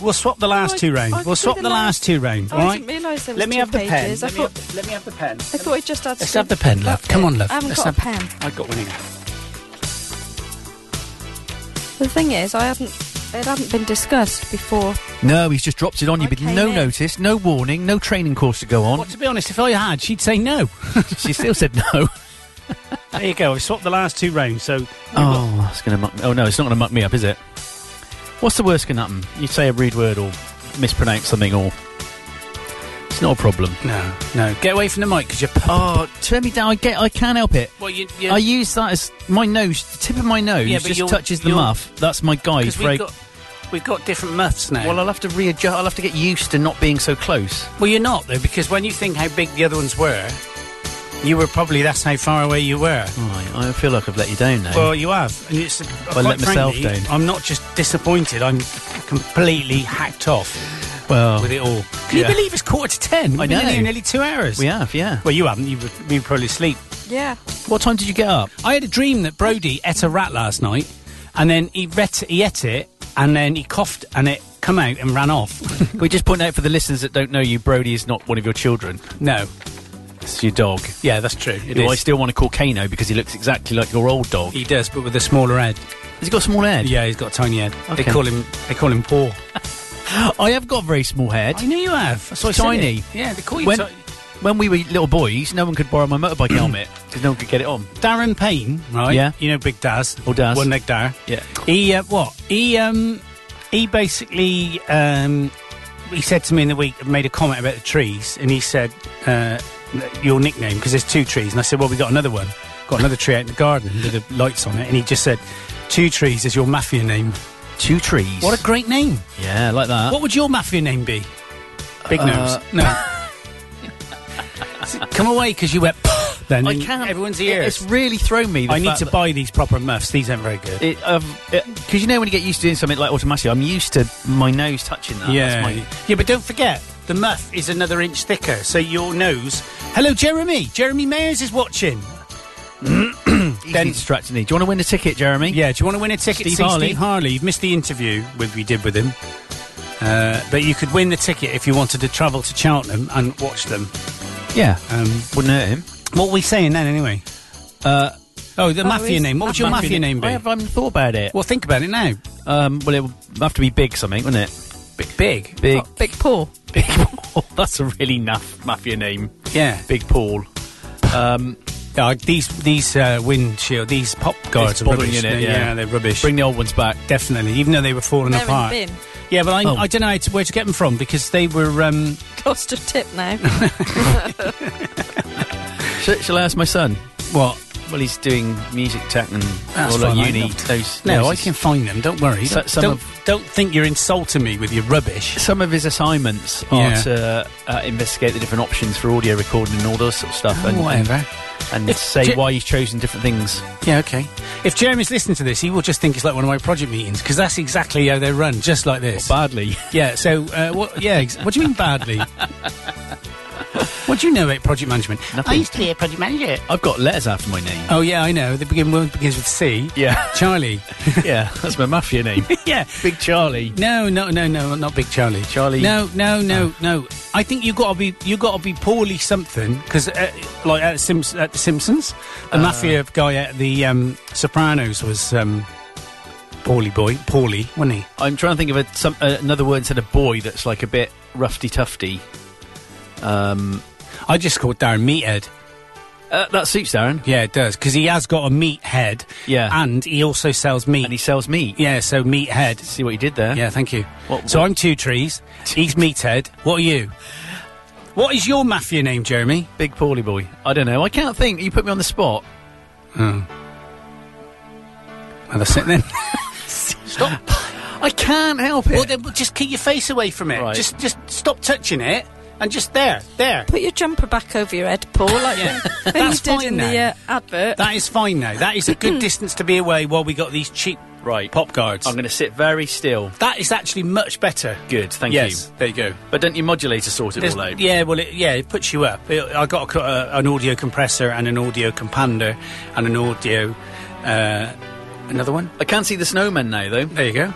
we'll swap the last I- two round. I could We'll do swap the the last last- two round. Oh, All I right. didn't realise there was Let me two have the pen. pages. I Let me thought- have- let me have the pen. I thought it just had. Let's have the pen, love. Come on, love. I haven't Let's got a have- pen. I got one here. The thing is, I hadn't. It hadn't been discussed before. No, he's just dropped it on you with Okay, no then. notice, no warning, no training course to go on. Well, to be honest, if I had, she'd say no. She still said no. there you go. I've swapped the last two rounds. So oh, that's gonna muck. Oh no, it's not gonna muck me up, is it? What's the worst can happen? You say a rude word or mispronounce something, or it's not a problem. no, no, get away from the mic because you're. pu- Oh, turn me down. I get. I can't help it. Well, you, you, I use that as my nose. The tip of my nose Yeah, but just you're- touches the you're- muff. That's my guide Because for. we've a- got, we've got different muffs now. Well, Well, I'll have to readjust. I'll have to get used to not being so close. you're not though, because when you think how big the other ones were, you were probably that's how far away you were. Right, I feel like I've let you down now. Well, you have, and it's. quite let myself frankly, down. I'm not just disappointed. I'm completely hacked off Well, with it all. Can Yeah. you believe it's quarter to ten? We've I been in know. here nearly two hours. we have, yeah. Well, you haven't. You were, you were probably asleep. Yeah. What time did you get up? I had a dream that Brody ate a rat last night, and then he, ret- he ate it, and then he coughed, and it come out and ran off. We just point out for the listeners that don't know you, Brody is not one of your children. no, It's your dog. yeah, that's true. It Who I is. still want to call Kano because he looks exactly like your old dog. He does, but with a smaller head. Has he got a small head? Yeah, he's got a tiny head. Okay. They call him. They call him Paw. I have got a very small head. I knew you have. That's why I said Tiny. it. Yeah, they call you When, ti- when we were little boys, no one could borrow my motorbike helmet because no one could get it on. Darren Payne, right? Yeah. You know Big Daz. Oh, Daz. One leg Dar. Yeah. He uh, what? He um he basically um he said to me in the week made a comment about the trees and he said uh, your nickname because there's two trees and I said well we got another one got another tree out in the garden with the lights on it and he just said two trees is your mafia name Two trees. what a great name yeah, like that. what would your mafia name be big Uh, nose no come away because you went then I and can't. everyone's it- ears It's really thrown me. the I need fact to that- buy these proper muffs these aren't very good It, um, because you know when you get used to doing something like automatically, I'm used to my nose touching that. That's my, yeah, but don't forget the muff is another inch thicker, so your nose. Hello, Jeremy. Jeremy Mayers is watching. he's Then- distracting me. Do you want to win the ticket, Jeremy? Yeah, do you want to win a ticket? Steve See Harley. Steve Harley. You've missed the interview with we did with him, uh, but you could win the ticket if you wanted to travel to Cheltenham and watch them. yeah. Um, Wouldn't hurt him. what were we saying then, anyway? Uh, Oh, the Oh, mafia it's name. What would your mafia name be? I haven't even thought about it. well, think about it now. Um, well, it would have to be big something, wouldn't it? Big, big, Big, Big Paul. big Oh. Paul. That's a really naff mafia name. yeah. Big Paul. Um, Uh, these these uh, windshield, these pop guards are bothering rubbish. you, innit? They- Yeah. they're rubbish. bring the old ones back. Definitely, even though they were falling They're in apart. the bin. Yeah, but I, Oh. I don't know how to, where to get them from because they were. Um, Cost a tip now. Sh- shall I ask my son? What? Well, he's doing music tech and That's all fine, that I uni. love to- Those, no, I those- can find them. Don't worry. So- don't, some don't, of- don't think you're insulting me with your rubbish. Some of his assignments are Yeah. to uh, investigate the different options for audio recording and all those sort of stuff. Oh, and, whatever. And, If say J- why he's chosen different things. Yeah, okay. If Jeremy's listening to this, he will just think it's like one of my project meetings because that's exactly how they run, just like this. badly. Yeah. So, uh, what? Yeah. Ex- what do you mean badly? what do you know about project management? I used to be a project manager. I've got letters after my name. Oh yeah, I know. The begin one begins with C. Yeah. Charlie. yeah, that's my mafia name. yeah. Big Charlie. No, no, no, no, not Big Charlie. Charlie. Oh. No, no, no, no. I think you got to be you got to be poorly something because uh, like at, Simps- at the Simpsons, the Uh. mafia guy at the um, Sopranos was um, poorly boy, poorly, wasn't he? I'm trying to think of a, some, uh, another word instead of boy that's like a bit roughy tufty. Um, I just called Darren Meathead. Uh, that suits Darren. Yeah, it does because he has got a meat head. Yeah. and he also sells meat. And he sells meat. Yeah, so meat head. See what you did there. Yeah, thank you. so I'm two trees. He's meat head. What are you? What is your mafia name, Jeremy? Big Paulie Boy. I don't know. I can't think. You put me on the spot. Oh. Well, that's it then. Stop. I can't help it. Well, then well, just keep your face away from it. Right. Just, just stop touching it, and just there, there. Put your jumper back over your head, Paul, like Yeah. when, when you That's did fine in the now. uh, advert. That is fine now. That is a good distance to be away while we got these cheap right pop guards. I'm going to sit very still. That is actually much better. Good, thank Yes, you. There you go. But don't your modulator sort it There's- all out? Yeah, well, it, yeah, it puts you up. It, I got a, co- uh, an audio compressor and an audio compander and an audio. Uh, another one. I can see the snowman now, though. There you go.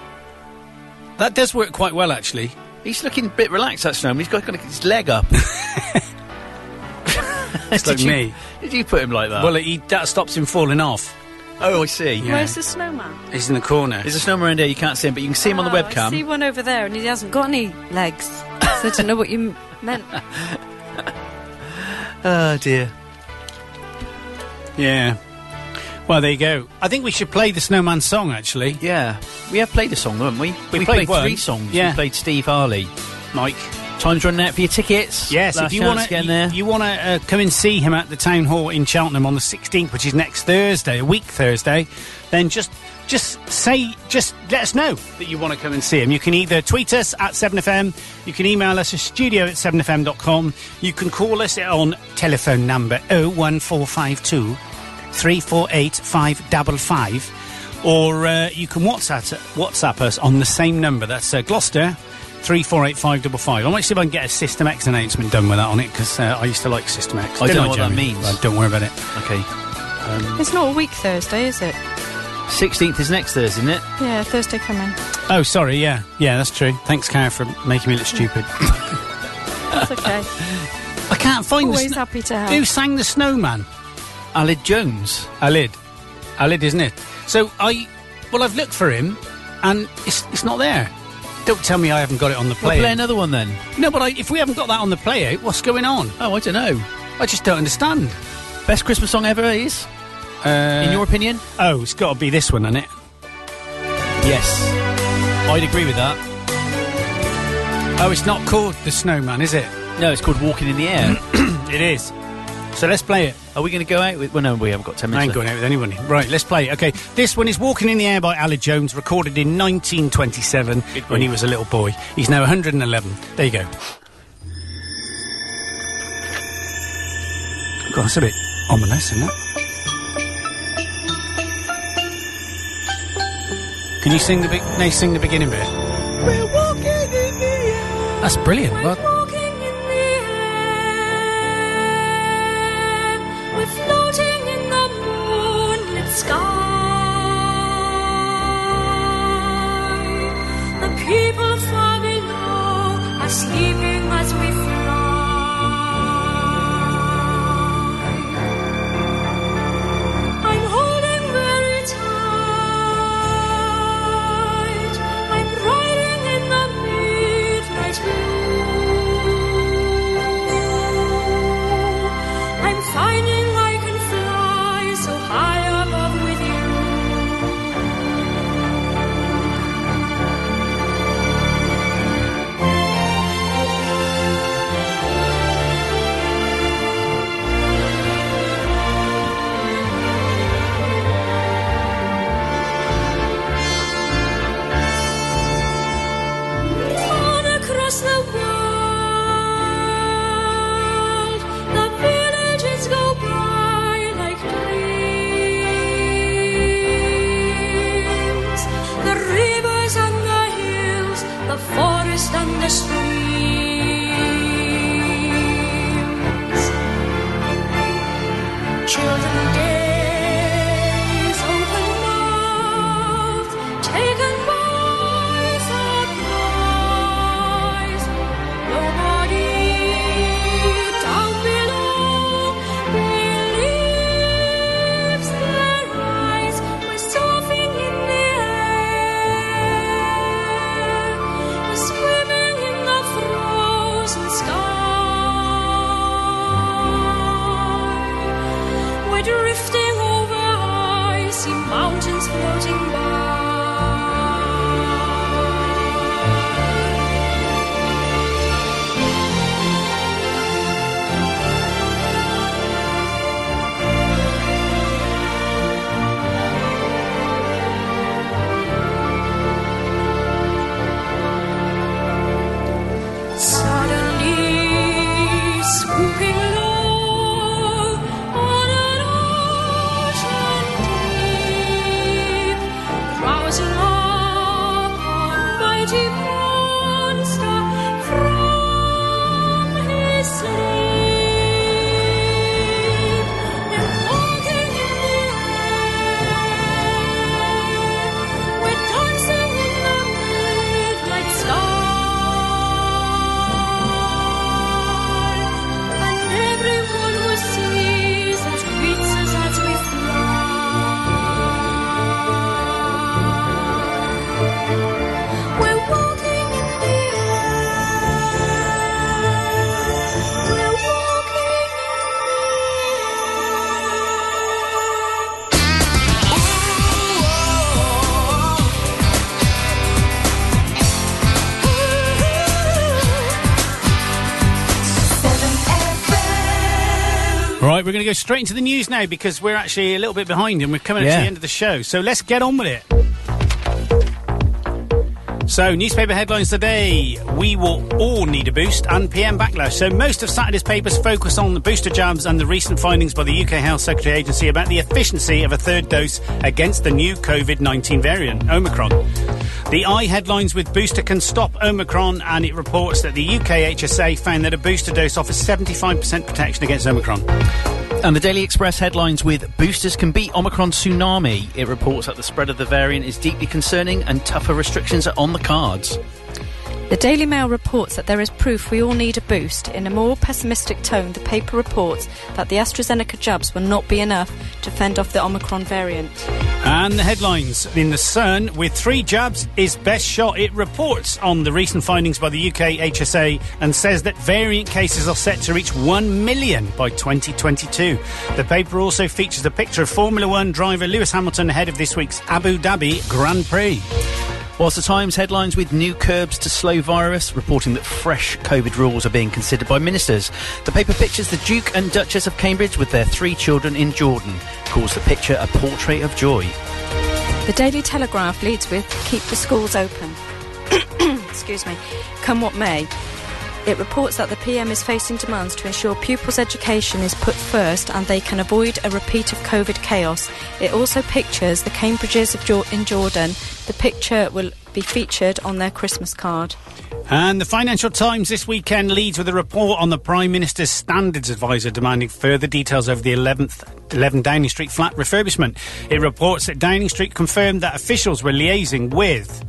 That does work quite well, actually. He's looking a bit relaxed, that snowman. He's got, got his leg up. It's Did like you- me. Did you put him like that? Well, he, that stops him falling off. oh, I see. Where's the snowman? He's in the corner. There's a snowman around here. You can't see him, but you can see him on the Oh, webcam. I see one over there, and he hasn't got any legs. so I don't know what you m- meant. Oh dear. Yeah. Well, there you go. I think we should play the Snowman song, actually. Yeah. We have played a song, haven't we? played, We played one. three songs. Yeah. We played Steve Harley. Mike. Time's running out for your tickets. Yes, Last if you chance want to, get in there. you, want to uh, come and see him at the town hall in Cheltenham on the 16th, which is next Thursday, a week Thursday, then just just say, just let us know that you want to come and see him. You can either tweet us at 7FM, you can email us at studio at 7FM.com, you can call us on telephone number 01452 348 555, or uh, you can WhatsApp, WhatsApp us on the same number. That's uh, Gloucester Three four eight five double five. I might see if I can get a System X announcement done with that on it because uh, I used to like System X. I don't Didn't know what that Jeremy? means. Well, don't worry about it. Um, Okay. It's not a week Thursday, is it? 16th is next Thursday, isn't it? Yeah, Thursday coming. Oh, sorry. Yeah, yeah, that's true. Thanks, Karen, for making me look stupid. That's okay. I can't find Always the sn- happy to help. who sang the Snowman. Alid Jones. Alid, Alid, isn't it? So I, well, I've looked for him, and it's it's not there. Don't tell me I haven't got it on the We'll play. play another one then. no, but I, if we haven't got that on the play out, what's going on? Oh, I don't know. I just don't understand. Best Christmas song ever is, Uh, in your opinion? oh, it's got to be this one, hasn't it? Yes. I'd agree with that. Oh, it's not called the Snowman, is it? No, it's called Walking in the Air. It is. So let's play it. Are we going to go out with. Well, no, we haven't got 10 minutes. I ain't left. going out with anyone. Right, let's play it. Okay, this one is Walking in the Air by Alid Jones, recorded in 1927 when he was a little boy. He's now 111. There you go. God, that's a bit ominous, isn't it? Can you sing the big? No, sing the beginning bit. We're walking in the air. That's brilliant. Well, Walking in the air. We're floating in the moonlit sky. The people far below are sleeping as we fly. I'm holding very tight. I'm riding in the midnight blue. I'm finding I can fly so high above with you. in the streams. Children days, open mouth, taken by surprise. Nobody down below believes their eyes were surfing in the air, were swimming in the frozen sky. We're drifting over icy mountains floating by. Suddenly, swooping low on an ocean deep, rousing up a mighty monster from his sleep and walking in the air, we're dancing in the midnight sky. And everyone was seized as pizzas as we fly. We're walking in the air. We're walking Right, we're going to go straight into the news now because we're actually a little bit behind and we're coming up Yeah. to the end of the show. So let's get on with it. So, newspaper headlines today. We will all need a boost and PM backlash. So, most of Saturday's papers focus on the booster jabs and the recent findings by the UK Health Secretary Agency about the efficiency of a third dose against the new COVID 19 variant, Omicron. The I headlines with booster can stop Omicron, and it reports that the UK HSA found that a booster dose offers 75% protection against Omicron. And the Daily Express headlines with boosters can beat Omicron tsunami. It reports that the spread of the variant is deeply concerning and tougher restrictions are on the cards. The Daily Mail reports that there is proof we all need a boost. In a more pessimistic tone, the paper reports that the AstraZeneca jabs will not be enough to fend off the Omicron variant. And the headlines in the Sun with three jabs is best shot. It reports on the recent findings by the UK HSA and says that variant cases are set to reach 1 million by 2022. The paper also features a picture of Formula One driver Lewis Hamilton ahead of this week's Abu Dhabi Grand Prix. Whilst the Times headlines with new curbs to slow virus, reporting that fresh COVID rules are being considered by ministers. The paper pictures the Duke and Duchess of Cambridge with their three children in Jordan, calls the picture a portrait of joy. The Daily Telegraph leads with Keep the schools open. Excuse me. Come what may. It reports that the PM is facing demands to ensure pupils' education is put first and they can avoid a repeat of COVID chaos. It also pictures the Cambridges of Jor- in Jordan. The picture will be featured on their Christmas card. And the Financial Times this weekend leads with a report on the Prime Minister's Standards Advisor demanding further details over the 11th, 11 Downing Street flat refurbishment. It reports that Downing Street confirmed that officials were liaising with.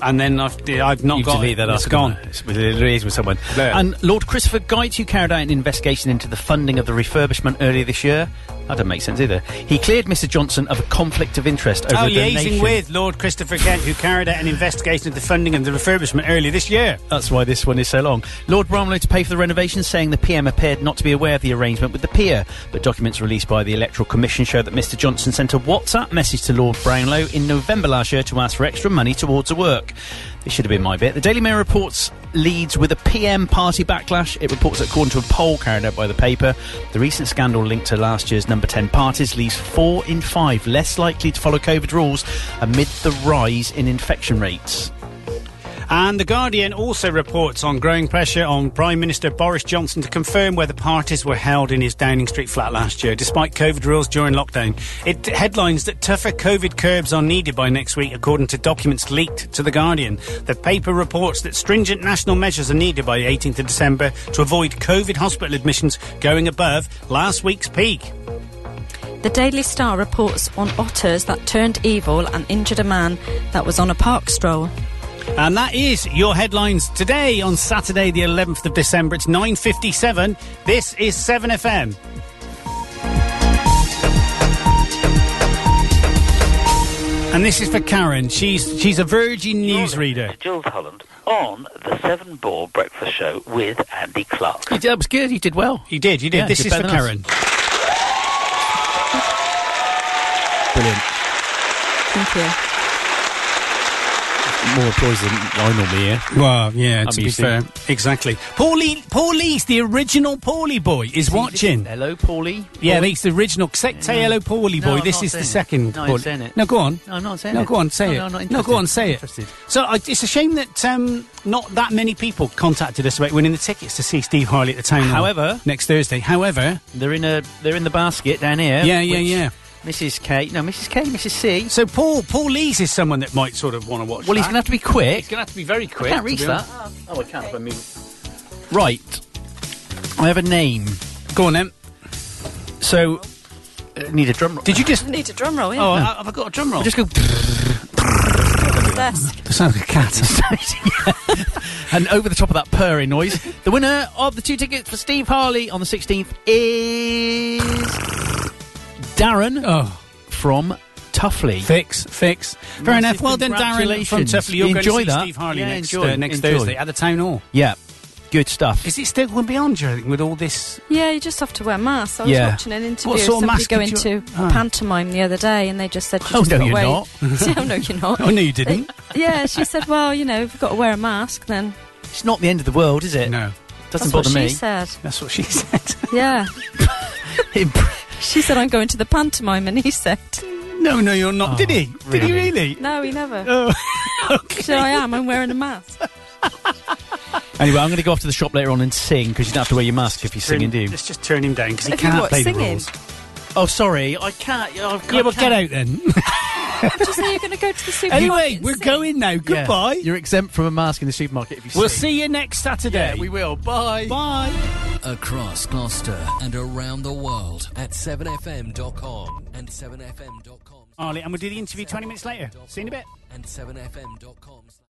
And then I've, I've not you got delete it. that It's after, gone. don't you? It's with, it is with someone. There. And Lord Christopher Guite, who carried out an investigation into the funding of the refurbishment earlier this year, that doesn't make sense either. He cleared Mr Johnson of a conflict of interest over oh, a liaising donation. with Lord Christopher Kent, who carried out an investigation of the funding of the refurbishment earlier this year. That's why this one is so long. Lord Bromley to pay for the renovation, saying the PM appeared not to be aware of the arrangement with the peer. But documents released by the Electoral Commission show that Mr Johnson sent a WhatsApp message to Lord Brownlow in November last year to ask for extra money towards the work. This should have been my bit. The Daily Mail reports leads with a PM party backlash. It reports that according to a poll carried out by the paper, the recent scandal linked to last year's number 10 parties leaves four in five less likely to follow COVID rules amid the rise in infection rates. And The Guardian also reports on growing pressure on Prime Minister Boris Johnson to confirm whether parties were held in his Downing Street flat last year, despite COVID rules during lockdown. It headlines that tougher COVID curbs are needed by next week, according to documents leaked to The Guardian. The paper reports that stringent national measures are needed by the 18th of December to avoid COVID hospital admissions going above last week's peak. The Daily Star reports on otters that turned evil and injured a man that was on a park stroll. And that is your headlines today on Saturday, the 11th of December. It's 9.57. This is 7FM. And this is for Karen. She's she's a Virgin newsreader. Jules Holland on the Seven Ball Breakfast Show with Andy Clark. He did, that was good. He did well. He did. He did. Yeah, this did is for better than us. Karen. Brilliant. Thank you. More applause than I normally hear. Well, yeah, I'm to be used fair, it. exactly. Paulie, Paulie's the original Paulie boy is watching. Hello, Paulie. Yeah, he's the original. Say, say hello, Paulie Oh, No, boy. I'm this not is the saying it. second. No, I'm Paulie. saying it. No, go on. No, I'm not saying no, it. go on, say No, it. no, I'm not go on, interested. say Not it. interested. So I, it's a shame that um, not that many people contacted us about winning the tickets to see Steve Harley at the town. Hall However- next Thursday. However, They're in a they're in the basket down here. Yeah, yeah, which yeah. Mrs. K, no, Mrs. K, Mrs. C. So Paul Paul Lees is someone that might sort of want to watch. Well, he's that. gonna have to be quick. He's gonna have to be very quick. can't to reach be that. honest. Oh, I can't if I move. Right. I have a name. Go on then. So, uh, need a drum roll. Did you just? I need a drum roll, yeah. Oh, I- have I got a drum roll? Just go. Desk. That sounds like a cat. and over the top of that purring noise, the winner of the two tickets for Steve Harley on the 16th is Darren from Tuffley. Oh. Fix, fix. Fair enough. Well done, Darren from Tuffley. You're enjoy going to see that. Steve Harley Yeah, next, enjoy, uh, next enjoy. Thursday at the town hall. Yeah, good stuff. Is it still going beyond, do you think, with all this? Yeah, you just have to wear masks. I was Yeah. watching an interview What of sort of somebody mask did going you- to Ah. pantomime the other day, and they just said, Oh, "You've no, got to you're wear- not. yeah, no, you're not. Oh, no, you didn't. yeah, she said, "Well, you know, we've got to wear a mask then." It's not the end of the world, is it? No. Doesn't That's what bother me. She said. That's what she said. Yeah. she said, "I'm going to the pantomime," and he said, No, no, you're not. Did he? Did he Oh, really? "No, he never." Oh, She said, "I am. I'm wearing a mask." Anyway, I'm going to go off to the shop later on and sing because you don't have to wear your mask if you sing and do. Let's just turn him down because he If you can't what, play the singing? rules. Oh, sorry, I can't. I can't Yeah, well, get out then. Just say you're going to go to the supermarket. anyway, we're going now. Goodbye. You're exempt from a mask in the supermarket if you We'll sing. see you next Saturday. Yeah, we will. Bye. Bye. Across Gloucester and around the world at 7fm.com and 7fm.com Harley, and we'll do the interview 20 minutes later. See you in a bit. and 7fm.com.